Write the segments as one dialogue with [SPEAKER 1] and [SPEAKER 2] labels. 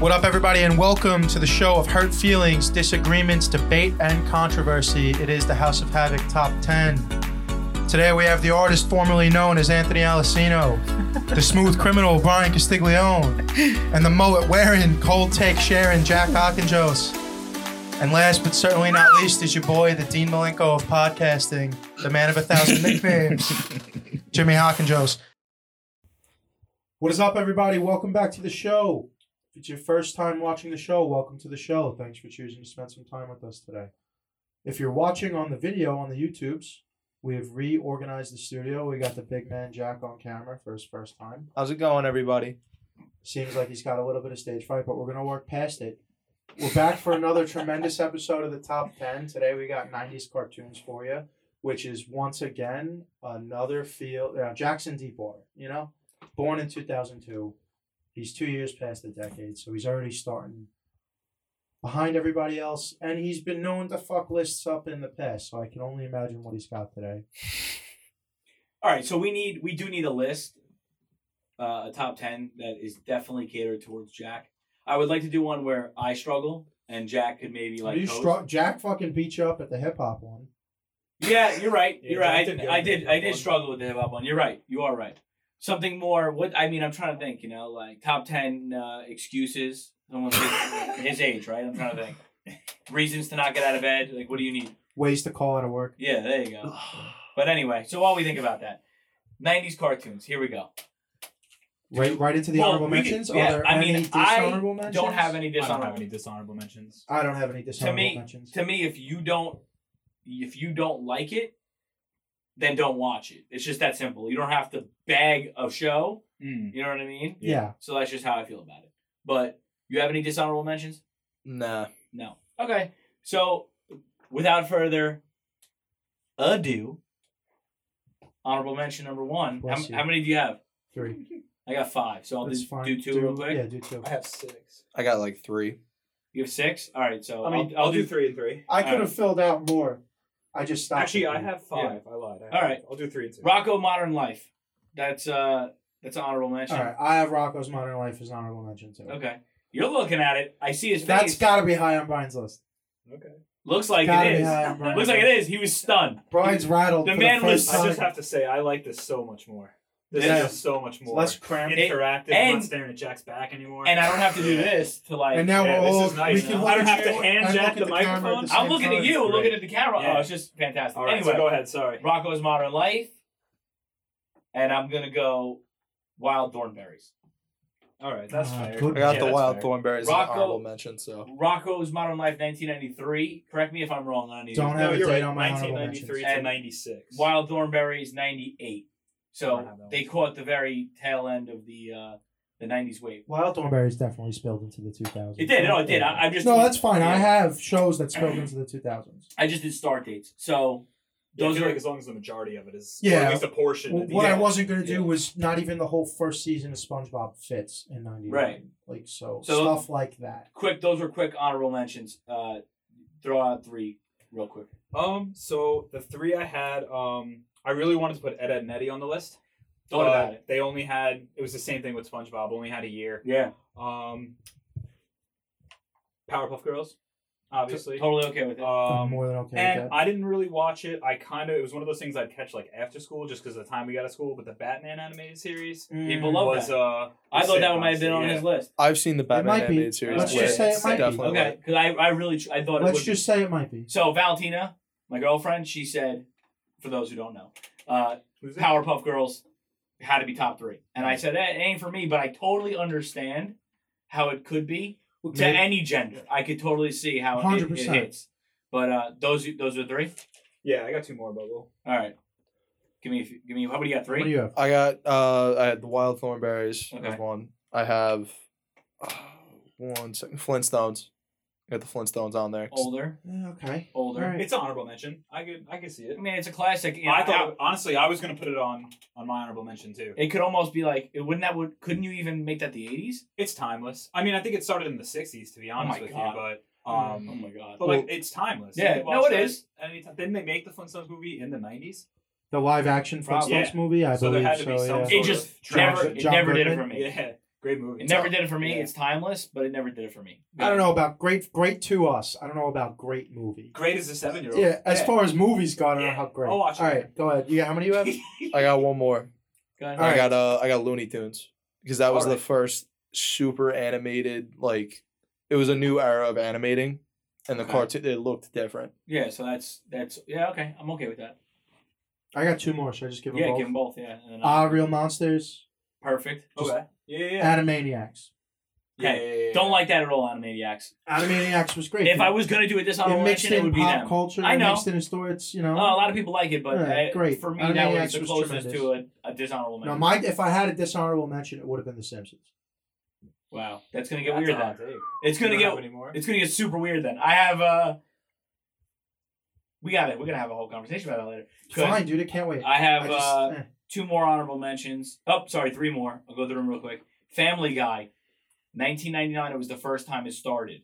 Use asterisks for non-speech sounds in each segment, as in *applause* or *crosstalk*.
[SPEAKER 1] What up, everybody, and welcome to the show of hurt feelings, disagreements, debate, and controversy. It is the House of Havoc Top 10. Today, we have the artist formerly known as Anthony Alessino, the smooth criminal Brian Castiglione, and the mullet wearing, cold take Sharon Jack Hockenjos. And last but certainly not least is your boy, the Dean Malenko of podcasting, the man of a thousand *laughs* nicknames, Jimmy Hockenjos. What is up, everybody? Welcome back to the show. If it's your first time watching the show, welcome to the show. Thanks for choosing to spend some time with us today. If you're watching on the video on the YouTubes, we have reorganized the studio. We got the big man Jack on camera for his first time.
[SPEAKER 2] How's it going, everybody?
[SPEAKER 1] Seems like he's got a little bit of stage fright, but we're going to work past it. We're back for another tremendous episode of the Top 10. Today we got 90s cartoons for you, which is once again another field. Uh, Jackson Deepwater, you know, born in 2002. He's two years past the decade, so he's already starting behind everybody else. And he's been known to fuck lists up in the past, so I can only imagine what he's got today.
[SPEAKER 3] All right, so we need we do need a list, uh, a top ten that is definitely catered towards Jack. I would like to do one where I struggle and Jack could maybe like.
[SPEAKER 1] you
[SPEAKER 3] host.
[SPEAKER 1] struck Jack fucking beat you up at the hip hop one.
[SPEAKER 3] Yeah, you're right.
[SPEAKER 1] Yeah,
[SPEAKER 3] You're
[SPEAKER 1] Jack
[SPEAKER 3] right. I
[SPEAKER 1] did
[SPEAKER 3] did.
[SPEAKER 1] good
[SPEAKER 3] I
[SPEAKER 1] with the
[SPEAKER 3] did.
[SPEAKER 1] hip-hop
[SPEAKER 3] I did
[SPEAKER 1] one.
[SPEAKER 3] struggle with the hip hop one. You're right. You are right. Something more. What I mean, I'm trying to think. You know, like top ten uh, excuses. Someone his, *laughs* his age, right? I'm trying to think. Reasons to not get out of bed. Like, what do you need?
[SPEAKER 1] Ways to call out of work.
[SPEAKER 3] Yeah, there you
[SPEAKER 1] *sighs*
[SPEAKER 3] go. But anyway, so while we think about that, '90s cartoons. Here we go.
[SPEAKER 1] Right, right into the
[SPEAKER 3] Well,
[SPEAKER 1] honorable
[SPEAKER 3] we could-
[SPEAKER 1] mentions.
[SPEAKER 3] yeah,
[SPEAKER 1] Are there
[SPEAKER 3] I
[SPEAKER 1] any
[SPEAKER 3] mean, I
[SPEAKER 1] dishonorable mentions?
[SPEAKER 3] Don't have any
[SPEAKER 2] I don't have
[SPEAKER 3] dishonorable
[SPEAKER 2] any dishonorable mentions.
[SPEAKER 1] I don't have any dishonorable
[SPEAKER 3] me-
[SPEAKER 1] mentions.
[SPEAKER 3] to me if you don't if you don't like it then don't watch it it's just that simple you don't have to bag a show
[SPEAKER 1] Hmm.
[SPEAKER 2] Mm.
[SPEAKER 3] you know what i mean
[SPEAKER 1] yeah.
[SPEAKER 3] so that's just how i feel about it but you have any dishonorable mentions
[SPEAKER 2] Nah.
[SPEAKER 3] no okay so without further ado honorable mention number one how,
[SPEAKER 1] Bless you.
[SPEAKER 3] how many do you have
[SPEAKER 1] Three.
[SPEAKER 3] i got five so i'll
[SPEAKER 1] That's
[SPEAKER 3] just
[SPEAKER 1] fine.
[SPEAKER 3] do two real quick
[SPEAKER 1] Yeah, do two.
[SPEAKER 4] I have six.
[SPEAKER 2] I got like three.
[SPEAKER 3] you have six all right so
[SPEAKER 4] I mean,
[SPEAKER 3] I'll, I'll do
[SPEAKER 4] three and three.
[SPEAKER 1] I could
[SPEAKER 3] Alright.
[SPEAKER 1] have filled out more. I just stopped.
[SPEAKER 4] Actually,
[SPEAKER 1] at
[SPEAKER 4] I
[SPEAKER 1] three.
[SPEAKER 4] have five. I lied. I have
[SPEAKER 3] All right.
[SPEAKER 4] five. I'll do three and two.
[SPEAKER 3] rocco modern life that's uh that's an honorable mention
[SPEAKER 1] All right, I have Rocco's Modern Life as an honorable mention too.
[SPEAKER 3] Okay. You're looking at it. I see his face.
[SPEAKER 1] That's got to be high on Brian's list.
[SPEAKER 4] Okay.
[SPEAKER 3] Looks like
[SPEAKER 1] gotta
[SPEAKER 3] it
[SPEAKER 1] be
[SPEAKER 3] is.
[SPEAKER 1] high on Brian's
[SPEAKER 3] Looks like
[SPEAKER 1] list.
[SPEAKER 3] it is. He was stunned.
[SPEAKER 1] Brian's rattled.
[SPEAKER 3] The
[SPEAKER 1] for
[SPEAKER 3] man
[SPEAKER 1] the
[SPEAKER 3] was-
[SPEAKER 1] first
[SPEAKER 4] I just
[SPEAKER 1] time.
[SPEAKER 4] have to say, I like this so much more. This
[SPEAKER 1] Yeah.
[SPEAKER 4] is so much more
[SPEAKER 1] less cramped.
[SPEAKER 3] It-
[SPEAKER 4] interactive. I'm
[SPEAKER 3] and-
[SPEAKER 4] not staring at Jack's back anymore.
[SPEAKER 3] And I don't have to do this to like.
[SPEAKER 1] and now
[SPEAKER 4] yeah,
[SPEAKER 1] we're
[SPEAKER 4] this
[SPEAKER 1] all.
[SPEAKER 4] is nice.
[SPEAKER 1] we can
[SPEAKER 4] I
[SPEAKER 1] look
[SPEAKER 4] don't
[SPEAKER 1] at
[SPEAKER 4] have to
[SPEAKER 1] you
[SPEAKER 4] hand
[SPEAKER 1] and
[SPEAKER 4] jack
[SPEAKER 1] look at
[SPEAKER 4] the
[SPEAKER 1] camera at
[SPEAKER 4] microphone.
[SPEAKER 1] the
[SPEAKER 3] I'm
[SPEAKER 1] same
[SPEAKER 3] looking
[SPEAKER 1] time.
[SPEAKER 3] at you,
[SPEAKER 4] It's
[SPEAKER 3] looking
[SPEAKER 4] great.
[SPEAKER 3] at the camera.
[SPEAKER 4] Yeah.
[SPEAKER 3] Oh, it's just fantastic.
[SPEAKER 4] All right,
[SPEAKER 3] anyway,
[SPEAKER 4] so go ahead. Sorry.
[SPEAKER 3] Rocco's Modern Life, and I'm gonna go Wild Thornberries.
[SPEAKER 4] All right, that's
[SPEAKER 1] Ah,
[SPEAKER 4] fair.
[SPEAKER 1] good.
[SPEAKER 2] I got
[SPEAKER 4] Yeah,
[SPEAKER 2] the
[SPEAKER 4] that's
[SPEAKER 2] wild
[SPEAKER 4] fair.
[SPEAKER 2] thornberries as an
[SPEAKER 3] Rocco-
[SPEAKER 2] honorable mention. So
[SPEAKER 3] Rocco's Modern Life, 1993. Correct me if I'm wrong on any. of
[SPEAKER 1] Don't
[SPEAKER 3] these.
[SPEAKER 1] have
[SPEAKER 4] No,
[SPEAKER 1] a
[SPEAKER 4] you're
[SPEAKER 1] date
[SPEAKER 4] right.
[SPEAKER 1] on my honorable
[SPEAKER 4] 1993
[SPEAKER 3] mentions.
[SPEAKER 4] to 96.
[SPEAKER 3] Wild Thornberries, 98.
[SPEAKER 4] I don't
[SPEAKER 3] So
[SPEAKER 4] have that one.
[SPEAKER 3] they caught the very tail end of the uh, the 90s wave.
[SPEAKER 1] Wild Thornberries definitely spilled into the 2000s.
[SPEAKER 3] It did. No, it did. I, I'm just
[SPEAKER 1] No, that's fine. I
[SPEAKER 3] Yeah.
[SPEAKER 1] have shows that spilled into the 2000s.
[SPEAKER 3] *clears throat* I just did start dates. So
[SPEAKER 4] Yeah, I
[SPEAKER 3] those
[SPEAKER 4] feel
[SPEAKER 3] are
[SPEAKER 4] like as long as the majority of it is,
[SPEAKER 1] Yeah.
[SPEAKER 4] or at least a portion.
[SPEAKER 1] Well,
[SPEAKER 4] at
[SPEAKER 1] what I
[SPEAKER 4] least.
[SPEAKER 1] wasn't gonna do
[SPEAKER 3] Yeah.
[SPEAKER 1] was not even the whole first season of SpongeBob fits in '99.
[SPEAKER 3] Right.
[SPEAKER 1] Like so,
[SPEAKER 3] So-
[SPEAKER 1] stuff like that.
[SPEAKER 3] quick. Those were quick honorable mentions. Uh, throw out three real quick.
[SPEAKER 4] Um, so the three I had, um, I really wanted to put Ed, Ed and Eddie on the list.
[SPEAKER 3] Thought
[SPEAKER 4] but
[SPEAKER 3] about it.
[SPEAKER 4] They only had it was the same thing with SpongeBob. Only had a year.
[SPEAKER 3] Yeah,
[SPEAKER 4] Um, Powerpuff Girls, obviously.
[SPEAKER 3] totally okay with it.
[SPEAKER 1] I'm
[SPEAKER 4] Um,
[SPEAKER 1] more than okay with
[SPEAKER 4] and
[SPEAKER 1] that.
[SPEAKER 4] I didn't really watch it. I kind of it was one of those things I'd catch like after school, just because of the time we got out of school. But the Batman animated series
[SPEAKER 3] People love
[SPEAKER 4] was
[SPEAKER 3] that.
[SPEAKER 4] uh,
[SPEAKER 3] Mm, I
[SPEAKER 4] was
[SPEAKER 3] thought
[SPEAKER 4] sick,
[SPEAKER 3] that one might have been on
[SPEAKER 4] honestly,
[SPEAKER 3] his list.
[SPEAKER 2] I've seen the Batman
[SPEAKER 1] might be.
[SPEAKER 2] animated series.
[SPEAKER 1] Let's
[SPEAKER 4] Yeah.
[SPEAKER 2] where
[SPEAKER 1] just say it
[SPEAKER 2] it's
[SPEAKER 1] might be.
[SPEAKER 2] definitely
[SPEAKER 3] Okay,
[SPEAKER 2] like-
[SPEAKER 3] because I, I really tr- I thought it
[SPEAKER 1] Let's
[SPEAKER 3] would be.
[SPEAKER 1] just say it might be.
[SPEAKER 3] So Valentina, my girlfriend, she said, for those who don't know, uh,
[SPEAKER 4] Who's it?
[SPEAKER 3] Powerpuff Girls had to be top three, and I said that it ain't for me, but I totally understand how it could be to
[SPEAKER 1] Maybe-
[SPEAKER 3] any gender. I could totally see how it, it
[SPEAKER 1] 100%.
[SPEAKER 3] hits. But uh, those those are three.
[SPEAKER 4] Yeah, I got two more, but we'll.
[SPEAKER 3] All right. Give me, a few- give me. How many you got?
[SPEAKER 1] What do
[SPEAKER 3] Three.
[SPEAKER 1] you have?
[SPEAKER 2] I got uh, I had the wild thornberries
[SPEAKER 3] Okay.
[SPEAKER 2] as one. I have uh, one second Flintstones. I got the Flintstones on there.
[SPEAKER 3] Older,
[SPEAKER 1] Yeah, Eh, okay.
[SPEAKER 3] older.
[SPEAKER 1] All right.
[SPEAKER 4] It's an honorable mention. I could I could see it.
[SPEAKER 3] I mean, it's a classic. you know,
[SPEAKER 4] I thought honestly, I was gonna put it on on my honorable mention too.
[SPEAKER 3] it could almost be like. It wouldn't that would? Couldn't you even make that the eighties?
[SPEAKER 4] It's timeless. I mean, I think it started in the '60s, to be honest
[SPEAKER 3] Oh my
[SPEAKER 4] with
[SPEAKER 3] God.
[SPEAKER 4] you, but
[SPEAKER 1] Mm-hmm.
[SPEAKER 3] oh
[SPEAKER 4] um,
[SPEAKER 3] my god.
[SPEAKER 4] but like it's timeless. You
[SPEAKER 3] Yeah,
[SPEAKER 4] could
[SPEAKER 3] no, it
[SPEAKER 4] watch that
[SPEAKER 3] is.
[SPEAKER 4] anytime. Didn't they make the Flintstones movie in the *laughs* '90s?
[SPEAKER 1] The live action
[SPEAKER 3] Probably.
[SPEAKER 1] Flintstones movie, I
[SPEAKER 4] So there
[SPEAKER 1] believe.
[SPEAKER 4] had to be
[SPEAKER 1] so,
[SPEAKER 4] some
[SPEAKER 1] yeah.
[SPEAKER 4] sort
[SPEAKER 3] it
[SPEAKER 4] of
[SPEAKER 3] just
[SPEAKER 4] John-
[SPEAKER 3] never. It
[SPEAKER 1] John
[SPEAKER 3] never did it
[SPEAKER 1] Goodman?
[SPEAKER 3] for me.
[SPEAKER 4] Yeah, Great movie.
[SPEAKER 3] It never did it for me.
[SPEAKER 4] Yeah.
[SPEAKER 3] It's timeless, but it never did it for me.
[SPEAKER 1] I don't know about great, great to us. I don't know about great movie.
[SPEAKER 4] Great as a seven year old.
[SPEAKER 1] Yeah, as far as movies go, I don't
[SPEAKER 4] Yeah.
[SPEAKER 1] know how great.
[SPEAKER 4] I'll watch it.
[SPEAKER 1] All right, go ahead. You got how many you
[SPEAKER 3] *laughs*
[SPEAKER 1] have?
[SPEAKER 2] I got one more.
[SPEAKER 3] Go ahead.
[SPEAKER 1] All
[SPEAKER 2] I
[SPEAKER 1] right.
[SPEAKER 2] got uh I got Looney Tunes because that was
[SPEAKER 4] All right.
[SPEAKER 2] the first super animated like it was a new era of animating and the
[SPEAKER 3] Okay.
[SPEAKER 2] cartoon it looked different.
[SPEAKER 3] Yeah, so that's that's yeah okay. I'm okay with that.
[SPEAKER 1] I got two more. Should I just give them
[SPEAKER 3] yeah,
[SPEAKER 1] both?
[SPEAKER 3] give them both. Yeah, and then
[SPEAKER 1] Ah,
[SPEAKER 3] I'll-
[SPEAKER 1] Real Monsters,
[SPEAKER 3] perfect.
[SPEAKER 1] Just-
[SPEAKER 4] Okay. Yeah, yeah, yeah.
[SPEAKER 1] Animaniacs.
[SPEAKER 4] yeah,
[SPEAKER 3] Okay.
[SPEAKER 4] yeah, yeah, yeah.
[SPEAKER 3] Don't like that at all, Animaniacs.
[SPEAKER 1] Animaniacs was great.
[SPEAKER 3] If I was gonna do a
[SPEAKER 1] it
[SPEAKER 3] dishonorable
[SPEAKER 1] mixed
[SPEAKER 3] mention, it
[SPEAKER 1] in
[SPEAKER 3] would be
[SPEAKER 1] pop
[SPEAKER 3] them.
[SPEAKER 1] culture.
[SPEAKER 3] I
[SPEAKER 1] it
[SPEAKER 3] know.
[SPEAKER 1] Mixed in historics. You know.
[SPEAKER 3] Oh, a lot of people like it, but
[SPEAKER 1] Yeah,
[SPEAKER 3] uh,
[SPEAKER 1] great.
[SPEAKER 3] for me,
[SPEAKER 1] Animaniacs
[SPEAKER 3] that was the
[SPEAKER 1] was
[SPEAKER 3] closest to
[SPEAKER 1] tremendous.
[SPEAKER 3] a, a dishonorable mention.
[SPEAKER 1] no, my if I had a dishonorable mention, it would have been The Simpsons.
[SPEAKER 3] wow, that's gonna get
[SPEAKER 4] That's
[SPEAKER 3] weird
[SPEAKER 4] a hot
[SPEAKER 3] then.
[SPEAKER 4] take.
[SPEAKER 3] It's gonna
[SPEAKER 4] You don't
[SPEAKER 3] get
[SPEAKER 4] have any more?
[SPEAKER 3] it's gonna get super weird then. I have uh, we got it. We're gonna have a whole conversation about that later. 'Cause
[SPEAKER 1] Fine, dude. I can't wait.
[SPEAKER 3] I have
[SPEAKER 1] I just-
[SPEAKER 3] uh,
[SPEAKER 1] eh.
[SPEAKER 3] two more honorable mentions. Oh, sorry, three more. I'll go through them real quick. Family Guy, 1999. It was the first time it started,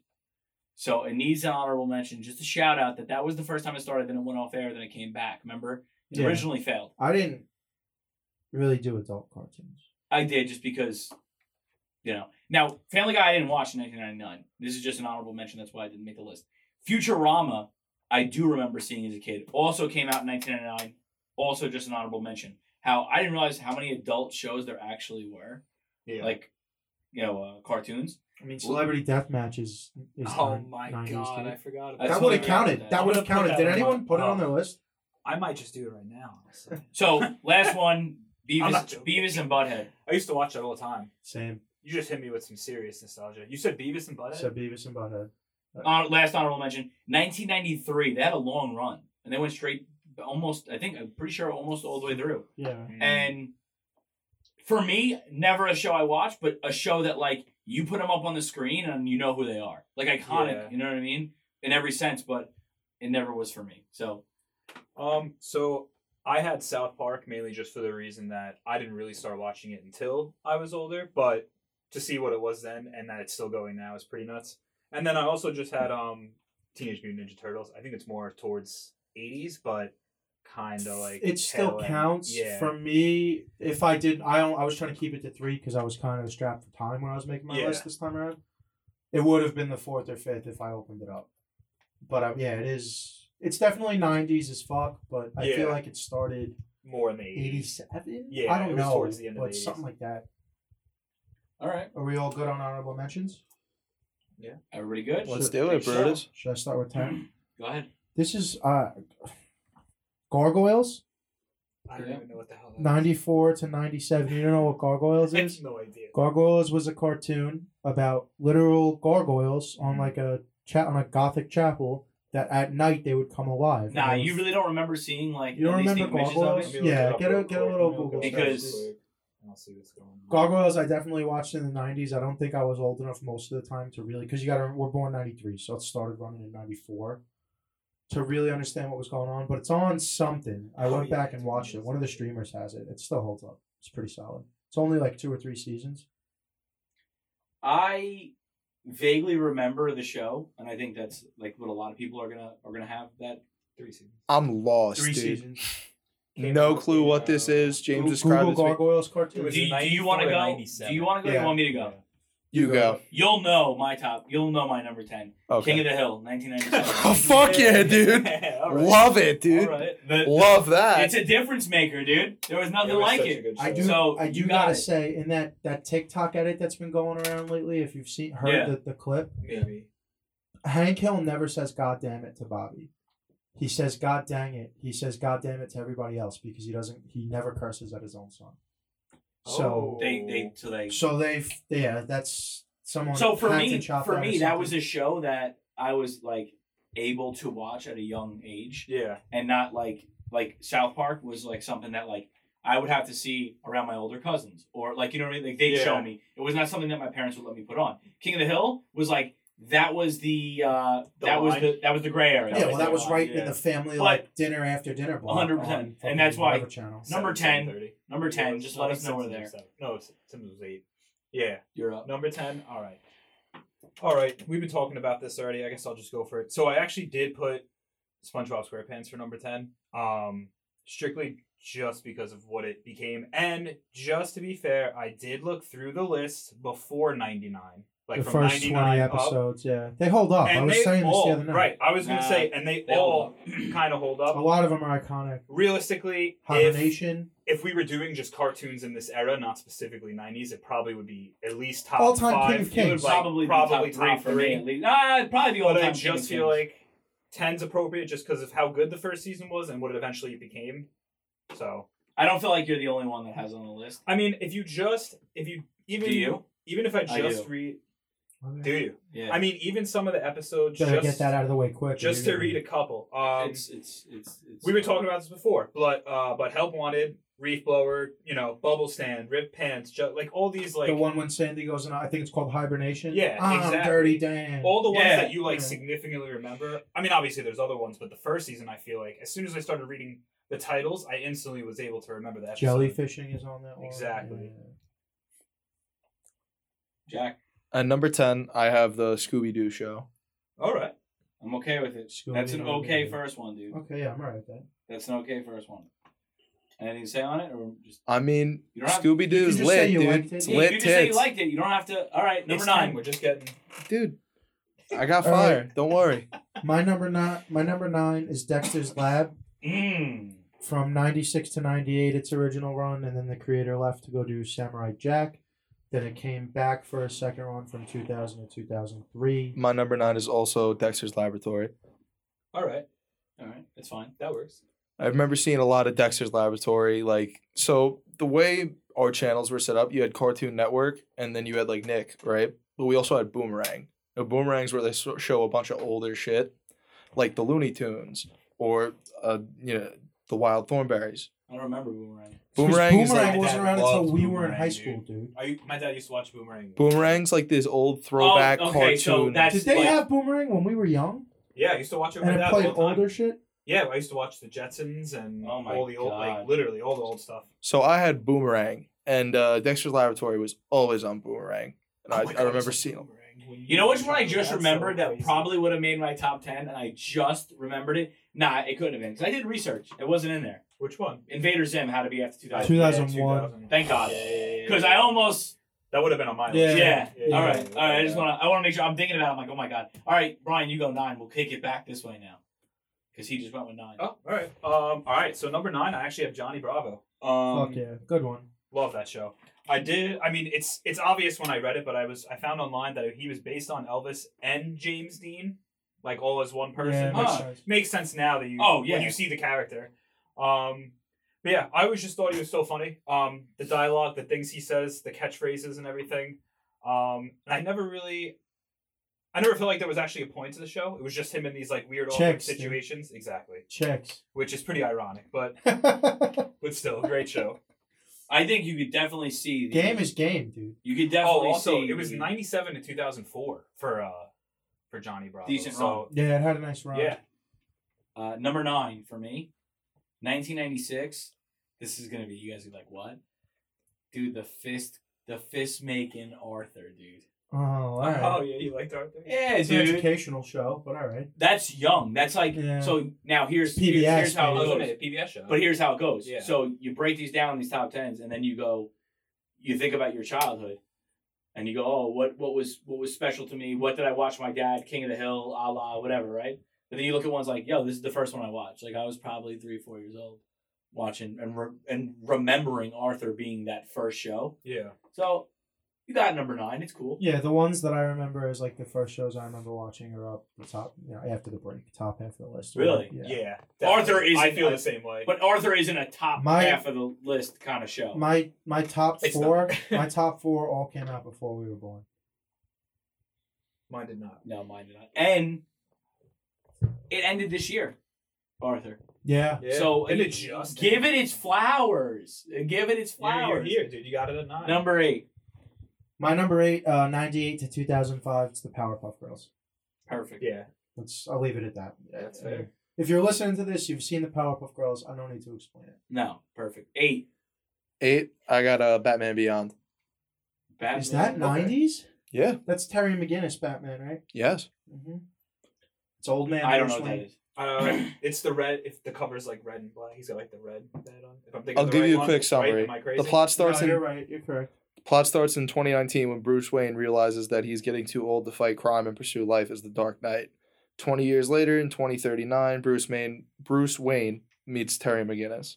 [SPEAKER 3] so it needs an honorable mention. Just a shout out that that was the first time it started. Then it went off air. Then it came back. Remember, it
[SPEAKER 1] Yeah.
[SPEAKER 3] originally failed.
[SPEAKER 1] I didn't really do adult cartoons.
[SPEAKER 3] I did just because, you know. Now, Family Guy I didn't watch in 1999. This is just an honorable mention. That's why I didn't make the list. Futurama, I do remember seeing as a kid. Also came out in 1999. Also just an honorable mention. How I didn't realize how many adult shows there actually were.
[SPEAKER 4] Yeah.
[SPEAKER 3] Like, you know, uh, cartoons.
[SPEAKER 1] I mean, Celebrity Death Matches. Is
[SPEAKER 3] uh,
[SPEAKER 5] Oh
[SPEAKER 1] nine-
[SPEAKER 5] my
[SPEAKER 1] 90s,
[SPEAKER 5] god,
[SPEAKER 1] dude.
[SPEAKER 5] I forgot
[SPEAKER 3] I
[SPEAKER 5] about
[SPEAKER 1] that
[SPEAKER 3] totally
[SPEAKER 1] would have
[SPEAKER 3] forgot
[SPEAKER 1] counted. That,
[SPEAKER 3] about that. Oh.
[SPEAKER 1] would
[SPEAKER 4] I'm
[SPEAKER 1] have
[SPEAKER 4] gonna
[SPEAKER 1] counted.
[SPEAKER 4] put that
[SPEAKER 1] Did
[SPEAKER 4] on my-
[SPEAKER 1] anyone put it on their list?
[SPEAKER 4] I might just do it right now. honestly.
[SPEAKER 3] So,
[SPEAKER 4] *laughs*
[SPEAKER 3] last one
[SPEAKER 4] I'm not
[SPEAKER 3] Beavis,
[SPEAKER 4] joking.
[SPEAKER 3] Beavis and Butthead.
[SPEAKER 4] I used to watch that all the time.
[SPEAKER 1] Same.
[SPEAKER 4] You just hit me with some serious nostalgia. You said Beavis and Butthead.
[SPEAKER 1] So Beavis and Butthead.
[SPEAKER 3] Hon- Uh, last honorable mention 1993. They had a long run and they went straight almost, I think, I'm pretty sure almost all the way through.
[SPEAKER 1] Yeah.
[SPEAKER 3] And for me, never a show I watch, but a show that like you put them up on the screen and you know who they are, like iconic.
[SPEAKER 4] Yeah.
[SPEAKER 3] You know what I mean? In every sense, but it never was for me. So
[SPEAKER 4] Um, so I had South Park mainly just for the reason that I didn't really start watching it until I was older, but to see what it was then and that it's still going now is pretty nuts. And then I also just had um Teenage Mutant Ninja Turtles. I think it's more towards 80s, but kind of like
[SPEAKER 1] it still
[SPEAKER 4] tail end.
[SPEAKER 1] counts
[SPEAKER 4] Yeah.
[SPEAKER 1] for me. If I did, I don't- I was trying to keep it to three because I was kind of strapped for time when I was making my
[SPEAKER 4] Yeah.
[SPEAKER 1] list this time around. It would have been the fourth or fifth if I opened it up, but I, yeah, it is. It's definitely '90s as fuck, but I
[SPEAKER 4] Yeah.
[SPEAKER 1] feel like it started
[SPEAKER 4] more in the 80s.
[SPEAKER 1] '87.
[SPEAKER 4] Yeah,
[SPEAKER 1] I don't
[SPEAKER 4] it was
[SPEAKER 1] know,
[SPEAKER 4] towards the end of
[SPEAKER 1] but
[SPEAKER 4] the 80s.
[SPEAKER 1] something like that.
[SPEAKER 3] all right,
[SPEAKER 1] Are we all good on honorable mentions?
[SPEAKER 3] everybody good?
[SPEAKER 2] Let's
[SPEAKER 1] Should-
[SPEAKER 2] do it,
[SPEAKER 1] should-
[SPEAKER 2] Brutus.
[SPEAKER 1] Should I start with ten?
[SPEAKER 4] *clears throat*
[SPEAKER 3] Go ahead.
[SPEAKER 1] This is uh, Gargoyles
[SPEAKER 4] I don't even know what the hell that
[SPEAKER 1] '94 to '97. You don't know what Gargoyles
[SPEAKER 4] is. I
[SPEAKER 1] is?
[SPEAKER 4] have *laughs* no idea.
[SPEAKER 1] Gargoyles was a cartoon about literal gargoyles on like a chat on a gothic chapel that at night they would come alive.
[SPEAKER 3] Nah,
[SPEAKER 1] And it
[SPEAKER 3] you
[SPEAKER 1] was-
[SPEAKER 3] really don't remember seeing like
[SPEAKER 1] You don't
[SPEAKER 3] at least
[SPEAKER 1] remember
[SPEAKER 3] the images of
[SPEAKER 1] Gargoyles?
[SPEAKER 3] it?
[SPEAKER 4] Let me look
[SPEAKER 1] yeah,
[SPEAKER 4] it up
[SPEAKER 1] get a-
[SPEAKER 4] real
[SPEAKER 1] get a
[SPEAKER 4] quick.
[SPEAKER 1] little
[SPEAKER 4] Let me look
[SPEAKER 1] Google
[SPEAKER 4] it up real
[SPEAKER 3] Because-
[SPEAKER 4] quick, and I'll see what's going on.
[SPEAKER 1] gargoyles. I definitely watched in the '90s. I don't think I was old enough most of the time to really because you got to we're born '93, so it started running in '94 to really understand what was going on. But it's on something. I
[SPEAKER 4] Oh,
[SPEAKER 1] went
[SPEAKER 4] yeah,
[SPEAKER 1] back
[SPEAKER 4] it's
[SPEAKER 1] and
[SPEAKER 4] on
[SPEAKER 1] watched it. One of the
[SPEAKER 4] Disney.
[SPEAKER 1] streamers has it. It still holds up. It's pretty solid. It's only like two or three seasons.
[SPEAKER 3] I vaguely remember the show, and I think that's like what a lot of people are gonna are gonna have that.
[SPEAKER 4] Three seasons.
[SPEAKER 2] I'm lost,
[SPEAKER 1] Three
[SPEAKER 2] dude.
[SPEAKER 1] seasons.
[SPEAKER 2] No clue what this
[SPEAKER 4] Uh,
[SPEAKER 2] is. James
[SPEAKER 1] Google,
[SPEAKER 2] described it. to me.
[SPEAKER 1] Gargoyles cartoon.
[SPEAKER 4] It was
[SPEAKER 3] Do you,
[SPEAKER 4] in
[SPEAKER 3] do you want to
[SPEAKER 4] 94 to
[SPEAKER 3] go? Do
[SPEAKER 4] 97.
[SPEAKER 3] you want to go? or
[SPEAKER 1] Yeah.
[SPEAKER 3] You want me to go?
[SPEAKER 2] You go.
[SPEAKER 3] You'll know my top. You'll know my number ten. King
[SPEAKER 2] Okay.
[SPEAKER 3] of the Hill,
[SPEAKER 2] Oh,
[SPEAKER 3] 1997. *laughs*
[SPEAKER 2] fuck yeah, dude.
[SPEAKER 4] All right.
[SPEAKER 2] Love it, dude.
[SPEAKER 3] All right. The-
[SPEAKER 2] *laughs* Love that.
[SPEAKER 3] It's a difference maker, dude. There was nothing
[SPEAKER 4] It was
[SPEAKER 3] like
[SPEAKER 4] such a
[SPEAKER 3] it.
[SPEAKER 4] good
[SPEAKER 1] I
[SPEAKER 4] show.
[SPEAKER 1] do.
[SPEAKER 3] So,
[SPEAKER 1] I do
[SPEAKER 3] you got
[SPEAKER 1] gotta
[SPEAKER 3] it.
[SPEAKER 1] say, in that that TikTok edit that's been going around lately, if you've seen heard
[SPEAKER 3] Yeah.
[SPEAKER 1] the, the clip,
[SPEAKER 4] Maybe.
[SPEAKER 1] Hank Hill never says "God damn it" to Bobby. He says "God dang it." He says "God damn it" to everybody else because he doesn't. He never curses at his own son.
[SPEAKER 4] Oh.
[SPEAKER 1] So,
[SPEAKER 3] They they so they.
[SPEAKER 1] so they, yeah, that's someone.
[SPEAKER 3] Oh. So for
[SPEAKER 1] had to
[SPEAKER 3] me,
[SPEAKER 1] chop
[SPEAKER 3] for
[SPEAKER 1] or
[SPEAKER 3] me, that
[SPEAKER 1] something.
[SPEAKER 3] was a show that I was like able to watch at a young age,
[SPEAKER 4] Yeah.
[SPEAKER 3] and not like like South Park was like something that like I would have to see around my older cousins or like you know what I mean. Like they'd
[SPEAKER 4] Yeah.
[SPEAKER 3] show me. It was not something that my parents would let me put on. King of the Hill was like that was the uh
[SPEAKER 4] The
[SPEAKER 3] that was
[SPEAKER 4] line.
[SPEAKER 3] the that was the gray area.
[SPEAKER 1] yeah, well, that
[SPEAKER 4] the
[SPEAKER 1] was
[SPEAKER 4] one,
[SPEAKER 1] right
[SPEAKER 4] yeah.
[SPEAKER 1] in the family
[SPEAKER 3] But-
[SPEAKER 1] like dinner after dinner. block
[SPEAKER 3] 100%,
[SPEAKER 1] on
[SPEAKER 3] and
[SPEAKER 1] fucking
[SPEAKER 3] that's why-
[SPEAKER 1] whatever channel.
[SPEAKER 3] Number 10.
[SPEAKER 4] 7:30.
[SPEAKER 3] number ten.
[SPEAKER 4] Yeah,
[SPEAKER 3] Just let us know we're
[SPEAKER 4] Simpsons
[SPEAKER 3] there.
[SPEAKER 4] was seven. No, S- Simpsons was eight. Yeah,
[SPEAKER 3] You're up.
[SPEAKER 4] number ten. All right, all right. We've been talking about this already. I guess I'll just go for it. So I actually did put SpongeBob SquarePants for number ten. Um, strictly just because of what it became. And just to be fair, I did look through the list before 99. Like
[SPEAKER 1] the
[SPEAKER 4] from
[SPEAKER 1] first
[SPEAKER 4] 99
[SPEAKER 1] 20
[SPEAKER 4] up.
[SPEAKER 1] episodes, yeah. They hold up. I
[SPEAKER 4] And
[SPEAKER 1] was
[SPEAKER 4] they
[SPEAKER 1] saying this
[SPEAKER 4] all,
[SPEAKER 1] the other night.
[SPEAKER 4] right, I was going
[SPEAKER 3] Nah,
[SPEAKER 4] to say, and they,
[SPEAKER 3] they
[SPEAKER 4] all
[SPEAKER 3] all
[SPEAKER 4] kind of hold up.
[SPEAKER 1] A lot of them are iconic.
[SPEAKER 4] Realistically, if,
[SPEAKER 1] Hibernation.
[SPEAKER 4] if we were doing just cartoons in this era, not specifically 90s, it probably would be at least top
[SPEAKER 1] All-time
[SPEAKER 4] five.
[SPEAKER 1] King of
[SPEAKER 4] It
[SPEAKER 1] Kings.
[SPEAKER 4] would, like,
[SPEAKER 3] probably be
[SPEAKER 4] probably
[SPEAKER 3] top, three
[SPEAKER 4] top
[SPEAKER 3] for me.
[SPEAKER 4] three.
[SPEAKER 3] At least. Ah, it'd probably be all
[SPEAKER 4] But
[SPEAKER 3] time.
[SPEAKER 4] I
[SPEAKER 3] King of
[SPEAKER 4] just feel
[SPEAKER 3] Kings.
[SPEAKER 4] like 10's appropriate just because of how good the first season was and what it eventually became. So,
[SPEAKER 3] I don't feel like you're the only one that has it on the list.
[SPEAKER 4] I mean, if you just, if you even
[SPEAKER 3] Do you?
[SPEAKER 4] even if I
[SPEAKER 3] I
[SPEAKER 4] just
[SPEAKER 3] do.
[SPEAKER 4] read,
[SPEAKER 1] Okay.
[SPEAKER 4] do you?
[SPEAKER 3] Yeah,
[SPEAKER 4] I mean, even some of the episodes,
[SPEAKER 1] Better get
[SPEAKER 4] just
[SPEAKER 1] that out of the way quick. or
[SPEAKER 4] just to
[SPEAKER 1] you're
[SPEAKER 4] read a
[SPEAKER 1] gonna-
[SPEAKER 4] couple. Um,
[SPEAKER 3] it's, it's it's it's.
[SPEAKER 4] we were talking about this before, but uh, but help wanted, reef blower, you know, bubble stand, rip pants, ju- like all these like
[SPEAKER 1] the one when Sandy goes and I think it's called hibernation. Ah,
[SPEAKER 4] Yeah,
[SPEAKER 1] I'm
[SPEAKER 4] exactly.
[SPEAKER 1] dirty Dan.
[SPEAKER 4] all the ones
[SPEAKER 3] Yeah.
[SPEAKER 4] that you like
[SPEAKER 1] Yeah.
[SPEAKER 4] significantly remember. I mean, obviously there's other ones, but the first season, I feel like as soon as I started reading the titles, I instantly was able to remember that.
[SPEAKER 1] jellyfishing is on that one.
[SPEAKER 4] Exactly.
[SPEAKER 3] Jack.
[SPEAKER 2] At number 10, I have the Scooby Doo show.
[SPEAKER 4] All right.
[SPEAKER 3] I'm okay with it.
[SPEAKER 1] Scooby
[SPEAKER 3] That's an
[SPEAKER 1] Doo.
[SPEAKER 3] okay first one, dude.
[SPEAKER 1] Okay, yeah, I'm alright with that.
[SPEAKER 3] That's an okay first one. Anything to say on it, or just
[SPEAKER 2] I mean,
[SPEAKER 3] You don't have-
[SPEAKER 2] Scooby Doo's
[SPEAKER 1] just say
[SPEAKER 2] lit,
[SPEAKER 1] you
[SPEAKER 2] dude.
[SPEAKER 1] liked it.
[SPEAKER 2] It's
[SPEAKER 3] Yeah,
[SPEAKER 2] lit
[SPEAKER 3] you just say you
[SPEAKER 2] tits.
[SPEAKER 3] liked it. You don't have to. All right, number
[SPEAKER 4] It's
[SPEAKER 3] nine.
[SPEAKER 4] time, We're just getting.
[SPEAKER 2] Dude, I got
[SPEAKER 1] All right.
[SPEAKER 2] fire. Don't worry.
[SPEAKER 1] My number nine my number nine is Dexter's Lab
[SPEAKER 3] Mm.
[SPEAKER 1] from ninety six to ninety eight, its original run, and then the creator left to go do Samurai Jack. Then it came back for a second run from two thousand to two thousand three.
[SPEAKER 2] My number nine is also Dexter's Laboratory.
[SPEAKER 4] All right,
[SPEAKER 3] All right, it's fine.
[SPEAKER 4] that works.
[SPEAKER 2] I remember seeing a lot of Dexter's Laboratory. Like, so the way our channels were set up, you had Cartoon Network and then you had like Nick, right? But we also had Boomerang. Now, Boomerang's where they so- show a bunch of older shit, like the Looney Tunes or, uh, you know, the Wild Thornberries.
[SPEAKER 3] I don't remember Boomerang.
[SPEAKER 2] Boomerang is
[SPEAKER 1] Boomerang
[SPEAKER 2] like-
[SPEAKER 1] wasn't around
[SPEAKER 4] Loved
[SPEAKER 1] until we were in
[SPEAKER 4] Boomerang,
[SPEAKER 1] high
[SPEAKER 4] dude.
[SPEAKER 1] school, dude.
[SPEAKER 4] I, my dad used to watch Boomerang.
[SPEAKER 2] Boomerang's like this old throwback
[SPEAKER 3] okay,
[SPEAKER 2] cartoon.
[SPEAKER 3] so that's-
[SPEAKER 1] Did they
[SPEAKER 3] like-
[SPEAKER 1] have Boomerang when we were young?
[SPEAKER 4] Yeah, I used to watch it with
[SPEAKER 1] And
[SPEAKER 4] my
[SPEAKER 1] it
[SPEAKER 4] dad
[SPEAKER 1] played
[SPEAKER 4] all the time.
[SPEAKER 1] older shit?
[SPEAKER 4] Yeah, I used to watch the Jetsons and
[SPEAKER 3] Oh my
[SPEAKER 4] all the old, like
[SPEAKER 3] God.
[SPEAKER 4] literally all the old stuff.
[SPEAKER 2] So I had Boomerang, and uh, Dexter's Laboratory was always on Boomerang, and I, I remember seeing. Them.
[SPEAKER 3] You know which one I just remembered that probably would have made my top ten, and I just remembered it. Nah, it couldn't have been because I did research. It wasn't in there.
[SPEAKER 4] Which one?
[SPEAKER 3] Invader Zim had to be after 2000.
[SPEAKER 1] 2001.
[SPEAKER 3] Thank God. Because I almost
[SPEAKER 4] that would have been on my
[SPEAKER 1] Yeah.
[SPEAKER 4] list.
[SPEAKER 3] yeah.
[SPEAKER 1] Yeah.
[SPEAKER 3] All right, all right. I just want to. I want to make sure I'm thinking about. it. I'm like, oh my god. All right, Brian, you go nine. We'll kick it back this way now, because he just went with nine.
[SPEAKER 4] Oh, all right. Um, all right. So number nine, I actually have Johnny Bravo. Um,
[SPEAKER 1] Fuck yeah, good one.
[SPEAKER 4] Love that show. I did. I mean, it's it's obvious when I read it, but I was I found online that he was based on Elvis and James Dean, like all as one person.
[SPEAKER 1] Yeah,
[SPEAKER 4] which
[SPEAKER 1] makes
[SPEAKER 3] Huh.
[SPEAKER 1] sense.
[SPEAKER 4] makes sense now that you
[SPEAKER 3] Oh, yeah.
[SPEAKER 4] when you see the character. Um but yeah, I always just thought he was so funny. Um the dialogue, the things he says, the catchphrases and everything. Um and I never really I never felt like there was actually a point to the show. It was just him in these like weird awkward
[SPEAKER 1] Chicks, dude.
[SPEAKER 4] situations. Exactly.
[SPEAKER 1] Checks.
[SPEAKER 4] *laughs* Which is pretty ironic, but but still
[SPEAKER 3] *laughs*
[SPEAKER 4] a great show.
[SPEAKER 3] I think you could definitely see the
[SPEAKER 1] game is game, dude.
[SPEAKER 3] You could
[SPEAKER 4] oh
[SPEAKER 3] definitely
[SPEAKER 4] also
[SPEAKER 3] see
[SPEAKER 4] it was
[SPEAKER 3] the-
[SPEAKER 4] ninety seven to two thousand four for uh for Johnny Bravo.
[SPEAKER 3] Decent
[SPEAKER 4] so
[SPEAKER 1] Yeah, it had a nice run.
[SPEAKER 4] yeah.
[SPEAKER 3] Uh, number nine for me, 1996. This is gonna be you guys are like what, dude? The fist, the fist making Arthur, dude.
[SPEAKER 1] Oh, all right.
[SPEAKER 4] yeah, you liked Arthur?
[SPEAKER 3] Yeah,
[SPEAKER 1] It's an
[SPEAKER 3] dude.
[SPEAKER 1] educational show, but all right.
[SPEAKER 3] That's young. That's like
[SPEAKER 1] Yeah.
[SPEAKER 3] so. Now here's here's,
[SPEAKER 1] PBS,
[SPEAKER 3] here's how it
[SPEAKER 4] I Oh, was
[SPEAKER 1] man.
[SPEAKER 3] goes.
[SPEAKER 4] gonna say a PBS show.
[SPEAKER 3] But here's how it goes.
[SPEAKER 4] Yeah.
[SPEAKER 3] So you break these down, these top tens, and then you go, you think about your childhood, and you go, oh, what what was what was special to me? What did I watch my dad, King of the Hill, a la whatever, right? But then you look at ones like, yo, this is the first one I watched. Like I was probably three, four years old, watching and re- and remembering Arthur being that first show.
[SPEAKER 4] yeah.
[SPEAKER 3] So you got number nine. It's cool.
[SPEAKER 1] Yeah, the ones that I remember is like the first shows I remember watching are up the top, you know, after the break, top half of the list.
[SPEAKER 3] Really?
[SPEAKER 1] Yeah.
[SPEAKER 4] Yeah.
[SPEAKER 3] Arthur
[SPEAKER 4] definitely.
[SPEAKER 3] is-
[SPEAKER 4] I feel the same way.
[SPEAKER 3] But Arthur isn't a top
[SPEAKER 1] My-
[SPEAKER 3] half of the list kind of show.
[SPEAKER 1] My my top
[SPEAKER 4] It's
[SPEAKER 1] four,
[SPEAKER 3] *laughs*
[SPEAKER 4] not-
[SPEAKER 1] my top four all came out before we were born.
[SPEAKER 4] mine did not.
[SPEAKER 3] no, mine did not. And it ended this year, Arthur.
[SPEAKER 1] Yeah.
[SPEAKER 3] So
[SPEAKER 4] and
[SPEAKER 3] you-
[SPEAKER 4] it just
[SPEAKER 3] give it its flowers. Give it its
[SPEAKER 4] You're, you're
[SPEAKER 3] flowers.
[SPEAKER 4] here, dude. You got it at nine.
[SPEAKER 3] Number eight.
[SPEAKER 1] My number eight, uh, 98 to 2005, it's the Powerpuff Girls.
[SPEAKER 3] Perfect.
[SPEAKER 4] Yeah,
[SPEAKER 1] Let's, I'll leave it at that.
[SPEAKER 4] that's fair.
[SPEAKER 1] If you're listening to this, you've seen the Powerpuff Girls. I don't need to explain it.
[SPEAKER 3] No, perfect. Eight.
[SPEAKER 2] Eight, I got uh, Batman Beyond.
[SPEAKER 3] Batman.
[SPEAKER 1] Is that 90s?
[SPEAKER 2] Yeah.
[SPEAKER 1] That's Terry McGinnis Batman, right?
[SPEAKER 2] Yes.
[SPEAKER 1] Mm-hmm. It's old man.
[SPEAKER 3] I don't know
[SPEAKER 1] Bruce
[SPEAKER 3] what that
[SPEAKER 1] Wayne.
[SPEAKER 3] is.
[SPEAKER 4] *clears throat* Uh, it's the red. If the cover's like red and black, he's got like the red bed on. If I'm thinking
[SPEAKER 2] I'll
[SPEAKER 4] of the
[SPEAKER 2] give
[SPEAKER 4] right
[SPEAKER 2] you a
[SPEAKER 4] one,
[SPEAKER 2] quick
[SPEAKER 4] right?
[SPEAKER 2] summary.
[SPEAKER 4] Am I crazy?
[SPEAKER 2] The plot starts
[SPEAKER 1] No,
[SPEAKER 2] in
[SPEAKER 1] you're right. You're correct.
[SPEAKER 2] Plot starts in 2019 when Bruce Wayne realizes that he's getting too old to fight crime and pursue life as the Dark Knight. 20 years later, in 2039, Bruce Wayne, Bruce Wayne meets Terry McGinnis.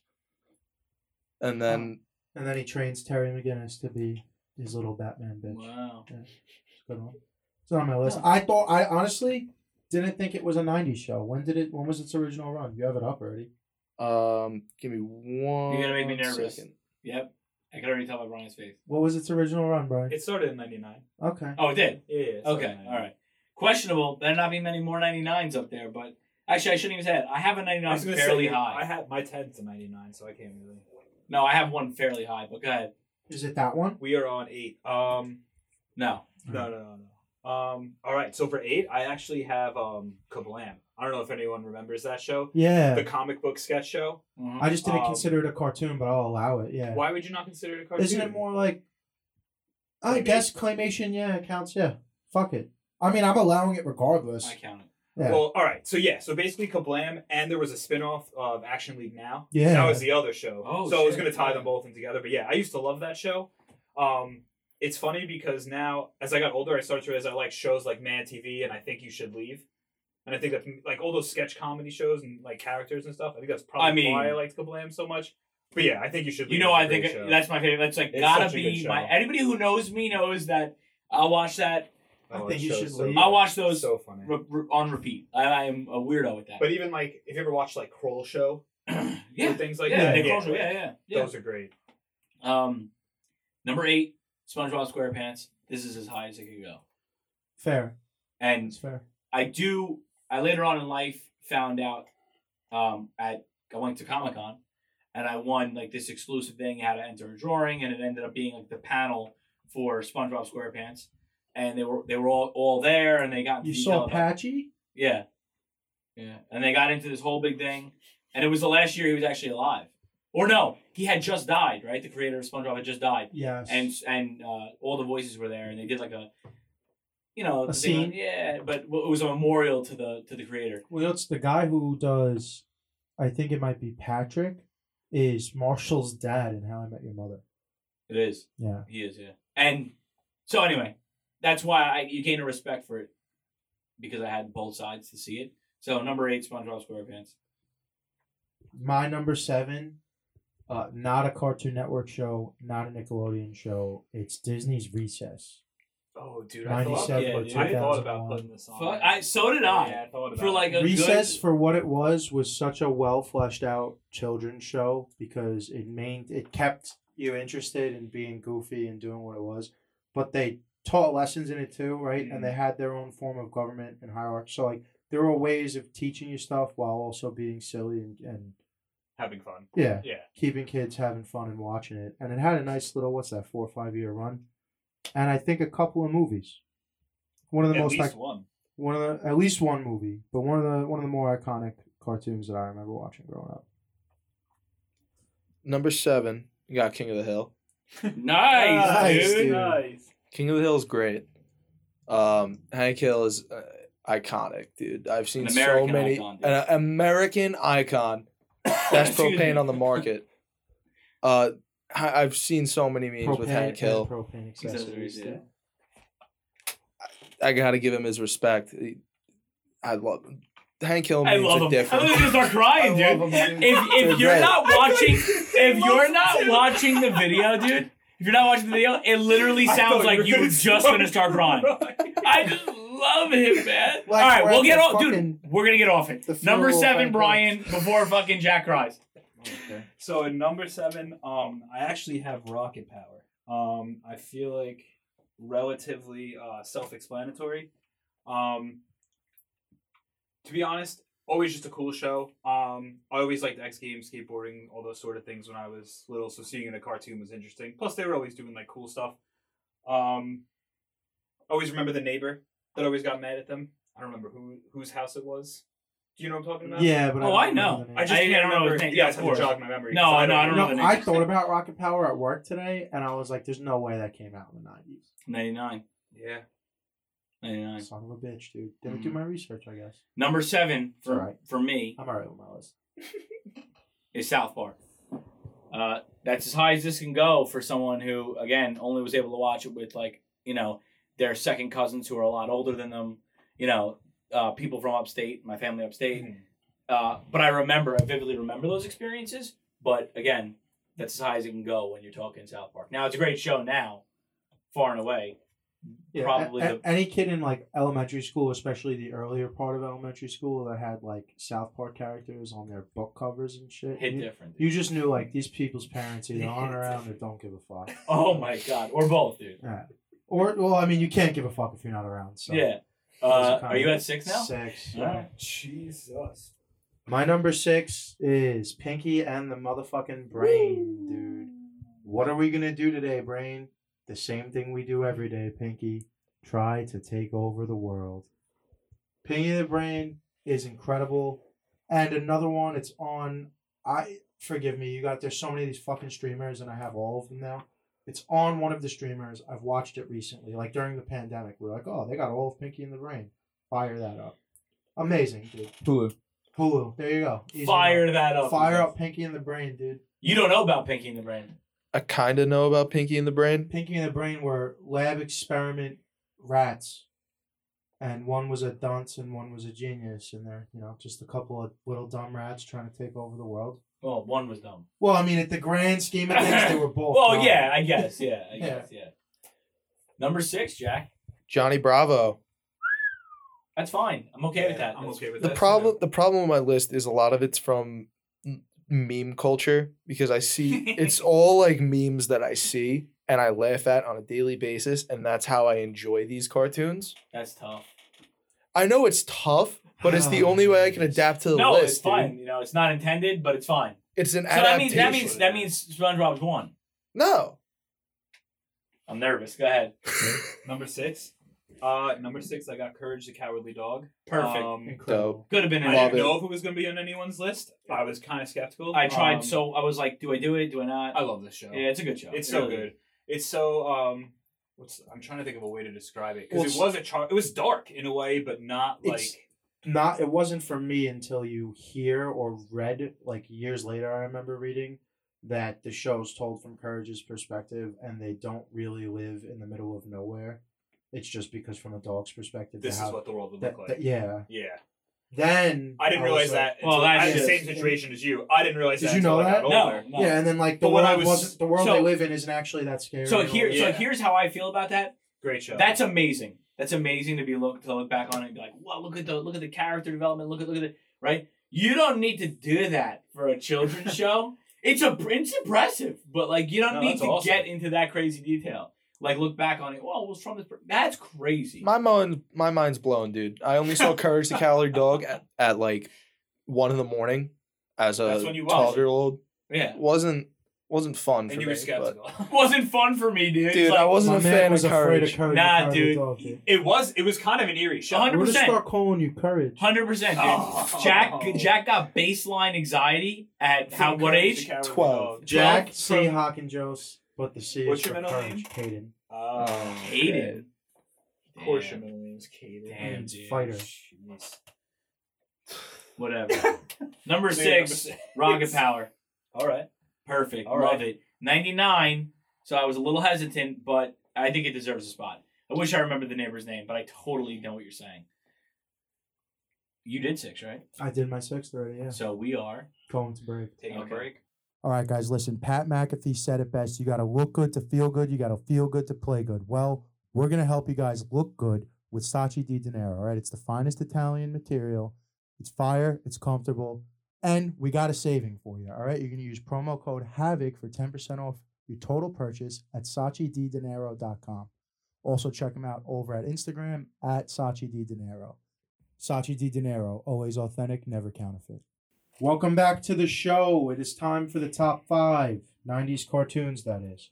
[SPEAKER 2] And then
[SPEAKER 1] And then he trains Terry McGinnis to be his little Batman bitch.
[SPEAKER 3] Wow.
[SPEAKER 1] Good one. It's not on my list. I thought I honestly didn't think it was a '90s show. When did it? When was its original run? You have it up already.
[SPEAKER 2] um, give me one.
[SPEAKER 3] You're gonna make me nervous.
[SPEAKER 2] second.
[SPEAKER 3] Yep. I could already tell by Brian's face.
[SPEAKER 1] What was its original run, Brian?
[SPEAKER 4] It started in '99.
[SPEAKER 1] Okay.
[SPEAKER 3] Oh, it did.
[SPEAKER 4] Yeah. yeah, it started
[SPEAKER 3] Okay.
[SPEAKER 4] in
[SPEAKER 3] All
[SPEAKER 4] 99.
[SPEAKER 3] right. Questionable. Better not be many more 99s up there, but actually, I shouldn't even say it. I have a
[SPEAKER 4] I
[SPEAKER 3] 99
[SPEAKER 4] was gonna
[SPEAKER 3] fairly
[SPEAKER 4] say,
[SPEAKER 3] high.
[SPEAKER 4] I had my 10th to 99, so I can't really.
[SPEAKER 3] no, I have one fairly high, but go ahead.
[SPEAKER 1] Is it that one?
[SPEAKER 4] We are on eight. Um,
[SPEAKER 3] No.
[SPEAKER 4] no, no, no, no. Um, all right. So for eight, I actually have um Kablam. I don't know if anyone remembers that show,
[SPEAKER 1] Yeah.
[SPEAKER 4] the comic book sketch show.
[SPEAKER 3] Mhm.
[SPEAKER 1] I just didn't
[SPEAKER 4] Um,
[SPEAKER 1] consider it a cartoon, but I'll allow it. Yeah.
[SPEAKER 4] Why would you not consider it a cartoon?
[SPEAKER 1] Isn't it more like? I
[SPEAKER 4] Claymation?
[SPEAKER 1] guess claymation. Yeah, it counts. Yeah. Fuck it. I mean, I'm allowing it regardless.
[SPEAKER 3] I count it.
[SPEAKER 1] Yeah.
[SPEAKER 4] Well, all right. So yeah, so basically Kablam, and there was a spin-off of Action League Now.
[SPEAKER 1] Yeah.
[SPEAKER 4] That was the other show.
[SPEAKER 3] Oh,
[SPEAKER 4] so I was
[SPEAKER 3] shit.
[SPEAKER 4] going to tie them both in together. But yeah, I used to love that show. Um, it's funny because now, as I got older, I started to realize I like shows like Man TV and I Think You Should Leave. And I think that like all those sketch comedy shows and like characters and stuff, I think that's probably
[SPEAKER 3] I mean-
[SPEAKER 4] why I liked Kablam so much. But yeah, I think you should.
[SPEAKER 3] You
[SPEAKER 4] Leave
[SPEAKER 3] know,
[SPEAKER 4] is a
[SPEAKER 3] I think
[SPEAKER 4] great show.
[SPEAKER 3] that's my favorite. That's like
[SPEAKER 4] It's
[SPEAKER 3] gotta
[SPEAKER 4] such a good
[SPEAKER 3] be
[SPEAKER 4] show.
[SPEAKER 3] my. Anybody who knows me knows that I'll watch that
[SPEAKER 1] I
[SPEAKER 4] Oh,
[SPEAKER 1] Think
[SPEAKER 4] that
[SPEAKER 1] You
[SPEAKER 4] show
[SPEAKER 1] Should
[SPEAKER 4] is so
[SPEAKER 1] Leave.
[SPEAKER 4] good.
[SPEAKER 3] I'll watch those
[SPEAKER 4] So funny.
[SPEAKER 3] re- re- on repeat. I, I am a weirdo with that.
[SPEAKER 4] But even like, if you ever watched like Kroll Show or
[SPEAKER 3] *clears throat* yeah,
[SPEAKER 4] things like
[SPEAKER 3] yeah,
[SPEAKER 4] that,
[SPEAKER 3] Nick Kroll, yeah, yeah, yeah.
[SPEAKER 4] those are great.
[SPEAKER 3] Um, number eight, SpongeBob SquarePants. This is as high as it could go.
[SPEAKER 1] fair.
[SPEAKER 3] And
[SPEAKER 1] It's fair.
[SPEAKER 3] I do. I later on in life found out. Um, at I went to Comic Con, and I won like this exclusive thing. How to enter a drawing, and it ended up being like the panel for SpongeBob SquarePants. And they were they were all, all there, and they got into
[SPEAKER 1] You
[SPEAKER 3] detail
[SPEAKER 1] saw
[SPEAKER 3] about-
[SPEAKER 1] Patchy.
[SPEAKER 3] Yeah. Yeah. And they got into this whole big thing. And it was the last year he was actually alive. Or no, he had just died, right? The creator of SpongeBob had just died.
[SPEAKER 1] Yes.
[SPEAKER 3] And and uh, all the voices were there and they did like a you know,
[SPEAKER 1] A
[SPEAKER 3] the thing
[SPEAKER 1] scene?
[SPEAKER 3] on- yeah, but it was a memorial to the to the creator.
[SPEAKER 1] Well, it's the guy who does, I think it might be Patrick, is Marshall's dad in How I Met Your Mother.
[SPEAKER 3] It is.
[SPEAKER 1] Yeah.
[SPEAKER 3] He is, yeah. And so anyway, that's why I you gain a respect for it because I had both sides to see it. So number eight, SpongeBob SquarePants.
[SPEAKER 1] My number seven, uh, not a Cartoon Network show, not a Nickelodeon show. It's Disney's Recess.
[SPEAKER 4] Oh, dude, I thought,
[SPEAKER 1] 97
[SPEAKER 3] yeah,
[SPEAKER 1] or
[SPEAKER 3] dude.
[SPEAKER 4] I thought
[SPEAKER 1] 2001.
[SPEAKER 4] about putting this on.
[SPEAKER 3] Fuck, I so did I. *laughs*
[SPEAKER 4] Yeah, I thought about
[SPEAKER 3] for like
[SPEAKER 4] it.
[SPEAKER 3] a
[SPEAKER 1] Recess,
[SPEAKER 3] good,
[SPEAKER 1] for what it was, was such a well fleshed out children's show because it main it kept you interested in being goofy and doing what it was. But they taught lessons in it too, right? And they had their own form of government and hierarchy. So like there were ways of teaching you stuff while also being silly and, and
[SPEAKER 4] having fun.
[SPEAKER 1] yeah,
[SPEAKER 4] Yeah.
[SPEAKER 1] keeping kids having fun and watching it. And it had a nice little what's that four or five year run, and I think a couple of movies. One of the
[SPEAKER 4] At
[SPEAKER 1] most
[SPEAKER 4] least
[SPEAKER 1] like
[SPEAKER 4] one.
[SPEAKER 1] one of the at least one movie, but one of the one of the more iconic cartoons that I remember watching growing up.
[SPEAKER 2] Number seven, you got King of the Hill.
[SPEAKER 3] nice,
[SPEAKER 1] Nice,
[SPEAKER 3] dude.
[SPEAKER 1] dude.
[SPEAKER 4] Nice.
[SPEAKER 2] King of the Hill is great. Um, Hank Hill is uh, iconic, dude. I've seen
[SPEAKER 3] An
[SPEAKER 2] so
[SPEAKER 3] American
[SPEAKER 2] many
[SPEAKER 3] icon, dude.
[SPEAKER 2] an American icon.
[SPEAKER 3] *coughs*
[SPEAKER 2] Best
[SPEAKER 3] Excuse
[SPEAKER 2] propane
[SPEAKER 3] me.
[SPEAKER 2] on the market. Uh, I- I've seen so many memes with Hank Hill.
[SPEAKER 1] and propane accessories.
[SPEAKER 3] Accessories, yeah.
[SPEAKER 2] I gotta give him his respect. He- I love him. Hank Hill
[SPEAKER 3] I
[SPEAKER 2] memes
[SPEAKER 3] love
[SPEAKER 2] are
[SPEAKER 3] him. I
[SPEAKER 2] different.
[SPEAKER 3] literally *laughs* just start crying,
[SPEAKER 1] I
[SPEAKER 3] dude.
[SPEAKER 1] love him, dude.
[SPEAKER 3] If
[SPEAKER 2] They're
[SPEAKER 3] if you're
[SPEAKER 2] great.
[SPEAKER 3] not watching, if you're not
[SPEAKER 4] Dude.
[SPEAKER 3] watching the video, dude, if you're not watching the video, it literally sounds like you were just gonna start crying.
[SPEAKER 1] *laughs*
[SPEAKER 3] I just love him, man.
[SPEAKER 1] Like,
[SPEAKER 3] All right,
[SPEAKER 1] we're
[SPEAKER 3] we'll
[SPEAKER 1] at
[SPEAKER 3] get
[SPEAKER 1] the
[SPEAKER 3] off,
[SPEAKER 1] fucking-
[SPEAKER 3] dude. We're gonna get off it.
[SPEAKER 1] the funeral
[SPEAKER 3] Number seven,
[SPEAKER 1] banquet.
[SPEAKER 3] Brian, before fucking Jack cries.
[SPEAKER 4] So at number seven, um, I actually have rocket power. Um, I feel like relatively uh, self-explanatory. Um, to be honest, always just a cool show. Um, I always liked X Games, skateboarding, all those sort of things when I was little. So seeing it in a cartoon was interesting. Plus, they were always doing like cool stuff. Um, I always remember the neighbor that always got mad at them. I don't remember who whose house it was. Do you know what I'm talking about?
[SPEAKER 1] Yeah, but
[SPEAKER 3] Oh,
[SPEAKER 1] don't
[SPEAKER 3] I know.
[SPEAKER 1] remember the name.
[SPEAKER 4] I just
[SPEAKER 3] I
[SPEAKER 4] can't
[SPEAKER 3] don't know
[SPEAKER 4] remember.
[SPEAKER 3] his name.
[SPEAKER 4] You
[SPEAKER 3] Yeah,
[SPEAKER 4] guys
[SPEAKER 3] of
[SPEAKER 4] have to
[SPEAKER 3] course.
[SPEAKER 4] jog my memory.
[SPEAKER 3] No,
[SPEAKER 4] 'cause
[SPEAKER 3] no, I don't
[SPEAKER 1] no,
[SPEAKER 3] remember the
[SPEAKER 1] I
[SPEAKER 3] name.
[SPEAKER 1] thought about Rocket Power at work today, and I was like, "There's no way that came out in the '90s."
[SPEAKER 3] Ninety nine.
[SPEAKER 4] Yeah.
[SPEAKER 3] 99.
[SPEAKER 1] Son of a bitch, dude. Didn't do
[SPEAKER 3] Mhm.
[SPEAKER 1] my research, I guess.
[SPEAKER 3] Number seven for
[SPEAKER 1] alright.
[SPEAKER 3] for me
[SPEAKER 1] I'm alright with my list.
[SPEAKER 3] is South Park. Uh, that's as high as this can go for someone who, again, only was able to watch it with like you know their second cousins who are a lot older than them. You know, uh, people from upstate, my family
[SPEAKER 4] Mm-hmm.
[SPEAKER 3] upstate. Uh, but I remember, I vividly remember those experiences. But again, that's as high as it can go when you're talking South Park. Now it's a great show now, far and away.
[SPEAKER 1] Yeah, a-
[SPEAKER 3] Probably
[SPEAKER 1] a-
[SPEAKER 3] the-
[SPEAKER 1] any kid in like elementary school, especially the earlier part of elementary school, that had like South Park characters on their book covers and shit.
[SPEAKER 3] Hit
[SPEAKER 1] you,
[SPEAKER 3] different.
[SPEAKER 1] you just knew like these people's parents either
[SPEAKER 4] Hit
[SPEAKER 1] on
[SPEAKER 3] *laughs*
[SPEAKER 1] or out
[SPEAKER 4] different.
[SPEAKER 1] or don't give a fuck.
[SPEAKER 3] Oh my god, or both, dude.
[SPEAKER 1] Or well, I mean, you can't give a fuck if you're not around. So
[SPEAKER 3] Yeah. Uh, are you at six now?
[SPEAKER 1] Six.
[SPEAKER 3] All right.
[SPEAKER 4] Jesus.
[SPEAKER 1] My number six is Pinky and the motherfucking Brain, dude. What are we gonna do today, Brain? The same thing we do every day, Pinky. Try to take over the world. Pinky the Brain is incredible, and another one. It's on. I forgive me. You got there's so many of these fucking streamers, and I have all of them now. It's on one of the streamers. I've watched it recently, like during the pandemic. We're like, oh, they got all of Pinky and the Brain. Fire that up. Amazing, dude.
[SPEAKER 2] Hulu.
[SPEAKER 1] Hulu. There you go. Easy
[SPEAKER 3] Fire
[SPEAKER 1] enough.
[SPEAKER 3] that up.
[SPEAKER 1] Fire up Pinky and the Brain, dude.
[SPEAKER 3] You don't know about Pinky and the Brain.
[SPEAKER 2] I kind of know about Pinky and the Brain.
[SPEAKER 1] Pinky and the Brain were lab experiment rats. And one was a dunce and one was a genius. And they're, you know, just a couple of little dumb rats trying to take over the world.
[SPEAKER 3] Well, one was dumb.
[SPEAKER 1] Well, I mean, at the grand scheme of things, they were both.
[SPEAKER 3] Well,
[SPEAKER 1] dumb.
[SPEAKER 3] yeah, I guess. Yeah, I
[SPEAKER 1] Yeah.
[SPEAKER 3] guess. Yeah. Number six, Jack.
[SPEAKER 2] Johnny Bravo.
[SPEAKER 3] That's fine. I'm okay with that.
[SPEAKER 4] I'm
[SPEAKER 3] That's-
[SPEAKER 4] okay with
[SPEAKER 2] The
[SPEAKER 4] that.
[SPEAKER 2] problem the problem with my list is a lot of it's from m- meme culture because I see it's all like memes that I see and I laugh at on a daily basis and that's how I enjoy these cartoons.
[SPEAKER 3] That's tough.
[SPEAKER 2] I know it's tough, but it's the
[SPEAKER 1] Oh,
[SPEAKER 2] only way I can
[SPEAKER 1] Jesus.
[SPEAKER 2] adapt to the
[SPEAKER 3] No,
[SPEAKER 2] list.
[SPEAKER 3] it's
[SPEAKER 2] dude.
[SPEAKER 3] fine. You know, it's not intended, but it's fine.
[SPEAKER 2] It's an
[SPEAKER 3] So that means
[SPEAKER 2] adaptation.
[SPEAKER 3] that means that means SpongeBob's one.
[SPEAKER 2] no.
[SPEAKER 3] I'm nervous. Go ahead.
[SPEAKER 4] Number six. Uh, number six, I got Courage the Cowardly Dog.
[SPEAKER 3] Perfect.
[SPEAKER 4] Um,
[SPEAKER 1] Incredible.
[SPEAKER 3] Could have been in
[SPEAKER 4] I
[SPEAKER 2] Love
[SPEAKER 4] didn't
[SPEAKER 2] it.
[SPEAKER 4] know if it was going to be on anyone's list. I was kind of skeptical.
[SPEAKER 3] I tried
[SPEAKER 4] Um,
[SPEAKER 3] so I was like, do I do it? Do I not?
[SPEAKER 4] I love this show.
[SPEAKER 3] yeah, it's a good show.
[SPEAKER 4] It's
[SPEAKER 3] It
[SPEAKER 4] so
[SPEAKER 3] really is.
[SPEAKER 4] good. It's so um. What's I'm trying to think of a way to describe it
[SPEAKER 1] Well,
[SPEAKER 4] because
[SPEAKER 1] it's-
[SPEAKER 4] it was a char- It was dark in a way, but not like.
[SPEAKER 1] It's- Not, it wasn't for me until you hear or read, like years later, I remember reading that the show's told from Courage's perspective and they don't really live in the middle of nowhere. It's just because from a dog's perspective, they
[SPEAKER 4] This is
[SPEAKER 1] have-
[SPEAKER 4] what the world would
[SPEAKER 1] that,
[SPEAKER 4] look like.
[SPEAKER 1] that- yeah.
[SPEAKER 4] yeah,
[SPEAKER 1] Then
[SPEAKER 4] I didn't
[SPEAKER 1] was
[SPEAKER 4] realize
[SPEAKER 1] like-
[SPEAKER 4] that.
[SPEAKER 3] Well,
[SPEAKER 4] Well,
[SPEAKER 3] that's
[SPEAKER 4] I had the
[SPEAKER 1] just-
[SPEAKER 4] same situation as you. I didn't realize
[SPEAKER 1] Did
[SPEAKER 4] that.
[SPEAKER 1] you know
[SPEAKER 4] until I got
[SPEAKER 3] No,
[SPEAKER 4] older.
[SPEAKER 3] no.
[SPEAKER 1] Yeah, and then like the
[SPEAKER 4] But when
[SPEAKER 1] world
[SPEAKER 4] I was-
[SPEAKER 1] wasn't the world
[SPEAKER 3] so-
[SPEAKER 1] they live in isn't actually that scary.
[SPEAKER 3] So
[SPEAKER 1] and all
[SPEAKER 3] here,
[SPEAKER 1] this.
[SPEAKER 3] so
[SPEAKER 4] Yeah.
[SPEAKER 3] here's how I feel about that.
[SPEAKER 4] great show.
[SPEAKER 3] That's amazing. That's amazing to be look to look back on it and be like, wow, look at the look at the character development. Look at look at it. Right? You don't need to do that for a children's
[SPEAKER 4] *laughs*
[SPEAKER 3] show. It's a it's impressive, but like you don't
[SPEAKER 4] No,
[SPEAKER 3] need
[SPEAKER 4] that's
[SPEAKER 3] to
[SPEAKER 4] awesome.
[SPEAKER 3] get into that crazy detail. Like look back on it. Well, it was from this. per-" That's crazy.
[SPEAKER 2] My mind, my mind's blown, dude. I only saw Courage the Cowardly Dog at, at like one in the morning as
[SPEAKER 4] That's
[SPEAKER 2] a
[SPEAKER 4] when you watched
[SPEAKER 2] twelve
[SPEAKER 4] it.
[SPEAKER 2] year old.
[SPEAKER 3] yeah,
[SPEAKER 2] wasn't wasn't fun. For
[SPEAKER 4] and you
[SPEAKER 2] me,
[SPEAKER 4] were
[SPEAKER 2] but-
[SPEAKER 4] skeptical. *laughs*
[SPEAKER 3] wasn't fun for me, dude. It's
[SPEAKER 2] Dude,
[SPEAKER 3] like,
[SPEAKER 2] I wasn't
[SPEAKER 1] My
[SPEAKER 2] a
[SPEAKER 1] man
[SPEAKER 2] fan
[SPEAKER 1] was
[SPEAKER 2] of
[SPEAKER 1] afraid
[SPEAKER 2] Courage.
[SPEAKER 1] of courage.
[SPEAKER 3] Nah,
[SPEAKER 1] and
[SPEAKER 3] dude.
[SPEAKER 1] Dog, dude.
[SPEAKER 4] It was. It was kind of an eerie show.
[SPEAKER 1] We're gonna
[SPEAKER 3] 100%.
[SPEAKER 1] start calling you courage.
[SPEAKER 3] Hundred percent, dude.
[SPEAKER 4] Oh.
[SPEAKER 3] Jack Jack got baseline anxiety at how what
[SPEAKER 4] Courage
[SPEAKER 3] age?
[SPEAKER 4] the Cowardly
[SPEAKER 2] Twelve.
[SPEAKER 4] Dog.
[SPEAKER 1] Jack
[SPEAKER 4] From-
[SPEAKER 1] C. Hawkinjos, but the C
[SPEAKER 4] What's
[SPEAKER 1] is
[SPEAKER 4] your
[SPEAKER 1] for
[SPEAKER 4] middle
[SPEAKER 1] courage.
[SPEAKER 4] name?
[SPEAKER 1] Hayden.
[SPEAKER 4] Oh,
[SPEAKER 3] Hayden.
[SPEAKER 4] Of course, your
[SPEAKER 3] Damn.
[SPEAKER 4] middle name is Caden.
[SPEAKER 3] Damn,
[SPEAKER 1] It's
[SPEAKER 3] dude.
[SPEAKER 1] fighter.
[SPEAKER 4] Jeez. *laughs*
[SPEAKER 3] Whatever. Number
[SPEAKER 4] Dude, number
[SPEAKER 3] six, Rocket Power.
[SPEAKER 4] All right.
[SPEAKER 3] Perfect.
[SPEAKER 4] All
[SPEAKER 3] Love
[SPEAKER 4] right.
[SPEAKER 3] it. 99. So I was a little hesitant, but I think it deserves a spot. I wish I remembered the neighbor's name, but I totally know what you're saying. You did six, right?
[SPEAKER 1] I did my sixth already. Yeah,
[SPEAKER 3] So we are.
[SPEAKER 1] going to break.
[SPEAKER 4] Taking
[SPEAKER 3] Okay.
[SPEAKER 4] a break.
[SPEAKER 1] All right, guys, listen. Pat McAfee said it best. You got to look good to feel good. You got to feel good to play good. Well, we're going to help you guys look good with Sachi Di Danero. All right, it's the finest Italian material. It's fire, it's comfortable, and we got a saving for you. All right, you're going to use promo code HAVOC for 10% off your total purchase at SachiDiDanero.com. Also, check them out over at Instagram at Sachi Di Danero. Sachi Di Danero, always authentic, never counterfeit. Welcome back to the show. It is time for the top five 90s cartoons, that is.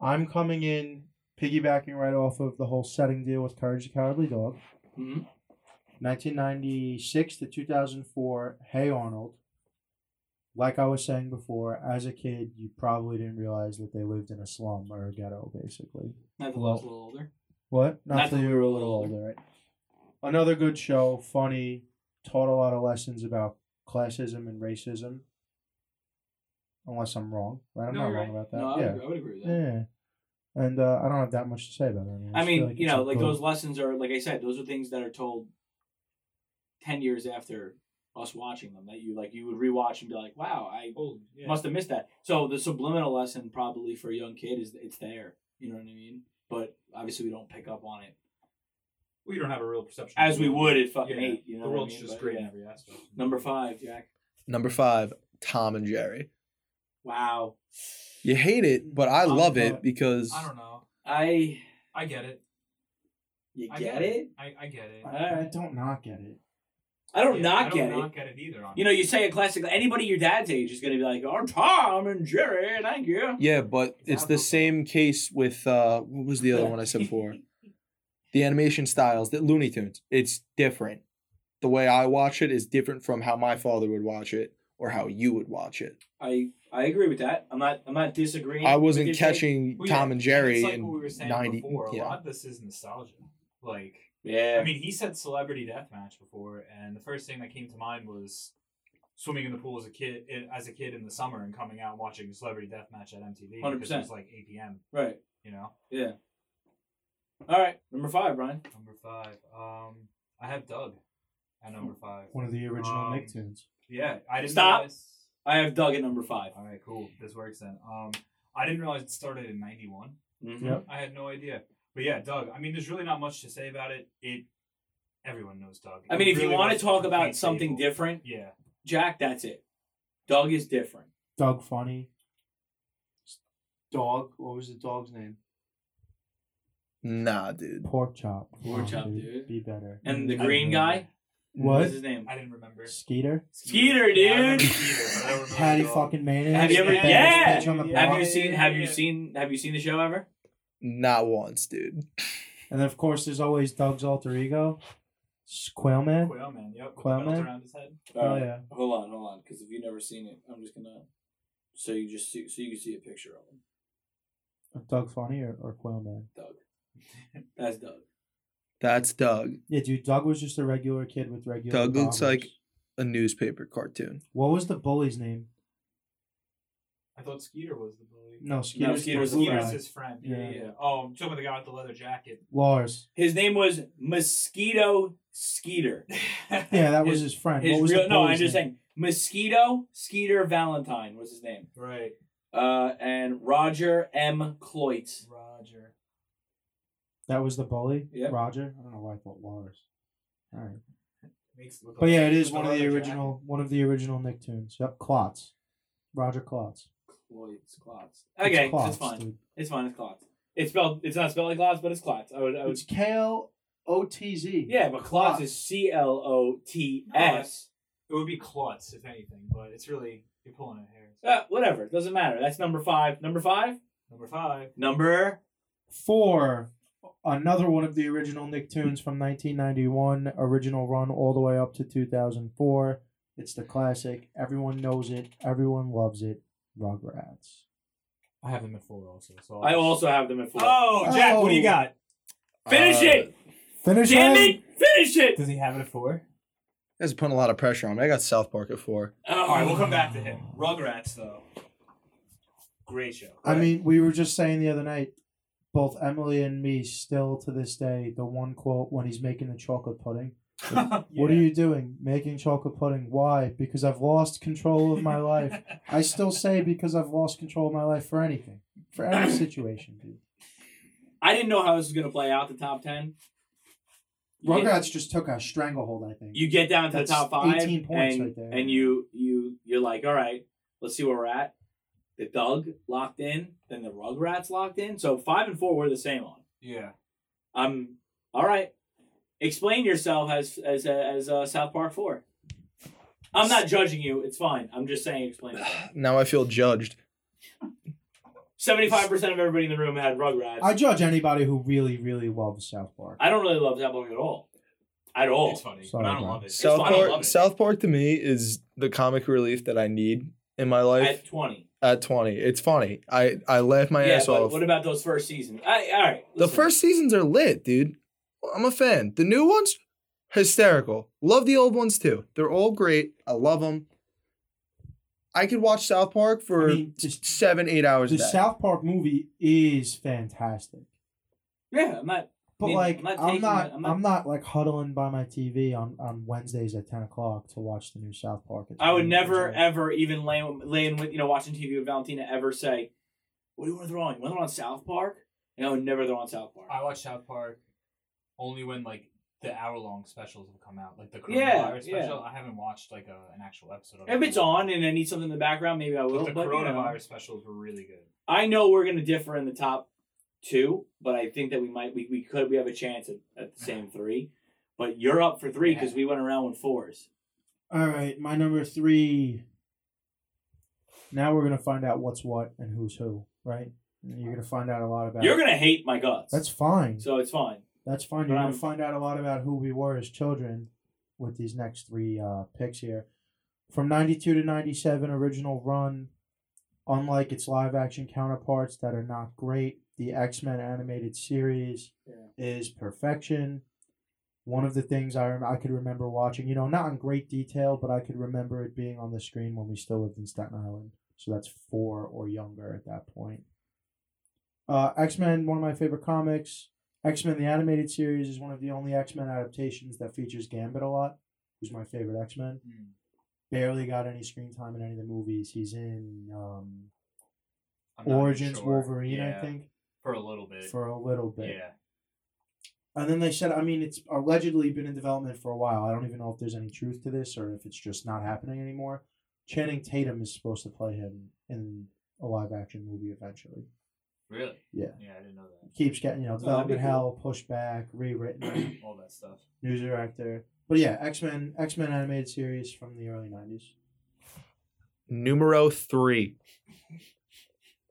[SPEAKER 1] I'm coming in, piggybacking right off of the whole setting deal with Courage the Cowardly Dog.
[SPEAKER 3] Mhm.
[SPEAKER 1] 1996 to 2004, Hey Arnold. Like I was saying before, as a kid, you probably didn't realize that they lived in a slum or a ghetto, basically.
[SPEAKER 3] Not
[SPEAKER 1] Well-
[SPEAKER 3] little older.
[SPEAKER 1] What? Not,
[SPEAKER 3] Not
[SPEAKER 1] till you
[SPEAKER 3] till we
[SPEAKER 1] were a
[SPEAKER 3] were
[SPEAKER 1] little
[SPEAKER 3] older.
[SPEAKER 1] older, right? Another good show, funny, taught a lot of lessons about classism and racism. Unless I'm wrong, right? I'm
[SPEAKER 4] No,
[SPEAKER 1] not
[SPEAKER 4] you're
[SPEAKER 1] wrong
[SPEAKER 4] right.
[SPEAKER 1] about that.
[SPEAKER 3] No, I
[SPEAKER 1] uh,
[SPEAKER 3] would,
[SPEAKER 1] yeah,
[SPEAKER 3] agree- I would agree with that.
[SPEAKER 1] yeah. And uh, I don't have that much to say about it. anymore.
[SPEAKER 3] I
[SPEAKER 1] just
[SPEAKER 3] mean,
[SPEAKER 1] feel
[SPEAKER 3] you
[SPEAKER 1] it's
[SPEAKER 3] know,
[SPEAKER 1] a
[SPEAKER 3] like
[SPEAKER 1] good-
[SPEAKER 3] those lessons are, like I said, those are things that are told ten years after us watching them. That you like, you would rewatch and be like, "Wow, I
[SPEAKER 4] Oh, yeah.
[SPEAKER 3] must have missed that." So the subliminal lesson, probably for a young kid, is it's there. You know what I mean? But obviously, we don't pick up on it
[SPEAKER 4] we don't have a real perception.
[SPEAKER 3] as we would
[SPEAKER 4] It
[SPEAKER 3] at fucking eight. You know,
[SPEAKER 4] the
[SPEAKER 3] what I
[SPEAKER 4] world's
[SPEAKER 3] mean?
[SPEAKER 4] just
[SPEAKER 3] But,
[SPEAKER 4] great in
[SPEAKER 3] yeah.
[SPEAKER 4] every aspect.
[SPEAKER 3] Number five, Jack.
[SPEAKER 2] Number five, Tom and Jerry.
[SPEAKER 3] Wow,
[SPEAKER 2] You hate it, but I
[SPEAKER 1] Tom
[SPEAKER 2] love
[SPEAKER 1] and
[SPEAKER 2] it
[SPEAKER 1] Jerry.
[SPEAKER 2] because
[SPEAKER 4] I don't know.
[SPEAKER 3] I
[SPEAKER 4] I get it.
[SPEAKER 3] you
[SPEAKER 4] I
[SPEAKER 3] get it.
[SPEAKER 4] I, I get it.
[SPEAKER 3] All
[SPEAKER 1] I
[SPEAKER 3] right.
[SPEAKER 1] don't not get it.
[SPEAKER 3] I don't
[SPEAKER 4] Yeah,
[SPEAKER 3] not
[SPEAKER 4] I
[SPEAKER 3] get it.
[SPEAKER 4] Not get it either.
[SPEAKER 3] You know, you say a classic. Anybody your dad's age is going to be like, "Oh, Tom and Jerry, thank you."
[SPEAKER 2] Yeah, but
[SPEAKER 4] It's
[SPEAKER 2] it's
[SPEAKER 4] not
[SPEAKER 2] the
[SPEAKER 4] football.
[SPEAKER 2] same case with uh what was the other one I said
[SPEAKER 4] *laughs*
[SPEAKER 2] before? the animation styles, the Looney Tunes. It's different. The way I watch it is different from how my father would watch it or how you would watch it.
[SPEAKER 3] I I agree with that. I'm not I'm not disagreeing.
[SPEAKER 2] I
[SPEAKER 3] with
[SPEAKER 2] wasn't
[SPEAKER 3] your take.
[SPEAKER 2] catching
[SPEAKER 4] Well, yeah,
[SPEAKER 2] Tom and Jerry
[SPEAKER 4] it's like
[SPEAKER 2] in
[SPEAKER 4] what we were saying
[SPEAKER 2] 90
[SPEAKER 4] before. A lot
[SPEAKER 2] yeah.
[SPEAKER 4] of this is nostalgia. Like,
[SPEAKER 3] Yeah.
[SPEAKER 4] I mean, he said celebrity deathmatch before, and the first thing that came to mind was swimming in the pool as a kid, in- as a kid in the summer, and coming out and watching celebrity deathmatch at MTV because
[SPEAKER 3] 100%.
[SPEAKER 4] it was like 8 p.m.
[SPEAKER 3] right.
[SPEAKER 4] You know.
[SPEAKER 3] Yeah. All right. Number five, Ryan.
[SPEAKER 4] Number five. Um, I have Doug at number five.
[SPEAKER 1] One of the original
[SPEAKER 4] Um,
[SPEAKER 1] Nick tunes.
[SPEAKER 4] Yeah, I didn't
[SPEAKER 3] Stop.
[SPEAKER 4] realize.
[SPEAKER 3] I have Doug at number 5
[SPEAKER 4] All right, cool. This works then. Um, I didn't realize it started in '91.
[SPEAKER 3] Mm-hmm.
[SPEAKER 1] Yep.
[SPEAKER 4] I had no idea. But yeah, Doug. I mean, there's really not much to say about it. It everyone knows Doug.
[SPEAKER 3] I mean,
[SPEAKER 4] It
[SPEAKER 3] if
[SPEAKER 4] really
[SPEAKER 3] you want to
[SPEAKER 4] was a
[SPEAKER 3] talk about
[SPEAKER 4] complete
[SPEAKER 3] something
[SPEAKER 4] staple.
[SPEAKER 3] different,
[SPEAKER 4] yeah,
[SPEAKER 3] Jack, that's it. Doug is different.
[SPEAKER 1] Dog funny. Dog. What was the dog's name?
[SPEAKER 2] Nah, dude.
[SPEAKER 1] Pork chop.
[SPEAKER 3] Pork
[SPEAKER 1] Oh,
[SPEAKER 3] chop, dude.
[SPEAKER 1] Be better.
[SPEAKER 3] And
[SPEAKER 4] Mm-hmm.
[SPEAKER 3] the green guy.
[SPEAKER 1] What?
[SPEAKER 3] What's his name?
[SPEAKER 4] I didn't remember.
[SPEAKER 1] Skeeter.
[SPEAKER 3] Skeeter,
[SPEAKER 4] Yeah, I remember
[SPEAKER 1] *laughs*
[SPEAKER 3] dude.
[SPEAKER 4] Skeeter, but I don't remember
[SPEAKER 1] Patty
[SPEAKER 4] Doug.
[SPEAKER 1] fucking mayonnaise.
[SPEAKER 3] Oh, Have you ever-
[SPEAKER 1] baddest
[SPEAKER 3] Yeah!
[SPEAKER 1] bitch on the
[SPEAKER 4] Yeah.
[SPEAKER 3] Have
[SPEAKER 1] block.
[SPEAKER 3] you seen Have you
[SPEAKER 4] Yeah.
[SPEAKER 3] seen Have you seen the show ever?
[SPEAKER 2] Not once, dude.
[SPEAKER 1] And then, of course, there's always Doug's alter ego, Quail Man.
[SPEAKER 4] Quail man. Yep.
[SPEAKER 1] Quail
[SPEAKER 4] Quail man.
[SPEAKER 1] Man?
[SPEAKER 4] around his head.
[SPEAKER 1] Oh yeah.
[SPEAKER 3] Uh, Hold on, hold on, because if you've never seen it, I'm just gonna. So you just see, so you can see a picture of him.
[SPEAKER 1] Doug Funny or, or Quail Man.
[SPEAKER 3] Doug. *laughs* That's Doug.
[SPEAKER 2] That's Doug,
[SPEAKER 1] Yeah, dude. Doug was just a regular kid with regular.
[SPEAKER 2] Doug looks
[SPEAKER 1] problems.
[SPEAKER 2] like- a newspaper cartoon.
[SPEAKER 1] What was the bully's name?
[SPEAKER 4] I thought Skeeter was the bully.
[SPEAKER 1] No, Skeeter.
[SPEAKER 3] Skeeter's
[SPEAKER 1] the cool
[SPEAKER 4] Skeeter's
[SPEAKER 1] guy.
[SPEAKER 4] his friend. Yeah,
[SPEAKER 1] Yeah.
[SPEAKER 4] yeah. yeah. Oh, I'm talking about the guy with the leather jacket.
[SPEAKER 1] Lars.
[SPEAKER 3] His name was Mosquito *laughs* Skeeter.
[SPEAKER 1] Yeah, that was his friend.
[SPEAKER 3] His
[SPEAKER 1] what was
[SPEAKER 3] real,
[SPEAKER 1] the
[SPEAKER 3] no, I'm
[SPEAKER 1] bully's
[SPEAKER 3] just
[SPEAKER 1] name?
[SPEAKER 3] saying Mosquito Skeeter Valentine was his name.
[SPEAKER 4] right.
[SPEAKER 3] Uh, and Roger M. Cloyt.
[SPEAKER 4] Roger.
[SPEAKER 1] That was the bully.
[SPEAKER 3] Yeah.
[SPEAKER 1] Roger. I don't know why I thought Lars. All right.
[SPEAKER 4] Makes, with the-
[SPEAKER 1] But yeah, it
[SPEAKER 4] with
[SPEAKER 1] is one of the
[SPEAKER 4] leather
[SPEAKER 1] original one of the original Nicktoons. Yep, Klotz. Roger Klotz.
[SPEAKER 3] Cloyt's Clots.
[SPEAKER 1] It's
[SPEAKER 3] Okay, it's,
[SPEAKER 1] Klotz,
[SPEAKER 3] fine.
[SPEAKER 1] dude.
[SPEAKER 3] It's fine. It's Clots. It's spelled. It's not spelled like Clots, but it's Clots. I would. I would
[SPEAKER 1] It's K L O T Z.
[SPEAKER 3] yeah, but Clots is C L O T S.
[SPEAKER 4] It would be Klutz, if anything, but it's really you're pulling at hairs.
[SPEAKER 3] Uh, whatever. It doesn't matter. That's number five. Number five.
[SPEAKER 4] Number five.
[SPEAKER 3] Number
[SPEAKER 1] Four. Another one of the original Nicktoons from 1991, original run all the way up to 2004. It's the classic. Everyone knows it. Everyone loves it. Rugrats.
[SPEAKER 4] I have them at four also. So
[SPEAKER 3] I also have them at four.
[SPEAKER 4] Oh, Jack, what do you got?
[SPEAKER 3] Finish
[SPEAKER 2] Uh,
[SPEAKER 3] it!
[SPEAKER 1] Finish
[SPEAKER 3] Damn
[SPEAKER 1] him.
[SPEAKER 3] it! Finish it!
[SPEAKER 4] Does he have it at four?
[SPEAKER 2] You guys are putting a lot of pressure on me. I got South Park at four.
[SPEAKER 3] Oh.
[SPEAKER 4] All right, we'll come back to him. Rugrats, though. Great show.
[SPEAKER 1] Oh. I mean, we were just saying the other night, both Emily and me still to this day, the one quote when he's making the chocolate pudding.
[SPEAKER 4] *laughs*
[SPEAKER 1] What are you doing? Making chocolate pudding. Why? Because I've lost control of my life. I still say because I've lost control of my life for anything. For any situation, dude.
[SPEAKER 3] I didn't know how this was gonna play out. The top ten. You get-
[SPEAKER 1] Rugrats just took a stranglehold, I think.
[SPEAKER 3] You get down to
[SPEAKER 1] That's
[SPEAKER 3] the top five,
[SPEAKER 1] 18 points
[SPEAKER 3] and,
[SPEAKER 1] right there.
[SPEAKER 3] and you you you're like, all right, let's see where we're at. The Doug locked in, then the Rugrats locked in. So five and four were the same on.
[SPEAKER 4] Yeah.
[SPEAKER 3] I'm Um, all right. Explain yourself as as as uh, South Park four. I'm not judging you. It's fine. I'm just saying, explain.
[SPEAKER 2] *sighs* Now I feel judged.
[SPEAKER 3] Seventy-five percent of everybody in the room had Rugrats.
[SPEAKER 1] I judge anybody who really, really loves South Park.
[SPEAKER 3] I don't really love that book at all. At all.
[SPEAKER 4] It's funny,
[SPEAKER 1] Oh, Sorry,
[SPEAKER 4] but I don't
[SPEAKER 1] bro.
[SPEAKER 4] love it.
[SPEAKER 2] South
[SPEAKER 3] fine, I
[SPEAKER 2] Park
[SPEAKER 3] love it.
[SPEAKER 2] South Park to me is the comic relief that I need in my life
[SPEAKER 3] at 20.
[SPEAKER 2] at 20. It's funny. I I laugh my
[SPEAKER 3] yeah,
[SPEAKER 2] ass
[SPEAKER 3] but
[SPEAKER 2] off.
[SPEAKER 3] what about those first seasons? I, all right.
[SPEAKER 2] the
[SPEAKER 3] listen.
[SPEAKER 2] first seasons are lit, dude. I'm a fan. The new ones hysterical. Love the old ones too. They're all great. I love them. I could watch South Park for
[SPEAKER 1] I mean, just-
[SPEAKER 2] 7 8 hours
[SPEAKER 1] The
[SPEAKER 2] a day.
[SPEAKER 1] South Park movie is fantastic.
[SPEAKER 3] Yeah, I'm not.
[SPEAKER 1] But
[SPEAKER 3] mean,
[SPEAKER 1] like,
[SPEAKER 3] I'm
[SPEAKER 1] I'm
[SPEAKER 3] not
[SPEAKER 1] not,
[SPEAKER 3] taking
[SPEAKER 1] I'm not,
[SPEAKER 3] it- I'm not-
[SPEAKER 1] like huddling by my TV on, on Wednesdays at ten o'clock to watch the new South Park. It's
[SPEAKER 3] I would
[SPEAKER 1] really
[SPEAKER 3] never,
[SPEAKER 1] enjoyable.
[SPEAKER 3] ever, even laying, laying with, you know, watching TV with Valentina, ever say, What do you want to throw on? You want to throw on South Park? And I would never throw on South Park.
[SPEAKER 4] I watch South Park only when like the hour long specials have come out, like the coronavirus
[SPEAKER 3] Yeah, yeah.
[SPEAKER 4] special. I haven't watched like a, an actual episode. of
[SPEAKER 3] If
[SPEAKER 4] it.
[SPEAKER 3] it's on and I need something in the background, maybe I will.
[SPEAKER 4] but
[SPEAKER 3] But,
[SPEAKER 4] the
[SPEAKER 3] you know.
[SPEAKER 4] coronavirus specials were really good.
[SPEAKER 3] I know we're going to differ in the top two, but I think that we might we, we could we have a chance at, at the same three. But you're up for three because we went around with fours. e-,
[SPEAKER 1] All right, my number three. Now we're gonna find out what's what and who's who, right? And You're gonna find out a lot about.
[SPEAKER 3] You're gonna hate my guts.
[SPEAKER 1] That's fine.
[SPEAKER 3] so it's fine.
[SPEAKER 1] That's fine.
[SPEAKER 3] But
[SPEAKER 1] You're going
[SPEAKER 3] I'm-
[SPEAKER 1] to find out a lot about who we were as children with these next three uh, picks here. From 92 to 97, original run, unlike its live action counterparts that are not great, the X Men animated series
[SPEAKER 3] Yeah.
[SPEAKER 1] is perfection. One of the things I, rem- I could remember watching, you know, not in great detail, but I could remember it being on the screen when we still lived in Staten Island. So that's four or younger at that point. Uh, X Men, one of my favorite comics. X Men the animated series is one of the only X Men adaptations that features Gambit a lot, who's my favorite X Men.
[SPEAKER 4] Mm.
[SPEAKER 1] Barely got any screen time in any of the movies. He's in um,
[SPEAKER 4] I'm not even
[SPEAKER 1] Origins
[SPEAKER 4] sure.
[SPEAKER 1] Wolverine,
[SPEAKER 4] yeah,
[SPEAKER 1] I think,
[SPEAKER 4] for a little bit.
[SPEAKER 1] for a little bit.
[SPEAKER 4] yeah,
[SPEAKER 1] And then they said, I mean, it's allegedly been in development for a while. I don't even know if there's any truth to this or if it's just not happening anymore. Channing Tatum is supposed to play him in a live action movie eventually.
[SPEAKER 4] really.
[SPEAKER 1] Yeah.
[SPEAKER 4] yeah, I didn't know that.
[SPEAKER 1] Keeps getting, you know,
[SPEAKER 3] Oh, that'd be
[SPEAKER 1] development hell, pushback, rewritten.
[SPEAKER 3] *clears throat*
[SPEAKER 4] All that stuff.
[SPEAKER 1] news director. But yeah, X Men X Men animated series from the early nineties.
[SPEAKER 2] Numero 3.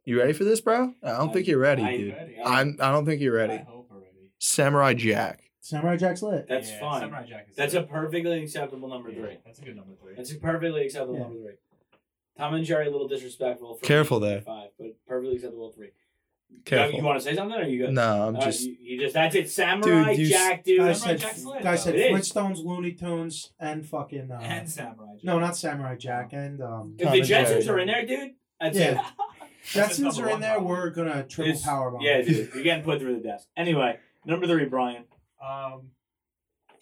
[SPEAKER 2] You ready for this, bro? I don't think you're ready,
[SPEAKER 3] I-
[SPEAKER 2] dude.
[SPEAKER 3] I-
[SPEAKER 2] I'm I don't think you're
[SPEAKER 4] I
[SPEAKER 2] ready.
[SPEAKER 4] hope already.
[SPEAKER 2] Samurai Jack.
[SPEAKER 1] Samurai Jack's lit.
[SPEAKER 3] that's
[SPEAKER 4] yeah,
[SPEAKER 3] fine.
[SPEAKER 4] Samurai Jack is
[SPEAKER 3] That's a
[SPEAKER 4] good.
[SPEAKER 3] perfectly acceptable number
[SPEAKER 4] Yeah,
[SPEAKER 3] three.
[SPEAKER 4] That's a good number three.
[SPEAKER 3] That's a perfectly acceptable
[SPEAKER 1] Yeah.
[SPEAKER 3] number three. Tom and Jerry, a little disrespectful. For
[SPEAKER 2] Careful
[SPEAKER 3] me,
[SPEAKER 2] there.
[SPEAKER 3] Five, but perfectly acceptable three. You,
[SPEAKER 2] Careful.
[SPEAKER 3] want to say something? Or are you good?
[SPEAKER 2] No, I'm
[SPEAKER 3] All right,
[SPEAKER 2] just
[SPEAKER 3] you, you just that's it. Samurai
[SPEAKER 2] Dude, you s-
[SPEAKER 3] Jack, dude.
[SPEAKER 1] Guy
[SPEAKER 4] Samurai
[SPEAKER 1] said,
[SPEAKER 4] Jack's lit,
[SPEAKER 1] guy
[SPEAKER 4] though.
[SPEAKER 1] said
[SPEAKER 3] It is.
[SPEAKER 1] Flintstones, Looney Tunes, and fucking uh,
[SPEAKER 4] and *laughs* Samurai Jack.
[SPEAKER 1] no, not Samurai Jack and um,
[SPEAKER 3] If
[SPEAKER 2] Tom
[SPEAKER 3] the
[SPEAKER 2] and Jerry.
[SPEAKER 3] Jetsons are in there, dude, that's it.
[SPEAKER 1] Yeah.
[SPEAKER 4] That's
[SPEAKER 1] Jetsons
[SPEAKER 4] his number
[SPEAKER 1] are in
[SPEAKER 4] one
[SPEAKER 1] there.
[SPEAKER 4] problem.
[SPEAKER 1] We're gonna triple
[SPEAKER 3] It's-
[SPEAKER 1] power bomb.
[SPEAKER 3] Yeah, dude, you're getting put through the desk. Anyway, number three, Brian.
[SPEAKER 4] Um,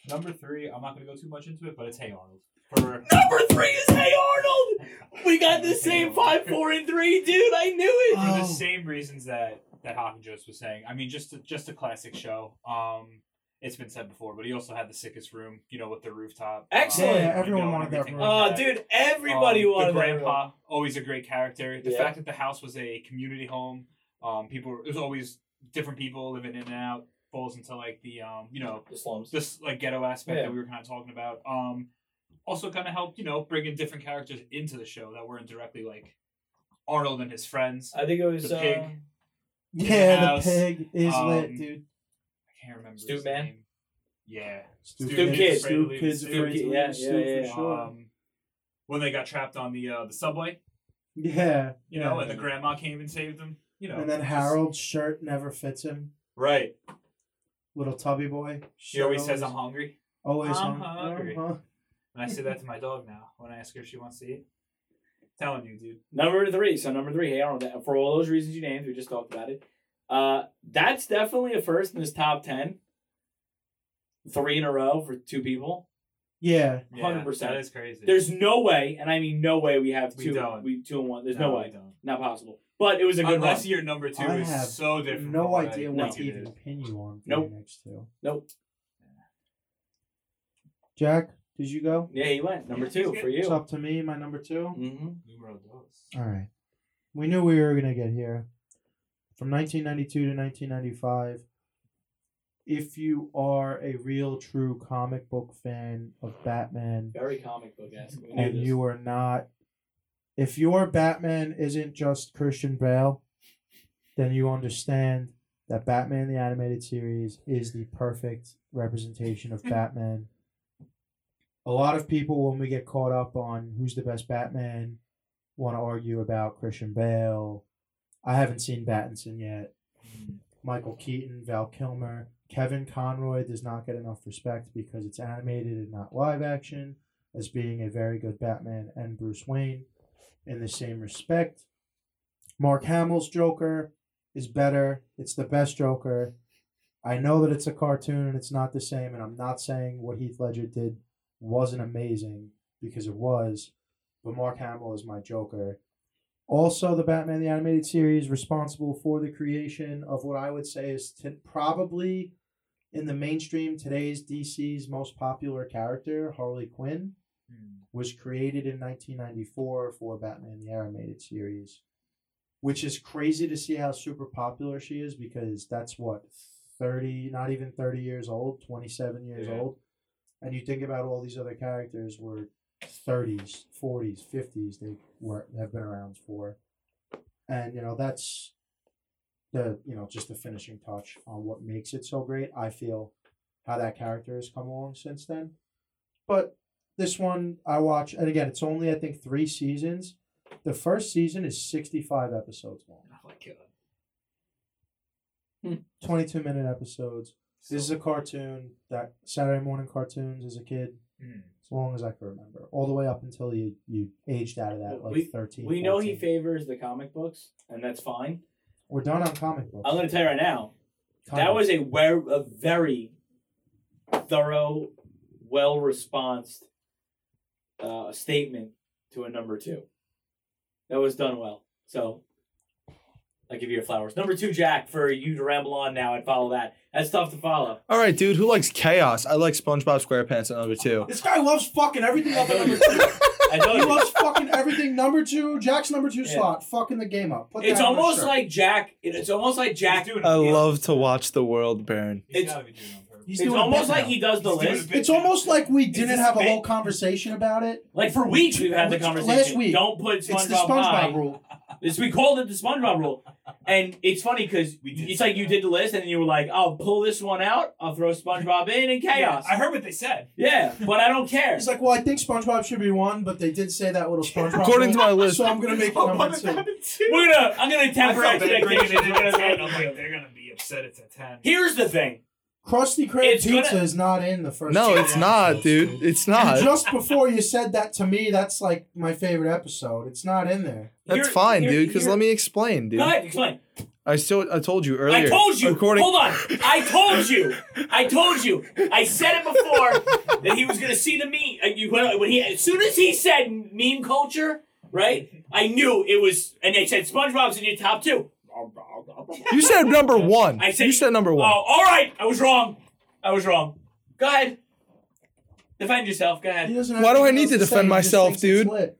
[SPEAKER 4] number three. I'm not gonna go too much into it, but it's Hey Arnold. For
[SPEAKER 3] Number three is Hey Arnold. We got the same five, four, and three, dude. I knew it.
[SPEAKER 4] for
[SPEAKER 1] Oh.
[SPEAKER 4] the same reasons that that Hockey Jost was saying. I mean, just a, just a classic show. Um, it's been said before, but he also had the sickest room. You know, with the rooftop.
[SPEAKER 3] Excellent.
[SPEAKER 4] Um,
[SPEAKER 1] Yeah, everyone
[SPEAKER 4] window and
[SPEAKER 1] wanted that
[SPEAKER 4] everything
[SPEAKER 1] room.
[SPEAKER 3] Oh,
[SPEAKER 4] like that.
[SPEAKER 3] dude, everybody
[SPEAKER 4] Um,
[SPEAKER 3] wanted
[SPEAKER 4] the
[SPEAKER 3] that
[SPEAKER 4] grandpa. Always a great character. The
[SPEAKER 3] Yeah.
[SPEAKER 4] fact that the house was a community home. Um, people. It was always different people living in and out. Falls into like the um, you know,
[SPEAKER 3] The slums.
[SPEAKER 4] this like ghetto aspect
[SPEAKER 3] Yeah.
[SPEAKER 4] that we were kind of talking about. Um, also kind of helped you know bring in different characters into the show that weren't directly like Arnold and his friends. I
[SPEAKER 3] I think it was
[SPEAKER 4] The
[SPEAKER 3] uh,
[SPEAKER 4] pig.
[SPEAKER 1] yeah.
[SPEAKER 4] House,
[SPEAKER 1] the pig is
[SPEAKER 4] um,
[SPEAKER 1] lit, dude.
[SPEAKER 4] can't remember
[SPEAKER 3] Stu
[SPEAKER 4] his
[SPEAKER 3] Man?
[SPEAKER 4] name. Yeah.
[SPEAKER 1] Stupid
[SPEAKER 3] Stupid kids.
[SPEAKER 1] Stupid kids.
[SPEAKER 4] Stupid
[SPEAKER 1] afraid to
[SPEAKER 3] kids,
[SPEAKER 1] leave,
[SPEAKER 3] yeah,
[SPEAKER 1] stupid
[SPEAKER 3] yeah,
[SPEAKER 1] for
[SPEAKER 3] yeah.
[SPEAKER 1] sure.
[SPEAKER 4] Um, when they got trapped on the uh, the subway,
[SPEAKER 1] yeah.
[SPEAKER 4] you know, and the grandma came and saved them. You know,
[SPEAKER 1] And then
[SPEAKER 4] just-
[SPEAKER 1] Harold's shirt never fits him.
[SPEAKER 4] Right.
[SPEAKER 1] Little tubby boy.
[SPEAKER 4] She always says I'm
[SPEAKER 1] always,
[SPEAKER 4] hungry.
[SPEAKER 1] always
[SPEAKER 4] "I'm
[SPEAKER 1] hung-
[SPEAKER 4] hungry."
[SPEAKER 1] Uh-huh.
[SPEAKER 4] And I say that to my dog now when I ask her if she wants to eat. telling you, dude.
[SPEAKER 3] number three. So number three, Hey Arnold. For all those reasons you named, we just talked about it. Uh, that's definitely a first in this top ten. Three in a row for two people.
[SPEAKER 1] Yeah.
[SPEAKER 4] Yeah,
[SPEAKER 3] 100%.
[SPEAKER 4] That is crazy.
[SPEAKER 3] There's no way, and I mean no way, we have
[SPEAKER 4] We
[SPEAKER 3] two.
[SPEAKER 4] don't.
[SPEAKER 3] We two and one. There's no,
[SPEAKER 4] No, we
[SPEAKER 3] way,
[SPEAKER 4] don't.
[SPEAKER 3] not possible. But it was a good
[SPEAKER 4] Unless
[SPEAKER 3] run.
[SPEAKER 4] your number two
[SPEAKER 1] I have
[SPEAKER 4] is so different. from
[SPEAKER 1] no
[SPEAKER 4] what
[SPEAKER 1] idea
[SPEAKER 4] I
[SPEAKER 1] what
[SPEAKER 3] No.
[SPEAKER 4] think it
[SPEAKER 1] even
[SPEAKER 4] is.
[SPEAKER 1] pin you on for
[SPEAKER 3] Nope.
[SPEAKER 1] your next two.
[SPEAKER 3] Nope.
[SPEAKER 1] Jack, did you go?
[SPEAKER 3] Yeah, he went number two for
[SPEAKER 1] It's
[SPEAKER 3] you.
[SPEAKER 1] up to me, my number two.
[SPEAKER 3] hmm
[SPEAKER 4] Numero dos.
[SPEAKER 1] All right. We knew we were going to get here. From 1992 to 1995, if you are a real, true comic book fan of Batman,
[SPEAKER 3] Very comic book esque. We knew
[SPEAKER 1] and
[SPEAKER 3] this.
[SPEAKER 1] you are not, if your Batman isn't just Christian Bale, then you understand that Batman the animated series is the perfect representation of Batman. A lot of people, when we get caught up on who's the best Batman, want to argue about Christian Bale. I haven't seen Battinson yet. Michael Keaton, Val Kilmer, Kevin Conroy does not get enough respect because it's animated and not live action as being a very good Batman and Bruce Wayne in the same respect. Mark Hamill's Joker is better. It's the best Joker. I know that it's a cartoon and it's not the same, and I'm not saying what Heath Ledger did wasn't amazing because it was, but Mark Hamill is my Joker. Also, the Batman the Animated Series responsible for the creation of what I would say is t- probably in the mainstream today's DC's most popular character, Harley Quinn,
[SPEAKER 4] Hmm.
[SPEAKER 1] was created in 1994 for Batman the Animated Series, which is crazy to see how super popular she is because that's what 30, not even 30 years old, 27 years
[SPEAKER 2] Yeah.
[SPEAKER 1] old. And you think about all these other characters were 30s, 40s, 50s they were have been around for. And you know, that's the you know, just the finishing touch on what makes it so great. I feel how that character has come along since then. But this one I watch and again it's only I think three seasons. The first season is sixty five episodes long.
[SPEAKER 5] Oh my god.
[SPEAKER 1] Twenty two minute episodes. This is a cartoon that Saturday morning cartoons as a kid,
[SPEAKER 4] Mm.
[SPEAKER 1] as long as I can remember. All the way up until you, you aged out of that, like
[SPEAKER 3] We-
[SPEAKER 1] thirteen.
[SPEAKER 3] We know he
[SPEAKER 1] 14.
[SPEAKER 3] favors the comic books, and that's fine.
[SPEAKER 1] We're done on comic books.
[SPEAKER 3] I'm going to tell you right now, that
[SPEAKER 1] Comic-
[SPEAKER 3] was a, wer- a very thorough, well responsed uh, statement to a number two. That was done well. So I give you your flowers. Number two, Jack, for you to ramble on now and follow that. That's tough to follow.
[SPEAKER 2] All right, dude. Who likes chaos? I like SpongeBob SquarePants at
[SPEAKER 3] *laughs*
[SPEAKER 2] number two.
[SPEAKER 1] This guy loves fucking everything up at number
[SPEAKER 3] I
[SPEAKER 1] two.
[SPEAKER 3] *laughs* told
[SPEAKER 1] He
[SPEAKER 3] you.
[SPEAKER 1] loves fucking everything. Number two, Jack's number two
[SPEAKER 3] Yeah.
[SPEAKER 1] slot, fucking the game up. Put
[SPEAKER 3] It's
[SPEAKER 1] that on his
[SPEAKER 3] almost
[SPEAKER 1] shirt.
[SPEAKER 3] like Jack. it- It's almost like Jack.
[SPEAKER 5] He's doing
[SPEAKER 2] I
[SPEAKER 5] it.
[SPEAKER 2] love to watch the world burn.
[SPEAKER 5] He's
[SPEAKER 3] it's-
[SPEAKER 5] gotta be doing it on purpose.
[SPEAKER 1] He's
[SPEAKER 3] It's
[SPEAKER 1] doing a bit
[SPEAKER 3] almost like
[SPEAKER 1] now.
[SPEAKER 3] he does the
[SPEAKER 5] He's doing a
[SPEAKER 3] list.
[SPEAKER 5] bit
[SPEAKER 1] It's
[SPEAKER 5] now.
[SPEAKER 1] almost like we
[SPEAKER 5] Is
[SPEAKER 1] didn't
[SPEAKER 5] this
[SPEAKER 1] have a
[SPEAKER 5] big?
[SPEAKER 1] whole conversation about it.
[SPEAKER 3] Like for weeks we've had the
[SPEAKER 1] Last
[SPEAKER 3] conversation.
[SPEAKER 1] week.
[SPEAKER 3] Don't put SpongeBob,
[SPEAKER 1] It's the SpongeBob
[SPEAKER 3] high.
[SPEAKER 1] rule.
[SPEAKER 3] This we called it the SpongeBob rule, and it's funny because
[SPEAKER 5] We did
[SPEAKER 3] it's
[SPEAKER 5] say
[SPEAKER 3] like you
[SPEAKER 5] that.
[SPEAKER 3] did the list and then you were like, "I'll pull this one out. I'll throw SpongeBob in and
[SPEAKER 4] uh,
[SPEAKER 3] chaos."
[SPEAKER 5] Yeah, I heard what they said.
[SPEAKER 3] Yeah, but I don't care.
[SPEAKER 1] He's like, well, I think SpongeBob should be one, but they did say
[SPEAKER 2] *laughs*
[SPEAKER 1] that little SpongeBob.
[SPEAKER 2] According to
[SPEAKER 1] rule,
[SPEAKER 2] my list-
[SPEAKER 1] so I'm gonna
[SPEAKER 4] *laughs*
[SPEAKER 3] *laughs*
[SPEAKER 1] make
[SPEAKER 3] Oh,
[SPEAKER 1] it number two.
[SPEAKER 3] we're gonna. I'm gonna
[SPEAKER 5] I
[SPEAKER 3] temper
[SPEAKER 5] felt bad bringing it
[SPEAKER 3] expectations.
[SPEAKER 5] in
[SPEAKER 3] We're
[SPEAKER 5] at
[SPEAKER 3] gonna
[SPEAKER 5] 10. I'm like, they're gonna be upset it's a 10.
[SPEAKER 3] Here's the thing.
[SPEAKER 1] Krusty Krab
[SPEAKER 3] It's
[SPEAKER 1] pizza
[SPEAKER 3] gonna-
[SPEAKER 1] is not in the first.
[SPEAKER 2] No,
[SPEAKER 1] two
[SPEAKER 2] it's not,
[SPEAKER 1] episodes,
[SPEAKER 2] dude. It's
[SPEAKER 1] And
[SPEAKER 2] not.
[SPEAKER 1] just before you said that to me, that's like my favorite episode. It's not in there.
[SPEAKER 2] That's
[SPEAKER 3] Here-
[SPEAKER 2] fine,
[SPEAKER 3] here-
[SPEAKER 2] dude. Because
[SPEAKER 3] here-
[SPEAKER 2] let me explain, dude.
[SPEAKER 3] Go ahead, explain.
[SPEAKER 2] I still I told you earlier.
[SPEAKER 3] I told you.
[SPEAKER 2] According,
[SPEAKER 3] Hold on. I told you. I told you. I said it before that he was gonna see the meme. uh, You when, when he as soon as he said meme culture, right? I knew it was, and they said SpongeBob's in your top two.
[SPEAKER 2] *laughs* You said number
[SPEAKER 3] *laughs*
[SPEAKER 2] one.
[SPEAKER 3] I said-
[SPEAKER 2] you said number one.
[SPEAKER 3] Oh, all right. I was wrong. I was wrong. Go ahead. Defend yourself. Go
[SPEAKER 1] He
[SPEAKER 3] ahead.
[SPEAKER 1] doesn't have
[SPEAKER 2] Why do I
[SPEAKER 1] anything
[SPEAKER 2] need
[SPEAKER 1] else
[SPEAKER 2] to
[SPEAKER 1] say.
[SPEAKER 2] defend
[SPEAKER 1] He just
[SPEAKER 2] myself,
[SPEAKER 1] thinks it's
[SPEAKER 2] dude?
[SPEAKER 1] lit.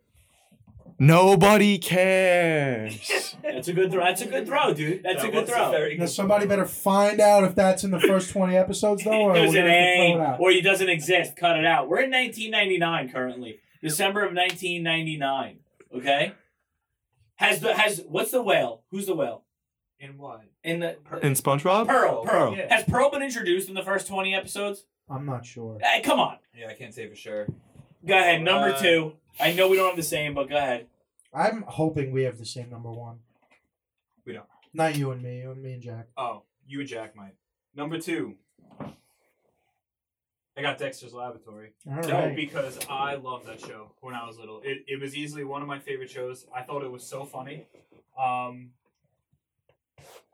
[SPEAKER 3] *laughs*
[SPEAKER 2] Nobody cares.
[SPEAKER 3] That's a good throw. That's a good throw, dude. That's a
[SPEAKER 4] That
[SPEAKER 3] good
[SPEAKER 4] was
[SPEAKER 3] throw.
[SPEAKER 4] very
[SPEAKER 1] Now
[SPEAKER 4] good
[SPEAKER 1] somebody better find out if that's in the first twenty episodes, though,
[SPEAKER 3] *laughs*
[SPEAKER 1] or
[SPEAKER 3] It was
[SPEAKER 1] we're
[SPEAKER 3] an
[SPEAKER 1] gonna have to
[SPEAKER 3] A,
[SPEAKER 1] throw it out.
[SPEAKER 3] or he doesn't exist. Cut it out. We're in 1999 currently, December of 1999. Okay. Has the has what's the whale? Who's the whale?
[SPEAKER 5] In what?
[SPEAKER 3] In the Pearl,
[SPEAKER 2] In SpongeBob,
[SPEAKER 3] Pearl.
[SPEAKER 2] Pearl.
[SPEAKER 5] Yeah.
[SPEAKER 3] Has Pearl been introduced in the first 20 episodes?
[SPEAKER 1] I'm not sure.
[SPEAKER 3] Eh, come on.
[SPEAKER 4] Yeah, I can't say for sure.
[SPEAKER 3] Go ahead. Number
[SPEAKER 4] Uh,
[SPEAKER 3] two. I know we don't have the same, but go ahead.
[SPEAKER 1] I'm hoping we have the same number one.
[SPEAKER 4] We don't.
[SPEAKER 1] Not you and me. You and me and Jack.
[SPEAKER 4] Oh, you and Jack might. Number two. I got Dexter's Laboratory.
[SPEAKER 1] All right.
[SPEAKER 4] No, because I loved that show when I was little. It, it was easily one of my favorite shows. I thought it was so funny. Um,